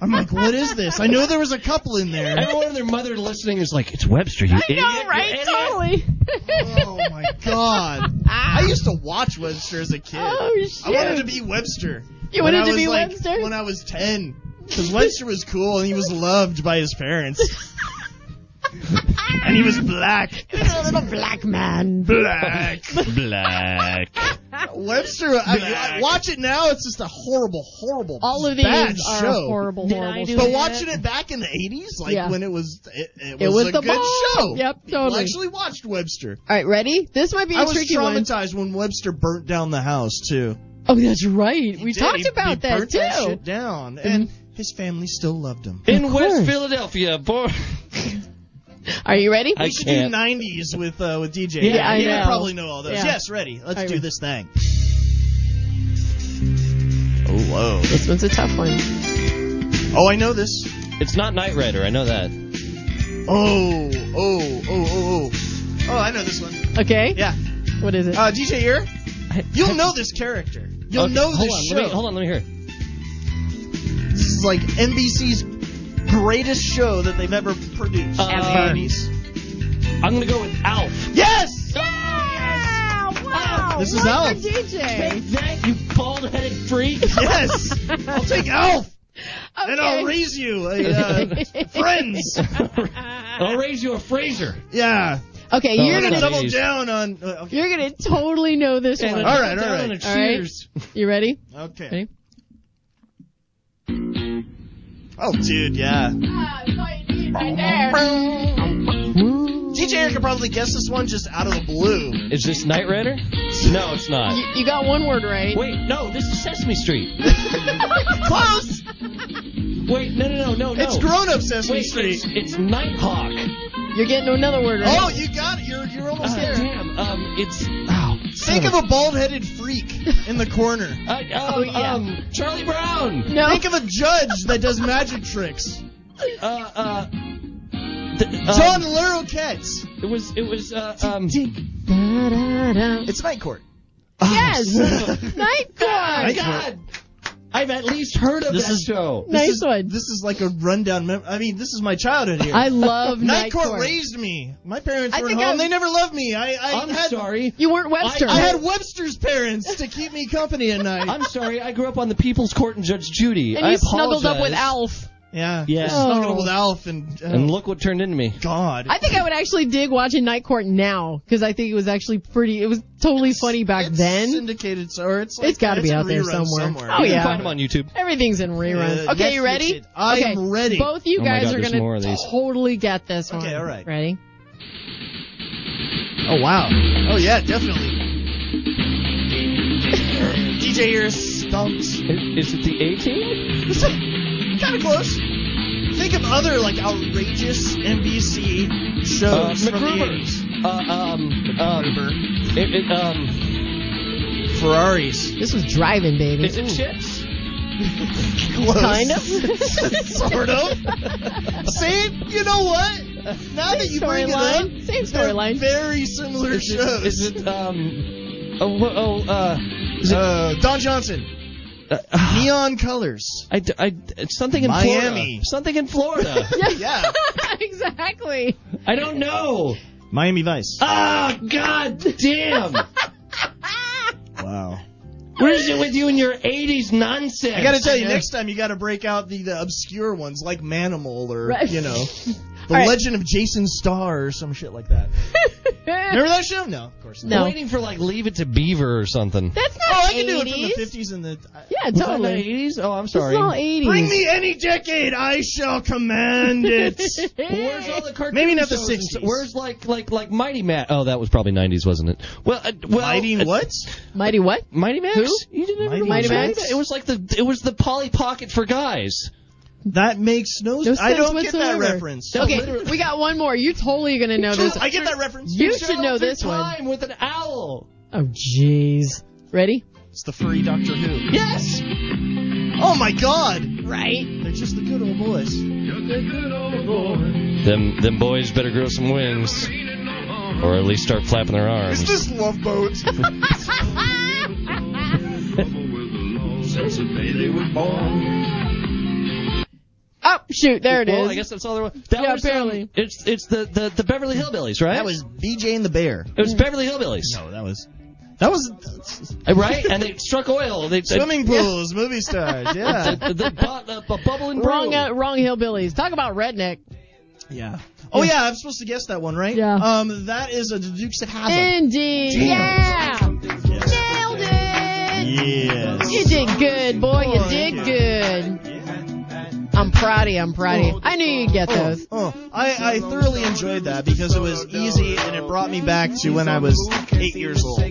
I'm like, what is this? I know there was a couple in there.
Everyone and their mother listening is like, it's Webster. You idiot.
No, right? Totally. Ah.
Oh my god. I used to watch Webster as a kid.
Oh shit.
I wanted to be Webster.
you
when
wanted
I
to
was,
be
like,
Webster?
When I was 10. Because Webster was cool and he was loved by his parents. and he was black.
Ah, a little black man.
Black.
Black.
Webster, I, I watch it now. It's just a horrible, horrible,
All of these
bad
are
show.
horrible,
Did I
horrible.
do
shows.
But watching it back in the eighties, like
Yeah.
when it was, it, it
It
was,
was
a
the
good
bomb.
show.
Yep,
People
totally.
actually watched Webster.
All right, ready? This might be a
I was
tricky one.
traumatized when Webster burnt down the house too.
Oh, that's right.
He
we
did.
talked
He-
about
he
that
burnt
too. Mm-hmm.
That shit down, and his family still loved him.
In
Of
West
course.
Philadelphia, boy.
Are you ready?
I
We should do
can't.
nineties with uh, with DJ.
Yeah, I
you
know.
probably know all those.
Yeah.
Yes, ready. Let's
I
do
agree.
this thing. Oh whoa.
This one's a tough one.
Oh, I know this.
It's not Knight Rider. I know that.
Oh oh oh oh oh. Oh, I know this one.
Okay.
Yeah.
What is it?
Uh, DJ Ear, you'll know this character. You'll
Okay,
know this
hold on,
show.
Let me, hold on. Let me hear. it.
This is like NBC's greatest show that they've ever produced.
Uh,
In the
Ever.
80s.
I'm gonna go with Alf.
Yes!
yeah! Wow.
This is
Love
Alf.
the DJ.
Take that, you bald-headed freak.
Yes! I'll take Alf,
Okay.
and I'll raise you a, uh, friends.
I'll raise you a Fraser.
Yeah,
okay,
Oh,
you're
that's
gonna
not-
double
Jeez.
down on. Uh, okay.
you're gonna totally know this one.
All right, all
Down
right.
and
All right.
Cheers.
You ready?
Okay.
Ready?
Oh, dude, yeah.
Right
DJ Air could probably guess this one just out of the blue.
Is this Knight Rider? No, it's not.
you, you got one word right.
Wait, no, this is Sesame Street.
Close.
Wait, no, no, no, no, no.
It's grown up Sesame
Wait,
Street.
it's, it's Nighthawk.
You're getting another word right.
Oh, you got it. You're you're almost
Ah,
there.
damn, um, it's. Oh,
Think of a bald-headed freak in the corner.
I, um,
Oh, yeah.
um, Charlie Brown.
no.
Think of a judge that does magic tricks.
Uh, uh. th- um,
John Larroquette.
It was. It was. Uh, um.
Da-da-da.
It's Night Court.
Yes. Night Court.
God.
I've at least heard of
This
that
is-
show.
This is, This is like a rundown. Mem- I mean, this is my childhood here.
I love Night
Night Court.
Court.
raised me. My parents
I
were
think
home.
I'm-
They never loved me. I, I
I'm
had,
sorry. You weren't Webster.
I, I had Webster's parents to keep me company at night.
I'm sorry. I grew up on the People's Court and Judge Judy.
And
I
you snuggled up with
apologize.
Alf.
Yeah.
Yeah.
I snuggled up with Alf and. uh,
And look what turned into me.
God.
I think I would actually dig watching Night Court now because I think it was actually pretty. It was totally funny back then.
Syndicated, or it's like
it's got to
it's
be
in
out there
reruns
somewhere.
somewhere.
Oh
You can
yeah,
find them on YouTube.
everything's in reruns.
Yeah,
okay, you
Netflix
ready?
it. I'm
okay.
ready.
Both you
Oh my
guys
God,
are
there's more of
gonna
these.
totally get this one.
Okay, all right.
Ready?
Oh wow. Oh yeah, definitely. DJ ear stumps.
Is it the 18?
kind of close. Think of other like outrageous NBC
Uh,
shows from the
MacGruber.
80s.
Uh, um, um, it, it, um,
Ferraris.
This was driving, baby.
is it chips?
Close.
Kind of.
sort of. Same. You know what? Now that you bring it up,
Storyline. Same
they're
storyline.
very similar
Is it,
shows.
is it um, oh, wha- oh, uh, is it,
uh, Don Johnson,
uh, uh,
Neon Colors.
I, d- I d- it's something in
Miami.
Florida. Something in Florida.
Yeah.
exactly.
I don't know.
Miami Vice.
Ah, god damn.
Wow.
What is it with you and your 80s nonsense?
I gotta tell you, next time you gotta break out the, the obscure ones like Manimal or
Right.
you know, the
right.
Legend of Jason Starr or some shit like that. Remember that show? No, of course not.
No.
I'm waiting for like Leave It to Beaver or something.
That's not
Oh, I
80s.
can do it from the fifties and the. I-
Yeah,
Was that in the
totally.
80s? Oh, I'm
This is
sorry.
all 80s.
Bring me any decade, I shall command it.
Where's all the cartoons?
Maybe not the
sixties.
60s.
Where's like like like Mighty Max? Oh, that was probably nineties, wasn't it? Well, uh, well
Fighting
uh,
what?
Mighty what?
Mighty Max?
Who?
You didn't ever
Mighty
watch
Max?
It was like the it was the Polly Pocket for guys.
That makes no.
No
sense. I don't
sense
get that
whatsoever.
reference.
Okay, we got one more. You're totally gonna know this.
I get that reference.
You should know
Through
this one.
Time with an owl.
Oh, jeez. Ready?
It's the furry Doctor Who.
Yes.
Oh my God!
Right.
They're just the good old boys.
Them them boys better grow some wings, or at least start flapping their arms.
Is this Love Boat?
Oh shoot, there it is.
well, I guess that's all there was. That
Yeah,
was, um,
apparently.
it's it's the, the the Beverly Hillbillies, right?
that was BJ and the Bear.
it was Beverly Hillbillies, Uh,
No, that was. That was
right? And they struck oil. They, they,
swimming pools, movie stars. Yeah.
they bought a, a bubble and
Wrong,
brew.
uh, wrong hillbillies. Talk about redneck.
Yeah. Oh yeah, I'm supposed to guess that one, right?
Yeah. Eh.
Um, that is a the Dukes of Hazzard.
Indeed. Yeah. Nailed it.
Yes.
You did good, boy. You
Boy,
did
yeah.
good. I'm proud of you. I'm proud of you. I knew you'd get those.
Oh, I, I thoroughly enjoyed that because it was easy and it brought me back to when I was eight years old.
Oh,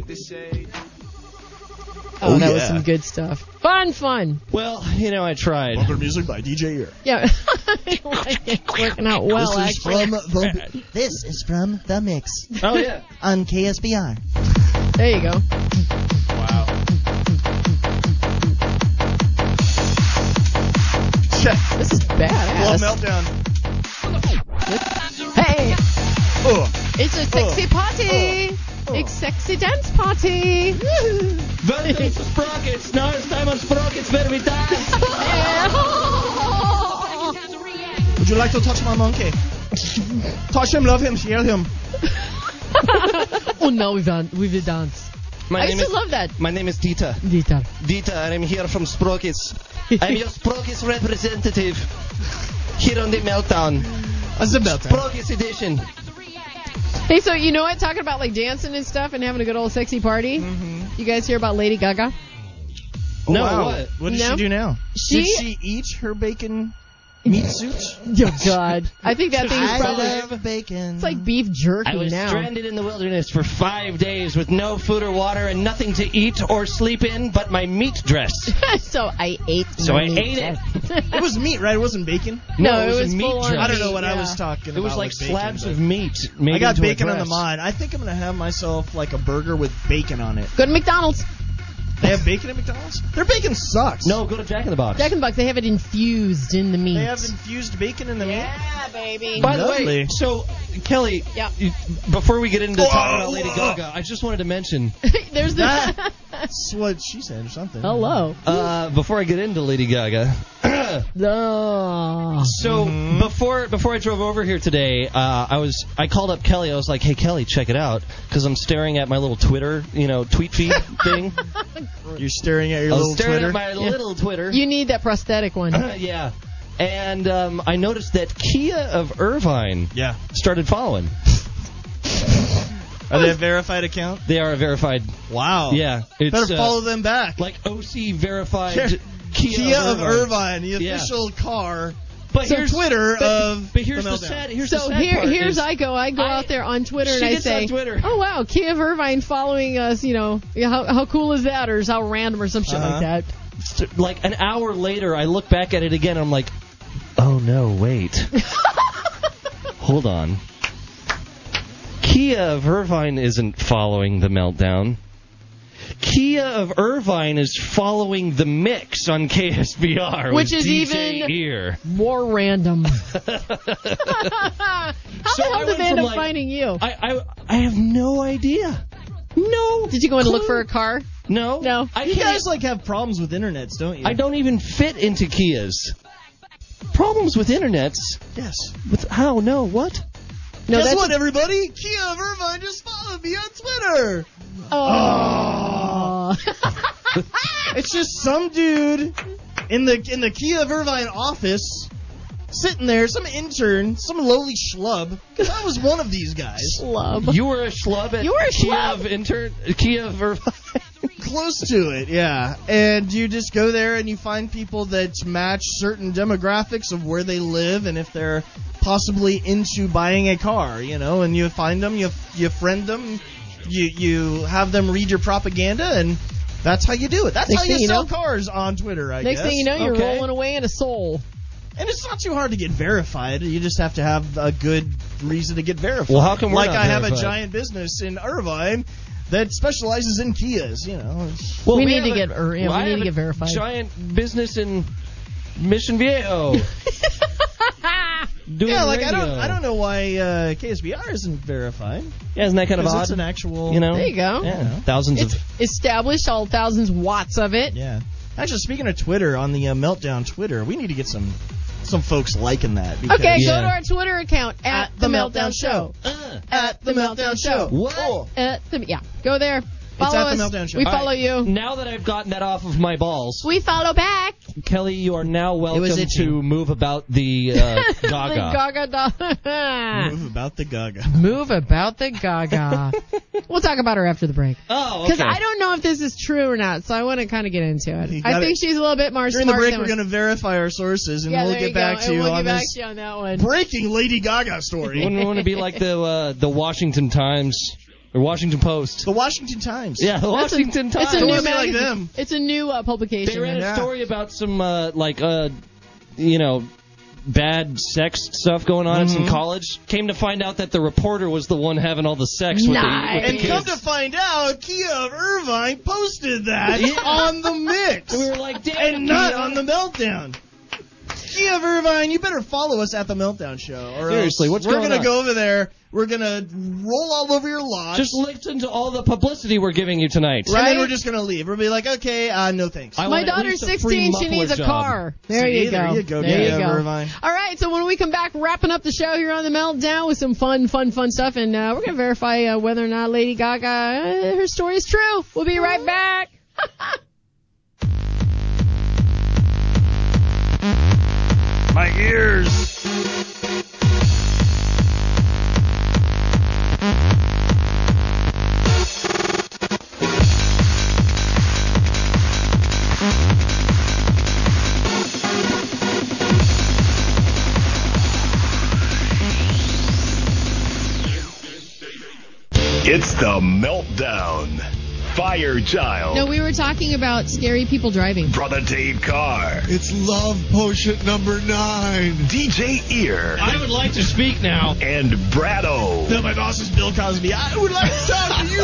that was
yeah.
some good stuff. Fun, fun.
Well, you know, I tried.
Bumper music by DJ Ear.
Yeah. it's working out well,
this is
actually.
from the This is from the mix
Oh yeah.
on KSBR.
There you go. This is
Love
badass.
meltdown.
Hey,
Oh,
it's a sexy party.
Uh.
Big sexy dance party.
Welcome to Sprockets. Now it's time on Sprockets where we dance.
would you like to touch my monkey? touch him, love him, share him.
oh, now we dance. We dance.
My
I
name
used
is
to love that.
My name is Dita.
Dieter.
Dita, and I'm here from Sprockets. I'm your Sprockets representative here on the Meltdown.
That's a meltdown.
Sprockets edition.
Hey, so you know what? Talking about like dancing and stuff and having a good old sexy party.
Mm-hmm.
You guys hear about Lady Gaga?
no,
Oh, wow.
what?
What does
No.
she do now?
She-
Did she eat her bacon meat soup?
Oh God, I think that thing's probably
bacon.
it's like beef jerky
I was
now.
stranded in the wilderness for five days with no food or water and nothing to eat or sleep in but my meat dress.
so I ate.
So
my
I
meat.
ate it.
it was meat, right? It wasn't bacon.
No, it was
meat
full-on
dress.
I don't know what I
Yeah.
was talking about.
It was like
with bacon,
slabs
but-
of meat. Made
I got
into a
bacon on the
dress.
mind. I think I'm gonna have myself like a burger with bacon on it.
Go to McDonald's.
They have bacon at McDonald's? Their bacon sucks.
No, go to Jack in the Box.
Jack and Bucks. They have it infused in the meat.
They have infused bacon in the meat.
yeah, baby.
By the
Lovely.
way, so Kelly,
Yeah.
you- before we get into
Whoa,
talking about Lady
whoa.
Gaga, I just wanted to mention
There's the.
That's what she said or something.
Hello.
uh, before I get into Lady Gaga. So
Mm-hmm.
before before I drove over here today, uh, I was I called up Kelly. I was like, "Hey Kelly, check it out," because I'm staring at my little Twitter, you know, tweet feed thing.
You're staring at your
I was
little
staring
Twitter.
at my little Twitter.
You need that prosthetic one.
yeah. And um, I noticed that Kia of Irvine
yeah.
started following.
Are they a verified account?
They are verified.
Wow.
Yeah, it's,
Oh. Better
uh,
follow them back.
Like OC verified
Sure.
Kia,
Kia
of
of
Irvine.
Irvine, the
Yeah.
official car.
But
So
here's
Twitter
but,
of
But here's
the
the,
meltdown.
sad. Here's the
so
sad
here,
part
here's
is-
I go. I go
I-
out there on Twitter
She
and I
gets on
say,
Twitter.
"Oh wow, Kia Irvine following us. You know, yeah, how, how cool is that, or is how random, or some shit
Uh-huh.
like that."
like an hour later, I look back at it again. I'm like, oh no, wait, hold on. Kia of Irvine isn't following the meltdown. Kia of Irvine is following the mix on KSBR,
Which
with
is
DJ
even-
Ear.
More random. how
So
the
I
hell
went
did they end
from,
up
like-
finding you?
I, I I have no idea. No.
did you go in to look
clue.
for a car?
No.
No.
I
You
can't-
guys like have problems with internets, don't you?
I don't even fit into Kias. Problems with internets.
Yes.
With how? No. What?
No,
Guess
that's
what, everybody? Kia of Irvine just followed me on Twitter.
Oh.
It's just some dude in the in the Kia of Irvine office sitting there, some intern, some lowly schlub. Because I was one of these guys,
Love.
You were a schlub at
You were a
Kiev
schlub.
intern Kiev Irvine.
close to it, yeah. And you just go there and you find people that match certain demographics of where they live and if they're possibly into buying a car, you know. And you find them, you you friend them, you you have them read your propaganda, and that's how you do it. That's
Next
how
thing
you
you
sell
know-
cars on Twitter, I
Next
guess.
thing you know, you're
Okay.
rolling away in a soul.
And it's not too hard to get verified. You just have to have a good reason to get verified.
Well, how come we're
like
not
I have a
verified?
giant business in Irvine that specializes in Kias. You know,
Well,
We need to
have
get- or, yeah,
well,
we
I
need to
have a
get verified.
Giant business in Mission Viejo. Doing
yeah, like I don't,
radio.
I don't know why uh, KSBR isn't verified.
Yeah, isn't that kind of
'Cause
odd?
It's an actual,
you know.
There you go.
Yeah, thousands
It's
of.
established all thousands watts of it.
Yeah. Actually, speaking of Twitter, on the uh, meltdown Twitter, we need to get some some folks liking that. Because
Okay,
Yeah.
go to our Twitter account at, the, Meltdown, Show.
Uh,
At the Meltdown Show.
What?
At the, yeah, go there. Follow
at the
us.
Meltdown Show.
We
All
follow
right.
you.
Now that I've gotten that off of my balls,
We follow back.
Kelly, you are now welcome
itchy.
to move about the uh, Gaga.
The Gaga.
move about the Gaga.
Move about the Gaga.
doll. we'll talk about her after the break.
Oh, okay.
Because I don't know if this is true or not, so I want to kind of get into
You
it.
got
I think
it.
she's a little bit more
During the
smart
break,
than
we're gonna verify our sources, and
yeah,
we'll
there
get
you
back
go.
to
and
you
we'll
on
get back
this
to you on that one.
breaking Lady Gaga story.
Wouldn't want to be like the uh, the Washington Times or Washington Post.
The Washington Times.
Yeah, the
That's a-
Washington Times.
It's a new
wanna be like
magazine.
them.
It's a new uh, publication.
they ran a
Yeah.
story about some uh, like uh, you know bad sex stuff going on at some college. Came to find out that the reporter was the one having all the sex with the, with the
Nice.
And
kids.
come to find out, Kia of Irvine posted that on the mix
we were like, damn,
and not
Kia.
on the meltdown. Kia of Irvine, you better follow us at the meltdown show. Or
Seriously,
else
what's
we're
going
gonna
on?
go over there. We're gonna roll all over your lot.
Just listen to all the publicity we're giving you tonight.
and
right?
then we're just gonna leave. We'll be like, okay, uh, no thanks.
I
My
want at
daughter's
least a
16.
free
She
muffler
needs a
job.
car. There
See,
you go.
There you go.
There
Kia
you
of
go.
Irvine.
All right, so when we come back, wrapping up the show here on the Meltdown with some fun, fun, fun stuff, and uh, we're gonna verify uh, whether or not Lady Gaga uh, her story is true. We'll be right back.
My ears.
It's the meltdown.
Fire Child.
no, we were talking about scary people driving.
Brother Dave Carr.
It's love potion number nine.
DJ Ear.
I would like to speak now.
and Brado.
Now my boss is Bill Cosby. I would like to talk to you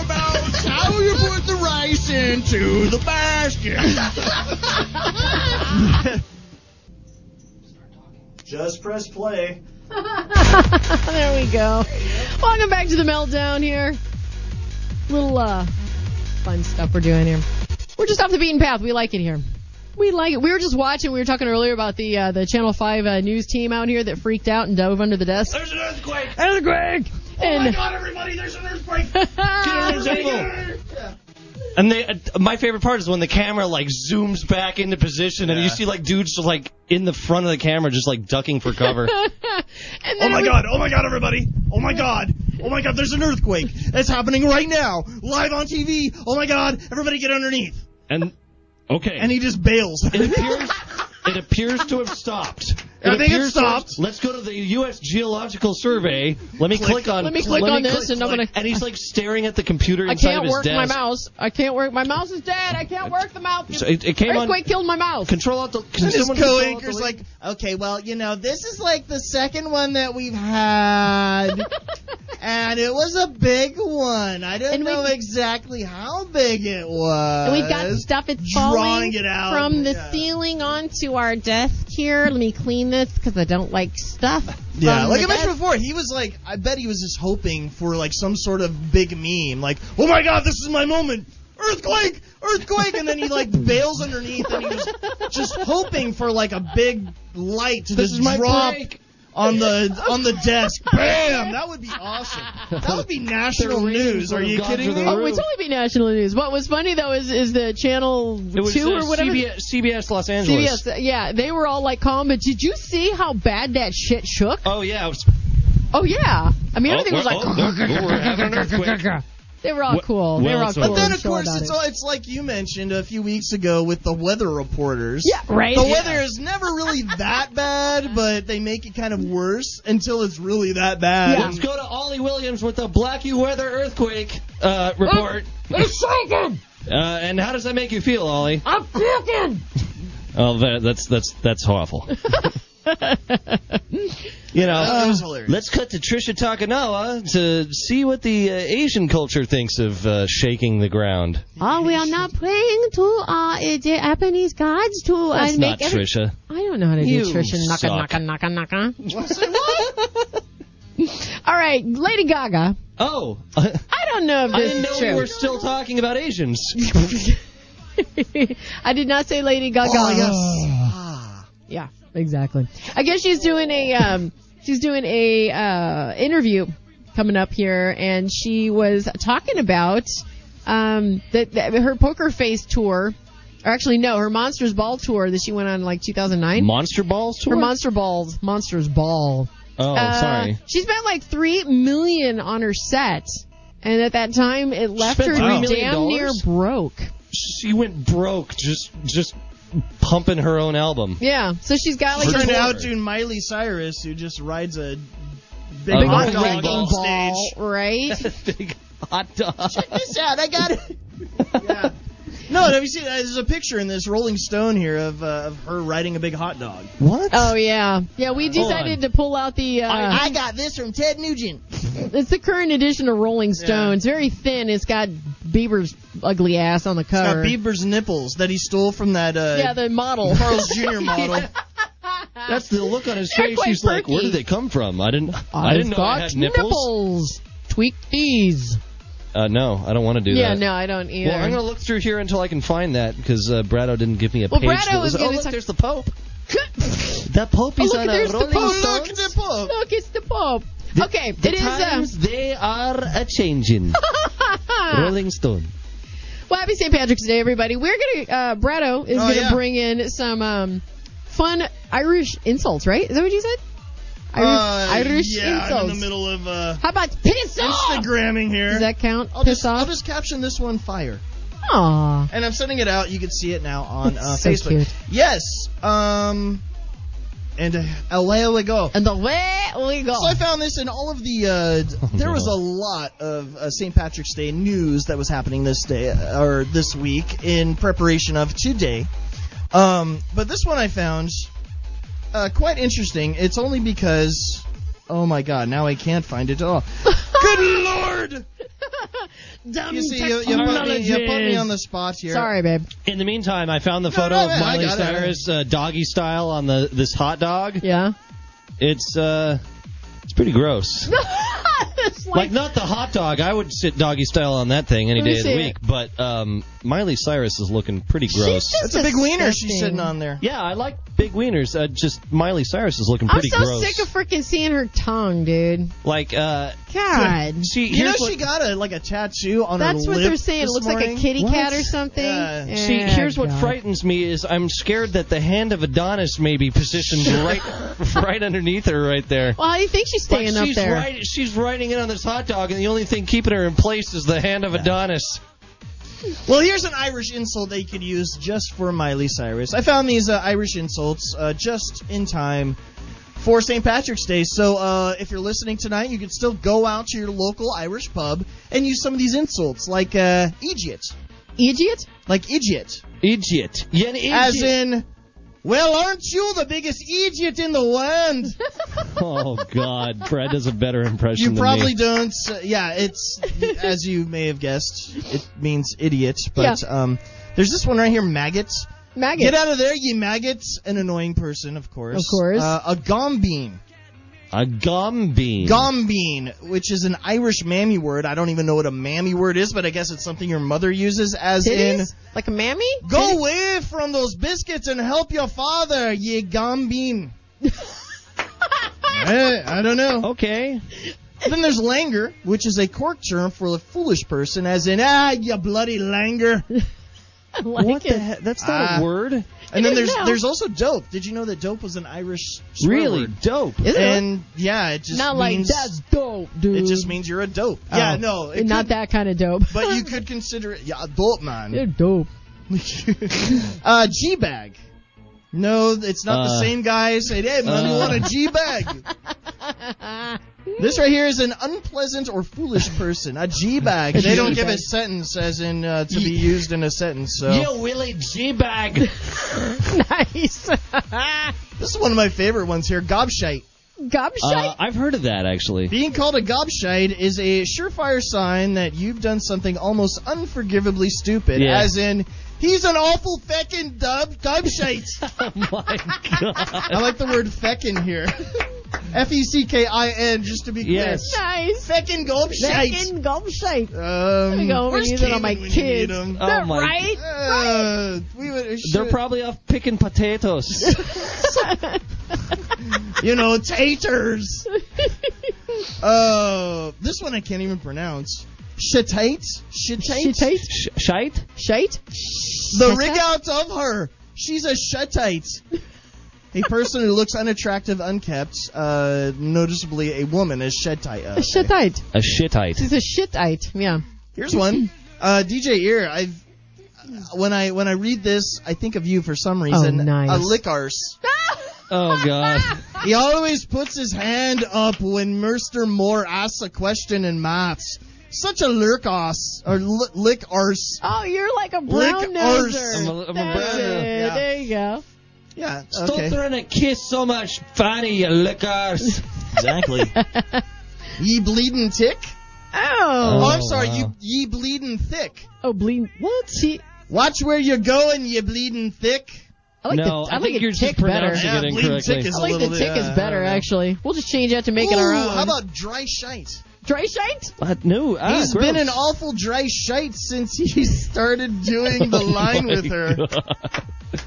about how you put the rice into the basket. Just press play.
there we go. Welcome back to the meltdown here. Little uh, fun stuff we're doing here. We're just off the beaten path. We like it here. We like it. We were just watching. We were talking earlier about the uh, the Channel Five uh, news team out here that freaked out and dove under the desk.
There's an earthquake!
Earthquake!
Oh my
And-
god, everybody, there's an earthquake!
Oh And they, uh, my favorite part is when the camera like zooms back into position, and you see like dudes just like in the front of the camera, just like ducking for cover.
oh my
it was-
god, oh my god, everybody. Oh my god. Oh my god, there's an earthquake. It's happening right now. Live on TV. Oh my god, everybody get underneath.
and okay,
And he just bails.
it appears it appears to have stopped.
I think it
appears to
stopped.
have- let's go to the U.S. Geological Survey. Let me click,
Click.
on.
Let me click on this, and I'm gonna-
And he's like staring at the computer
I
inside
can't
of his
work
desk.
my mouse. I can't work. My mouse is dead. I can't work the mouse.
So it- it came on-
Earthquake killed my mouse.
Control out the. Can
And his
someone control out the
co-anchor's
link?
like, okay, well, you know, this is like the second one that we've had, and it was a big one. I don't
And we-
know exactly how big it was.
And we've got
Uh,
stuff it's
drawing
falling
it out
from the
Yeah.
ceiling onto our desk here. Let me clean this because I don't like stuff.
Yeah,
from
like
the
I mentioned
desk.
before, he was like, I bet he was just hoping for like some sort of big meme, like, oh my god, this is my moment, earthquake, earthquake, and then he like bails underneath, and he was just hoping for like a big light to
This
just
is my
drop
break.
on the on the desk, bam, that would be awesome, that would be national news. Are you kidding me?
Oh, it would totally be national news. What was funny though is is the channel
It was
two
uh,
or whatever.
CBS, CBS Los Angeles.
CBS, uh, yeah, they were all like calm, but did you see how bad that shit shook?
Oh yeah. It was,
Oh yeah, I mean everything
oh,
was like
oh, oh, we're having an earthquake.
they were all
Well-
cool. they
well,
were all
so-
cool.
But
Then
and
of
chill
course
about
it's
it.
all, it's like you mentioned a few weeks ago with the weather reporters.
Yeah, right,
The
yeah.
weather is never really that bad, but they make it kind of worse until it's really that bad.
Let's go to Ollie Williams with the Blackie Weather Earthquake uh, report.
It's shaking!
Oh.
Uh, and how does that make you feel, Ollie?
I'm puking!
Oh, that, that's that's that's awful. you know,
That was hilarious.
let's cut to Trisha Takanawa to see what the uh, Asian culture thinks of uh, shaking the ground.
Oh, we are not praying to uh, eh, the Japanese gods to uh,
That's
make
not
every-
Trisha.
I don't know how to
You
do Trisha. Knocka,
suck.
knocka, knocka, knocka. All right, Lady Gaga.
Oh,
I don't know if
I
this
didn't know
is
we
true.
were still talking about Asians.
I did not say Lady Gaga.
Oh,
Ah. Yeah, exactly. I guess she's doing a um, she's doing a uh, interview coming up here, and she was talking about um, that, that her Poker Face tour, or actually no, her Monsters Ball tour that she went on in like 2009.
Monster balls tour.
her Monster Balls, Monsters Ball.
oh,
Uh,
sorry.
She spent like three million on her set, and at that time, it left
Spent
her damn
$3 million
near broke.
She went broke just just pumping her own album.
Yeah, so she's got like
For
this
Trying to
sure.
outdo Miley Cyrus, who just rides a big,
A
hot
big
dog
wrecking
on stage.
ball, right?
Big hot dog.
this out. I got it. yeah. No, have you seen? Uh, there's a picture in this Rolling Stone here of uh, of her riding a big hot dog.
What?
Oh yeah, yeah. We
Hold
decided
on.
to pull out the. Uh,
got this from Ted Nugent.
it's the current edition of Rolling Stone.
Yeah.
It's very thin. It's got Bieber's ugly ass on the
Got
cover.
Bieber's nipples that he stole from that uh,
yeah, the model.
Carl's Jr. model.
That's the look on his
They're
face.
quite
He's like,
perky.
where did they come from? I didn't. I
I've
didn't know
got
I had nipples.
Tweak these.
Uh, no, I don't want to do
Yeah,
that.
no, I don't either.
Well, I'm gonna look through here until I can find that because uh, Brado didn't give me a
Well,
page.
Brado
that
was
was, oh,
gonna
look,
talk-
there's the Pope. That Pope
Oh,
is
look,
on
there's
a
the
Rolling
Pope.
Stone.
Look at the book.
Look, it's the Pope. okay,
The
it is. Uh,
times they are a changing. Rolling Stone.
well, happy St. Patrick's Day, everybody. We're gonna. Uh, Brado is
Oh,
gonna
yeah.
bring in some um, fun Irish insults. Right? Is that what you said? Irish,
Uh,
Irish
yeah, I'm
insults.
in the middle of uh,
How about piss off?
Instagramming here.
Does that count?
I'll
piss
just,
off.
I'll just caption this one fire.
Aw.
And I'm sending it out. You can see it now on uh,
That's so
Facebook.
cute.
Yes. Um. And uh, away we go.
And the way we go.
So I found this in all of the.
Oh,
Uh, there was
no.
a lot of uh, St. Patrick's Day news that was happening this day uh, or this week in preparation of today. Um, but this one I found uh, quite interesting. It's only because. Oh my God! Now I can't find it at all. Good lord!
Dumb
You see, you, you, put me, you put me on the spot here.
Sorry, babe.
In the meantime, I found the photo
no,
of
no, I
Miley
got it.
Cyrus uh, doggy style on the this hot dog.
Yeah.
It's uh, It's pretty gross.
It's
Like not the hot dog. I would sit doggy style on that thing any
Let me
day of the
see
week. But um, Miley Cyrus is looking pretty gross.
That's a big wiener she's sitting on there.
yeah, I like big wieners. Uh, just Miley Cyrus is looking
I'm
pretty
so
gross.
sick of freaking seeing her tongue, dude.
like uh,
God.
see,
You know
here's what-
she got a like a tattoo on her
That's what
lip
they're saying. It
this
looks like
morning.
a kitty cat or something.
Yeah.
See,
Yeah,
here's what
God.
frightens me is I'm scared that the hand of Adonis may be positioned right, right underneath her, right there.
Well, how do you think she's
Like,
staying up
she's
there?
Right, she's riding in on this hot dog, and the only thing keeping her in place is the hand of Adonis.
Well, here's an Irish insult they could use just for Miley Cyrus. I found these uh, Irish insults uh, just in time for St. Patrick's Day. So uh, if you're listening tonight, you can still go out to your local Irish pub and use some of these insults, like uh, idiot,
idiot,
like idiot,
Idiot. Yeah, an idiot.
as in, well, aren't you the biggest idiot in the world?
oh God, Brad does a better impression.
You
than me.
probably don't. Uh, yeah, it's as you may have guessed, it means idiot. But um, there's this one right here, maggots.
Maggots.
Get out of there, you maggots! An annoying person, of course.
Of course.
Uh, a gombean.
a gum bean.
Gombean, which is an Irish mammy word. I don't even know what a mammy word is, but I guess it's something your mother uses as in.
Titties? Like a mammy?
Go away from those biscuits and help your father, you gombean. Eh, I don't know.
Okay.
Then there's langer, which is a cork term for a foolish person, as in ah, you bloody langer.
I like
what
it.
the heck? That's not
Ah.
a word.
And then
didn't
there's
know.
there's also dope. Did you know that dope was an Irish swear
Really
word?
dope.
Is it?
And yeah, it just
Not like
means
that's dope, dude.
it just means you're a dope. Yeah,
Oh.
no, it
not
could-
that kind of dope.
But you could consider it yeah, a dope
They're
man.
dope.
uh, G bag. No, it's not the
Uh,
same guy. Say, hey, man, you
uh.
want a G bag? This right here is an unpleasant or foolish person. A G bag. They don't give a sentence as in uh, to be used in a sentence. So
Willie G bag.
nice.
this is one of my favorite ones here. Gobshite.
Gobshite?
uh, I've heard of that actually.
Being called a gobshite is a surefire sign that you've done something almost unforgivably stupid.
Yeah.
As in, he's an awful feckin' dub gobshite.
My God.
I like the word feckin' here. F e c k i n. Just to be clear.
Yes.
nice.
Feckin' gobshite.
Fucking gobshite.
Um,
I go over and
where's
use it on
Kanan
my
when you need
kids.
him?
Oh
They're
my-
right.
Uh, we would,
They're
should-
probably off picking potatoes.
you know, taters. uh, this one I can't even pronounce. Shitate? Shitate?
Shitite?
Sh- shite.
Shite?
The rig out of her. She's a shutite. A person who looks unattractive, unkept, uh, noticeably a woman is shutite.
A shitite.
A shitite.
She's a shitite. Yeah.
Here's one. Uh, DJ Ear, I've when I when I read this, I think of you for some reason.
Oh, nice.
A lickarse.
Oh God.
He always puts his hand up when Mr. Moore asks a question in maths. Such a lurkass or l- lickarse.
Oh, you're like a
Lick
brown
arse.
noser.
I'm a- I'm a
That's it.
brown noser.
Yeah.
There you go.
Yeah. Okay.
throwing a kiss so much, Fanny, you lickers.
Exactly. ye bleeding tick?
Oh.
Oh,
Oh,
I'm sorry,
wow.
you ye bleeding thick.
Oh, bleed. What? She,
Watch where you're going, you bleeding thick.
I like
no,
the,
I,
I like
think
the
you're
tick
just
better.
pronouncing
Yeah,
it
bleeding
incorrectly.
tick is
I
a
like the
little
tick
bit,
is
uh,
better,
I don't know.
actually. We'll just change that to make it our
Ooh,
own.
How about dry shite?
dry shite?
What? No, ah,
He's
gross.
been an awful dry shite since he started doing the
Oh
line
my
with her.
God.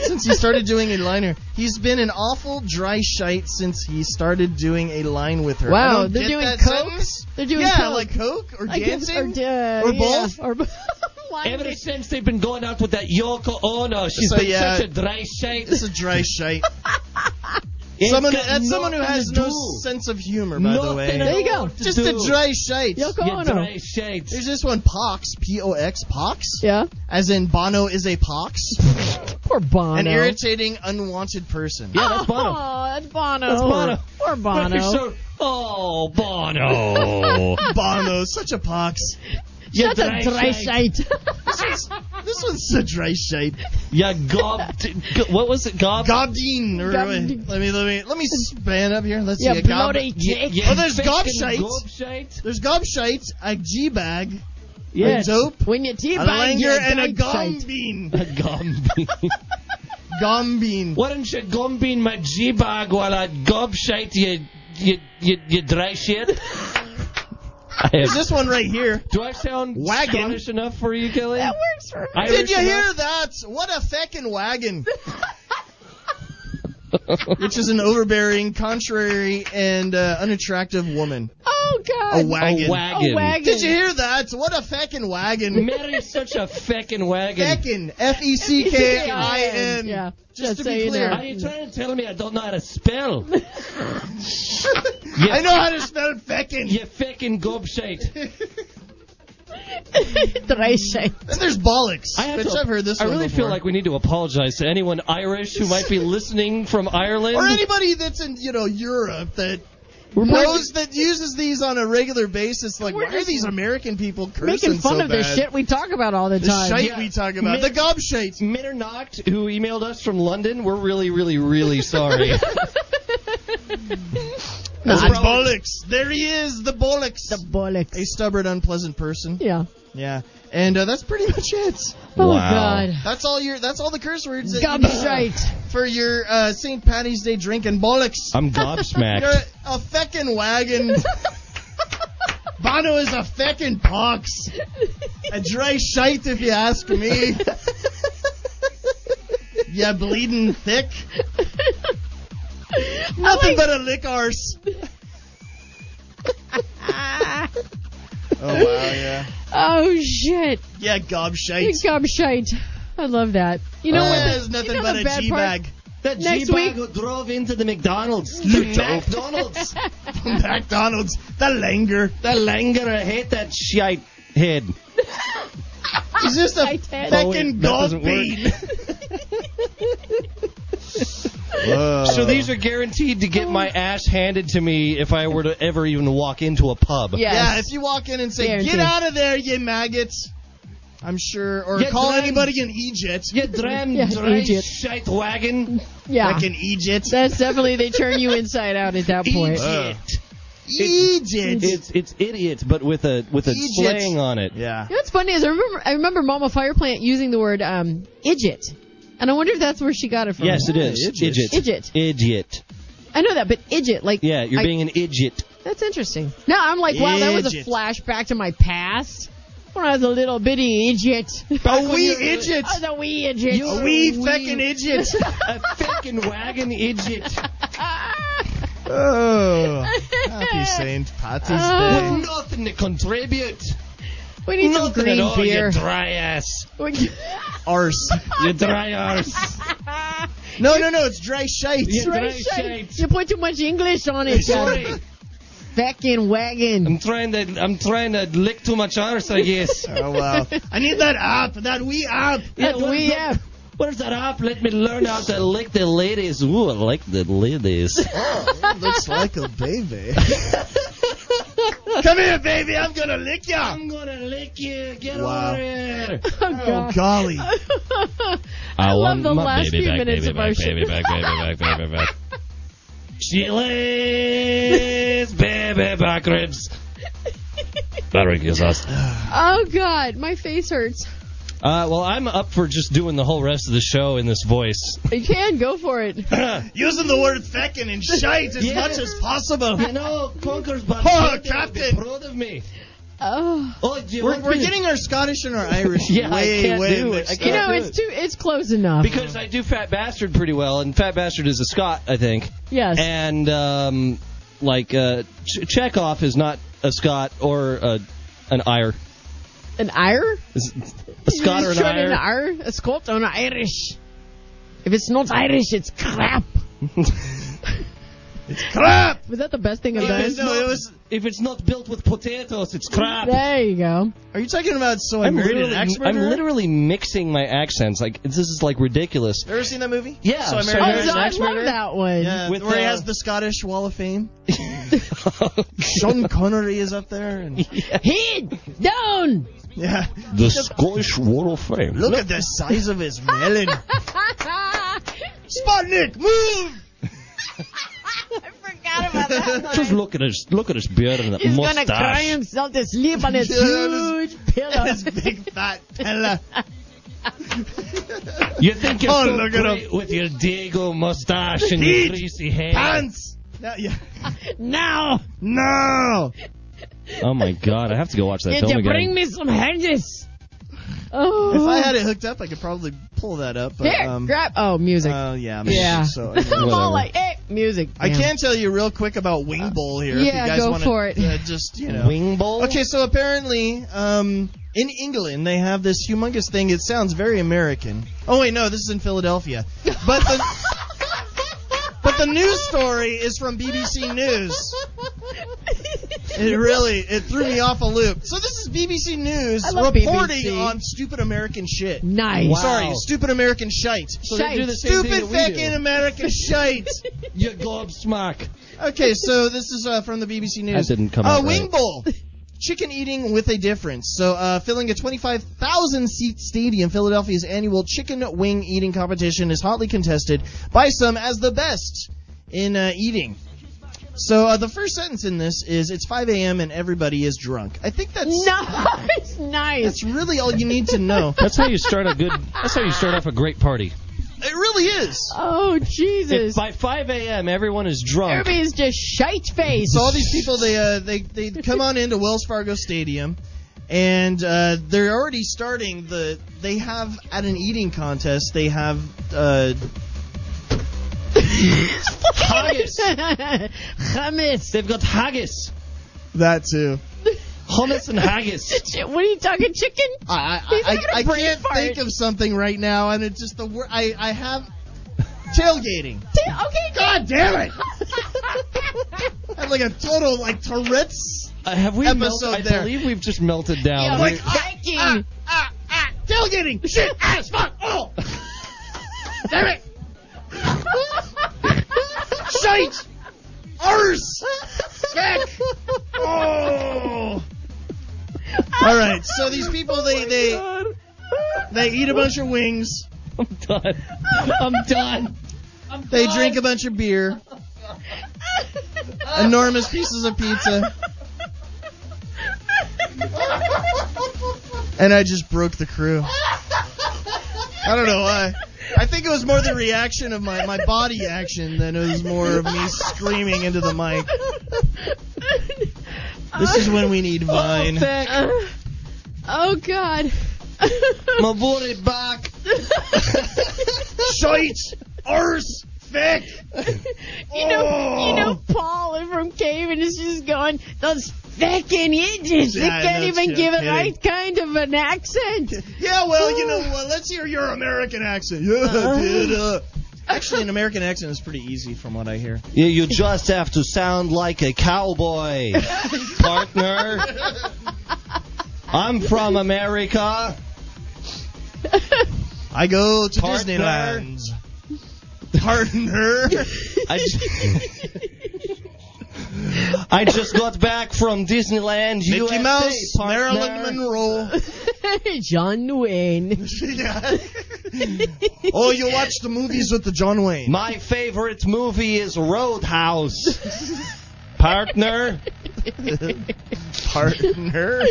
Since he started doing a liner. He's been an awful dry shite since he started doing a line with her. I
Wow,
don't
they're
get
doing
that
coke?
sentence.
They're doing
yeah,
coke.
like coke or
I guess-
dancing.
or, uh,
Or
yeah,
both?
or both. Why
Ever
did-
since they've been going out with that Yoko Ono, she's
So,
been
yeah.
such a dry shite.
This is dry shite. someone that's someone who has no sense of humor, by the way.
There you go.
Just a dry shite.
Yoko
You
Ono.
dry shite.
There's this one, Pox, P-O-X, Pox,
Yeah.
as in Bono is a Pox,
Poor Bono.
an irritating, unwanted person.
Yeah, that's Bono.
Oh, that's Bono.
That's Bono.
Poor
But
Bono.
you're so- oh, Bono.
Bono, such a Pox.
you
Shut up, dry shite.
This one's, this one's a dry shite.
You gobbed. go- What was it? Gob.
Gobdine, or
Gob-
wait, let me, let me, let me span up here. Let's
Yeah,
see. A gob-
bloody dick.
You
Oh, there's
fucking
gobshite.
Gobshite.
There's gobshite, a G-bag,
Yes.
a dope,
When you
a
teabag, you're
langer, and a
shite.
gombine.
A gombean.
Gombine.
Why don't you gombine my G bag while I gobshite you you, you, you dry shit. I
There's
have-
this one right here.
Do I sound
Wagon.
Spanish enough for you, Kelly? That
works for
me.
Did you hear that? What a feckin' wagon. Which is an overbearing, contrary, and uh, unattractive woman.
Uh,
Oh God.
A wagon.
A wagon. A wagon.
Did you hear that? What a feckin' wagon.
Mary's such a feckin' wagon.
Feckin'. F E C K I N.
Yeah.
Just to
so
be
you
clear.
know.
Are you trying to tell me I don't know how to spell?
I know how to spell feckin'.
You feckin' gobshite.
Dry shit.
And there's bollocks.
I, have
which
to-
I've heard this
I
one
really
before.
feel like we need to apologize to anyone Irish who might be listening from Ireland.
or anybody that's in you know Europe that
We're
knows that uses these on a regular basis. Like,
We're
why are
just
these American people cursing
Making fun
so
of the
bad?
shit we talk about all the
The
time.
shite we talk about. The gobshite.
Minternacht, who emailed us from London, we're really, really, really sorry.
That's bollocks. There he is, the bollocks.
The bollocks.
a stubborn, unpleasant person.
Yeah.
Yeah, and uh, that's pretty much it.
Oh
Wow.
God.
That's all your. That's all the curse words that you need
Gobshite.
for your uh, St. Patty's Day drinking bollocks.
I'm
You're
gobsmacked.
a feckin' wagon. Bono is a feckin' pox. A dry shite, if you ask me. you bleeding thick. Nothing but a lick arse. oh, wow, yeah.
Oh shit.
Yeah,
You
gobshite.
gobshite. I love that. You know what?
that
the-
is Oh, nothing
you know
but
the
a
bad
G
part?
bag.
That
Next
G-bag
week-
who drove into the McDonald's.
You
The
dope.
McDonald's.
McDonald's, the langer.
the langer. I hate that shite head.
He's just a
Shite head.
Oh, wait, that
feckin' dog
doesn't
bean.
So these are guaranteed to get my ass handed to me if I were to ever even walk into a pub.
Yes.
Yeah, if you walk in and say,
Guaranteed.
"Get out of there, you maggots," I'm sure, or
Yeah,
call
dram-
anybody an ejet.
You dram
Yeah,
dry
idiot.
shite wagon.
yeah.
Like an ejet.
That's definitely they turn you inside out at that point.
Idiot.
Ejet.
It's it's idiot, but with a with a
Idiot.
slang on it.
yeah.
You know what's funny is I remember I remember Mama Fireplant using the word um idjit. And I wonder if that's where she got it from.
Yes, it is.
Idiot.
Idiot.
Idiot.
Idiot.
I know that, but idjit, like
Yeah, you're
I-
being an idiot.
that's interesting. Now I'm like, wow, that was a
Idjit.
flashback to my past. When I was a little bitty idjit.
A wee
I
idiot.
was a Oh, wee idjit.
A wee feckin' idiot.
A fucking wagon idiot.
oh, happy Saint Patty's Day.
Oh, Nothing to contribute.
We need some
Nothing at
green
all,
beer.
you dry ass.
We-
Arse.
You dry arse.
No, no, no. It's dry shite.
You dry
Right, Shay?
shite.
You put too much English on it.
Sorry.
Feckin' wagon.
I'm trying to I'm trying to lick too much arse, I guess.
Oh wow. I need that app. That wee app.
That's
what
we
is
have.
Where's that up? Let me learn how to lick the ladies. Ooh, I like the ladies.
Looks like a baby. Come here, baby. I'm gonna lick ya.
I'm gonna lick you. Get
Wow.
over here.
Oh,
Oh
God.
golly.
I love the last few minutes of our show.
baby back, baby back. Chiles, baby back ribs. Barbecue sauce.
Oh God, my face hurts.
Uh, well, I'm up for just doing the whole rest of the show in this voice.
You can go for it.
Using the word feckin' and shite as
Yeah.
much as possible.
You know, Conker's
Oh,
Barbecue
Captain.
be proud of me.
Oh,
Oh, do you
We're,
want
we're
me-
getting our Scottish and our Irish
Yeah, I
way,
can't
way
do it.
mixed
I
you
can't
up.
know it's too. It's close enough.
Because I do Fat Bastard pretty well, and Fat Bastard is a Scot, I think.
yes.
And, um, like, uh, Ch- Chekhov is not a Scot or a, an Ire.
an ire.
Is a Scot
You're
or an
short
Ire?
An ire. A sculpt on Irish. If it's not Irish, it's crap.
crap.
Was that the best thing I've
No,
done?
no, it was.
If it's not built with potatoes, it's crap.
There you go.
Are you talking about so I
I'm
married
literally,
an axe
I'm
murderer?
literally mixing my accents. Like this is like ridiculous.
You ever seen that movie?
Yeah,
So I
so
married
I
an
Oh,
There's
so
axe
I
Axe
love
Murderer?
that one.
Yeah,
With,
where he
uh,
has the Scottish Wall of Fame. Sean Connery is up there, and
Head down.
yeah,
the Scottish War of Fame.
look at the size of his melon. Sputnik, move!
I forgot about that.
Just look at his look at his beard and that
He's
mustache.
gonna cry himself to sleep on his
Yeah,
huge pillow.
This big fat fella.
You think you're
Oh,
so
look at
Oh, great with your Diego mustache and your
Heat.
greasy hair?
pants, Now, yeah.
now.
No.
Oh my god, I have to go watch that
Did
film
you
again.
bring me some hedges?
If
Oh.
I had it hooked up, I could probably pull that up. But,
Here,
um,
grab. Oh, music.
Oh yeah. I'm
yeah.
So,
I'm all like, eh, music.
I
Damn.
can tell you real quick about Wing Bowl here. if you
yeah,
guys
go
wanna,
for it.
Uh, just you know.
Wing Bowl.
Okay, so apparently, um, in England they have this humongous thing. It sounds very American. Oh wait, no, this is in Philadelphia. But the but the news story is from BBC News. It really it threw me off a loop. So this is BBC News
I love
reporting
BBC.
on stupid American shit.
Nice. Wow.
Sorry, stupid American shite.
So they do the same thing
Stupid
that we do.
fucking American shite.
You gobsmack.
Okay, so this is uh, from the BBC News.
That didn't come
uh,
out
Wing
right.
Bowl. Chicken eating with a difference. So, uh, filling a 25,000 seat stadium, Philadelphia's annual chicken wing eating competition is hotly contested by some as the best in uh, eating. So, uh, the first sentence in this is It's 5 a.m. and everybody is drunk. I think that's,
Nice, nice.
that's really all you need to know.
That's how you start a good. That's how you start off a great party.
it really is.
Oh
If
Jesus!
by 5 a.m. everyone is drunk,
Everybody's just shite faced.
So all these people, they uh, they they come on into Wells Fargo Stadium, and uh, they're already starting the. They have at an eating contest. They have uh,
haggis. Hummus.
they've got haggis,
that too.
hummus and haggis.
Chi- What are you talking, chicken?
I
He's
I,
having a
I, I
brain
can't
fart.
think of something right now, and it's just the word I I have tailgating.
Okay,
God damn it! I had like a total like Tourette's.
Uh, have we? Melt,
Episode
I
there.
believe we've just melted down.
Yeah,
We're-
like hiking.
ah ah tailgating shit ass fuck oh damn it. Shite! Arse! Check! Oh! All right, so these people they they they eat a bunch of wings,
I'm done. I'm done.
they drink a bunch of beer, Uh, enormous pieces of pizza, and I just broke the crew. I don't know why. I think it was more the reaction of my my body action than it was more of me screaming into the mic. This is when we need Vine.
oh God.
My body back. Shite! Arse! Fick!
You know, you know,
Oh.
Paul from Caven is just going those fucking idiots. They
Yeah,
can't
no
even
shit,
give it
kidding.
right kind of an accent.
Yeah, well, you know what? Let's hear your American accent. Yeah, dude. uh. Actually, an American accent is pretty easy from what I hear.
Yeah, you just have to sound like a cowboy, partner. I'm from America.
I go to
Partner.
Disneyland. Partner.
I just, I just got back from Disneyland,
Mickey
USA,
Mouse.
partner.
Marilyn Monroe.
John Wayne.
Yeah. oh, you watch the movies with the John Wayne.
My favorite movie is Roadhouse. partner.
partner.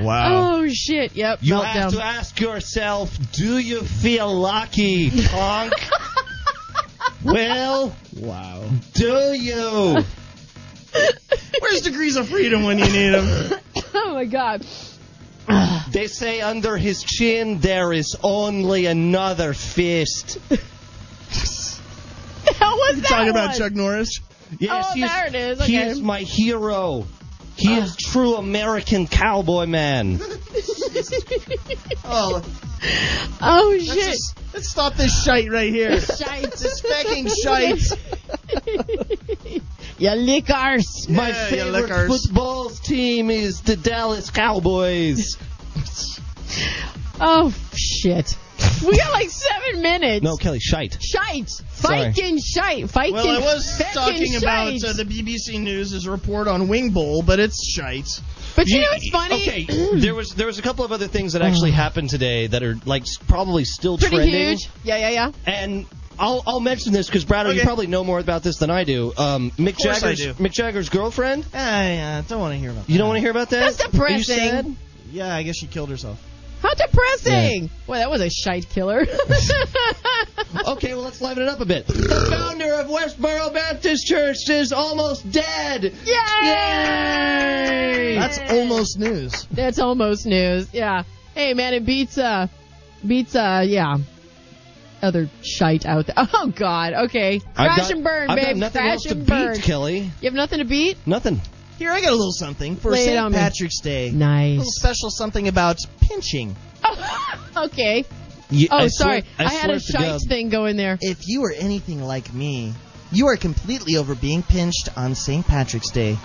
Wow.
Oh shit! Yep.
You have to
meltdown.
ask yourself, do you feel lucky, punk? well,
Wow.
do you?
Where's degrees of freedom when you need them?
oh my God.
They say under his chin there is only another fist.
How was that
Talking
one?
about Chuck Norris.
Yes,
Oh,
he is-
there it is.
He
Okay.
is my hero. He is true American cowboy man.
Oh,
oh
let's,
shit!
just- let's stop this shite right here.
Shite.
This fucking shite.
you lick arse.
My
Yeah, you
favorite
lickers.
football team is the Dallas Cowboys.
Oh shit! We got like seven minutes.
no, Kelly, shite.
Shite.
Sorry.
Fikin shite. Fikin.
Well, I was
feckin'
talking about
shite.
uh, the BBC News' report on Wing Bowl, but it's shite.
But you know what's funny?
Okay, there was there was a couple of other things that actually happened today that are like s- probably still
Pretty
trending.
huge. Yeah, yeah, yeah.
And I'll I'll mention this because Brad, you
Okay.
probably know more about this than I do. Um, Mick
course I
Jagger's
do.
Mick Jagger's girlfriend.
Ah, yeah, don't want to hear about
You don't want to hear about that?
That's
Are you
depressing.
sad?
Yeah, I guess she killed herself.
How depressing! Boy, that was a shite killer.
okay, well, let's liven it up a bit. The founder of Westboro Baptist Church is almost dead.
Yay!
That's almost news.
That's almost news. Yeah. Hey man, it beats uh beats uh yeah. Other shite out there. Oh God. Okay. Crash and burn,
I've
babe.
Got nothing
Crash
else to
and
beat,
burn.
Kelly.
You have nothing to beat?
Nothing.
Here, I got a little something for
Lay it on
St.
me.
Patrick's Day.
Nice.
A little special something about pinching.
Oh, Okay.
Ye-
oh,
I
sorry.
swear- I
I, had
swear
a
to
shite
God.
thing going there.
If you are anything like me, you are completely over being pinched on St. Patrick's Day.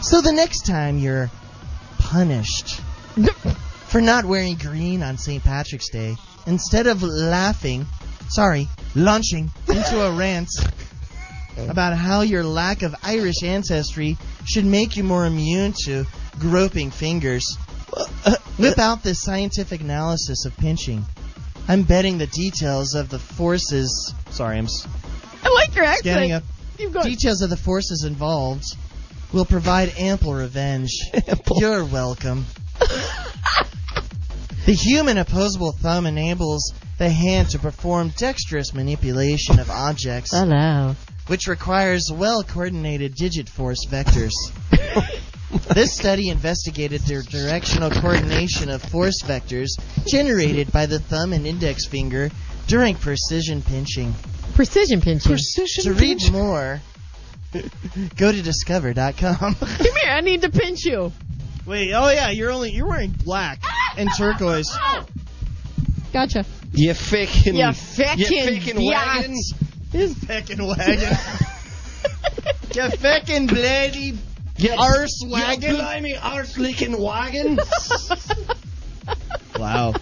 So the next time you're punished for not wearing green on St. Patrick's Day, instead of laughing, sorry, launching into a rant about how your lack of Irish ancestry should make you more immune to groping fingers, whip out this scientific analysis of pinching. I'm betting the details of the forces. Sorry, I'm s-
I like your accent.
Getting a-
Keep going.
details of the forces involved will provide ample revenge. You're welcome. the human opposable thumb enables the hand to perform dexterous manipulation of objects,
Hello.
which requires well coordinated digit force vectors. this study investigated the directional coordination of force vectors generated by the thumb and index finger during precision pinching.
Precision pinching.
To read more, go to discover.com.
Come here. I need to pinch you.
Wait, oh yeah, you're only you're wearing black and turquoise.
Gotcha.
You fucking.
You fucking biatch.
His fucking wagon. you fucking bloody
You
arse
You
wagon.
blimey arse leaking wagon.
Wow.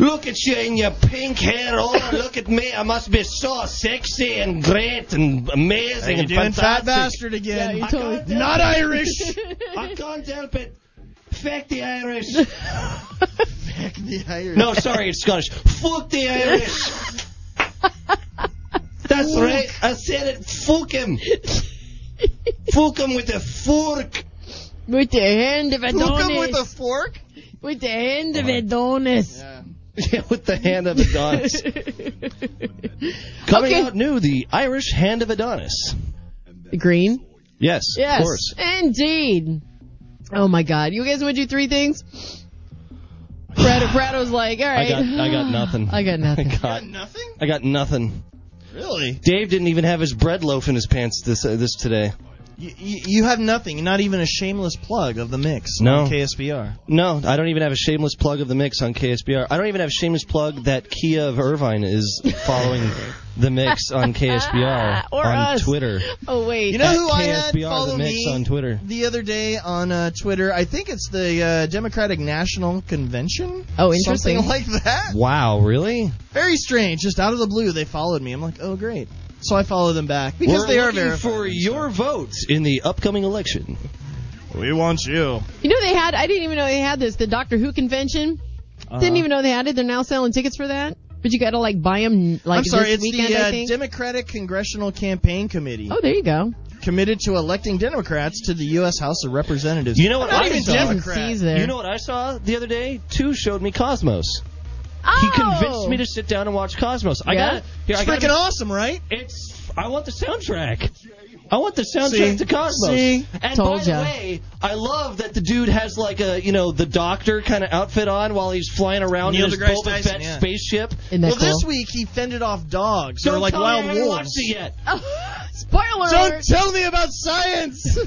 look at you in your pink hair. Oh, look at me. I must be so sexy and great and amazing
You're
and
doing fat
fantastic.
bastard again.
you
I can't
totally.
help Not Irish. I can't help it. Fuck the Irish.
The Irish.
No, sorry, it's Scottish. Fuck the Irish. That's right. I said it. Fuck him. Fuck him with a fork.
With the hand of Adonis.
Hook 'em with a fork?
With the hand of Adonis.
Yeah, with the hand of Adonis. Coming
Okay.
out new, the Irish hand of Adonis.
Green.
Yes,
Yes.
of course.
Indeed. Oh my God. You guys want to do three things? Brad, Brado's like, all
I
right.
got, I got nothing.
I got nothing.
I got,
Nothing?
I got nothing.
Really?
Dave didn't even have his bread loaf in his pants this uh, this today.
You, you, you have nothing, not even a shameless plug of the mix
No.
on KSBR.
No, I don't even have a shameless plug of the mix on KSBR. I don't even have a shameless plug that Kia of Irvine is following the mix on KSBR
Or
on
us.
Twitter.
Oh wait.
You know
At
who I
KSBR,
had
the
follow
mix
me
on Twitter.
the other day on uh, Twitter? I think it's the uh, Democratic National Convention.
Oh, interesting.
Something like that.
Wow, really?
Very strange. Just out of the blue, they followed me. I'm like, oh great. So I follow them back because
We're
they are
looking
verified.
for your votes in the upcoming election.
we want you.
You know they had. I didn't even know they had this. The Doctor Who convention.
Uh-huh.
Didn't even know they had it. They're now selling tickets for that. But you got to like buy them like
I'm sorry,
this
it's
weekend.
the
I
uh,
think.
Democratic Congressional Campaign Committee
oh, there you go.
committed to electing Democrats to the U.S. House of Representatives.
You know what
Not
I
even
saw?
Democrat.
Sees there.
You know what I saw the other day? Two showed me Cosmos. He
Oh.
convinced me to sit down and watch Cosmos. I
Yeah?
got here.
It's
I got
freaking awesome, right?
It's. I want the soundtrack. I want the soundtrack
See?
to Cosmos.
See?
And
Told
by the
ya.
way, I love that the dude has like a you know the doctor kind of outfit on while he's flying around
Neil
in his
deGrasse
Boba
Tyson,
Fett
yeah.
spaceship.
Isn't that
well, this
cool?
week he fended off dogs
Don't
or like
tell
wild
me I haven't watched
wolves.
it yet.
Oh! Spoiler
Don't
alert.
tell me about science,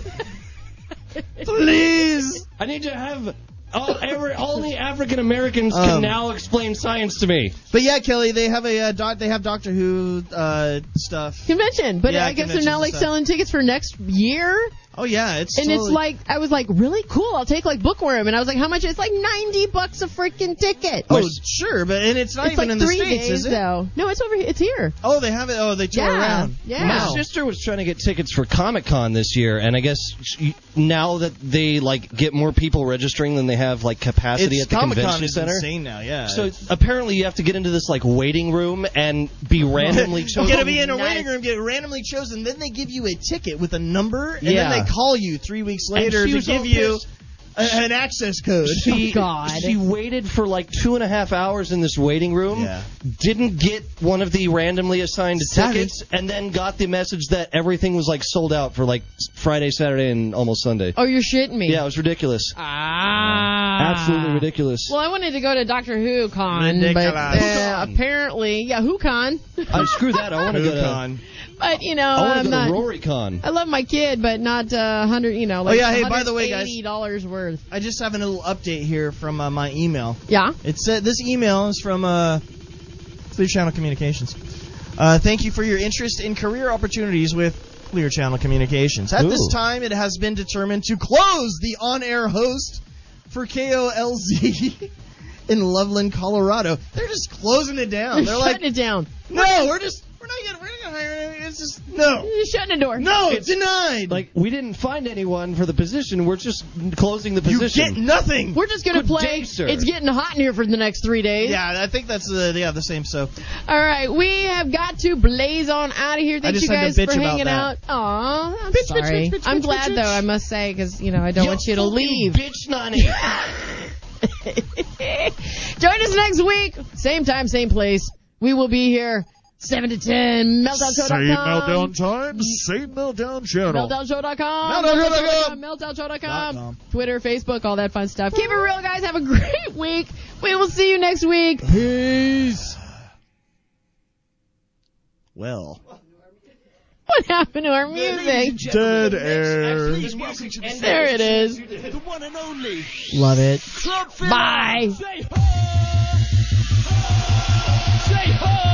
please.
I need to have all every all the African Americans
Um,
can now explain science to me.
But yeah, Kelly, they have a uh, doc, they have Doctor Who uh, stuff.
convention. But
Yeah,
I guess they're now
conventions
like
and stuff.
selling tickets for next year.
Oh yeah, it's
And it's
totally-
like I was like, really cool. I'll take like bookworm, and I was like, how much? It's like ninety bucks a freaking ticket.
oh sure, but and it's not
it's
even
like
in the
three
states,
days
is it?
though. No, it's over. here. It's here.
Oh, they have it. Oh, they tour
yeah,
around.
yeah.
My sister was trying to get tickets for Comic Con this year, and I guess she, now that they like get more people registering than they have like capacity
It's
at the
Comic Con
convention
is
center.
insane now. Yeah.
So apparently you have to get into this like waiting room and be randomly
You're
chosen.
gonna be in a
Nice.
waiting room, get randomly chosen, then they give you a ticket with a number, and
Yeah.
then they call you three weeks
And
later
she
to
was all
give you
pissed.
a- an access code.
She,
Oh,
she waited for like two and a half hours in this waiting room, didn't get one of the randomly assigned tickets, and then got the message that everything was like sold out for like s- Friday, Saturday, and almost Sunday.
Oh, you're shitting me.
Yeah, it was ridiculous.
Ah.
Absolutely ridiculous.
Well, I wanted to go to Doctor Who con, but
Ridiculous.
uh, apparently, yeah, Who con.
I screw that. I want to go to.
Whocon.
But you know,
I want to
I'm
go
not.
to RoryCon.
I love my kid, but not uh, hundred. You know, like
oh yeah, hey, by the way, guys,
dollars worth.
I just have a little update here from uh, my email.
Yeah.
It said this email is from uh, Clear Channel Communications. Uh, thank you for your interest in career opportunities with Clear Channel Communications. At this
Ooh.
time, it has been determined to close the on-air host for KOLZ in Loveland, Colorado. They're just closing it down. They're like,
shutting it down.
no, we're just we're not gonna we're not gonna hire anyone. It's just no.
You're shutting the door.
No, denied.
Like we didn't find anyone for the position. We're just closing the
You
position.
get nothing.
We're just gonna
Good
play.
day, sir.
It's getting hot in here for the next three days.
Yeah, I think that's the yeah the same. So
All right, we have got to blaze on out of here. Thank
just
you
had
guys
to bitch
for
about
hanging out.
that.
Aw, I'm
Bitch, bitch,
sorry.
bitch, bitch,
I'm
bitch,
glad
bitch,
though.
bitch.
I must say because you know I don't
You
want you to leave.
bitch, Nani.
Join us next week, same time, same place. We will be here seven to ten. MeltdownShow.com.
time, same meltdown channel.
MeltdownShow.com.
MeltdownShow.com.
MeltdownShow.com. Twitter, Facebook, all that fun stuff. Keep it real, guys. Have a great week. We will see you next week. Peace.
Well.
What happened to our music?
Dead air.
There it is.
Love it.
Bye.
Say ho!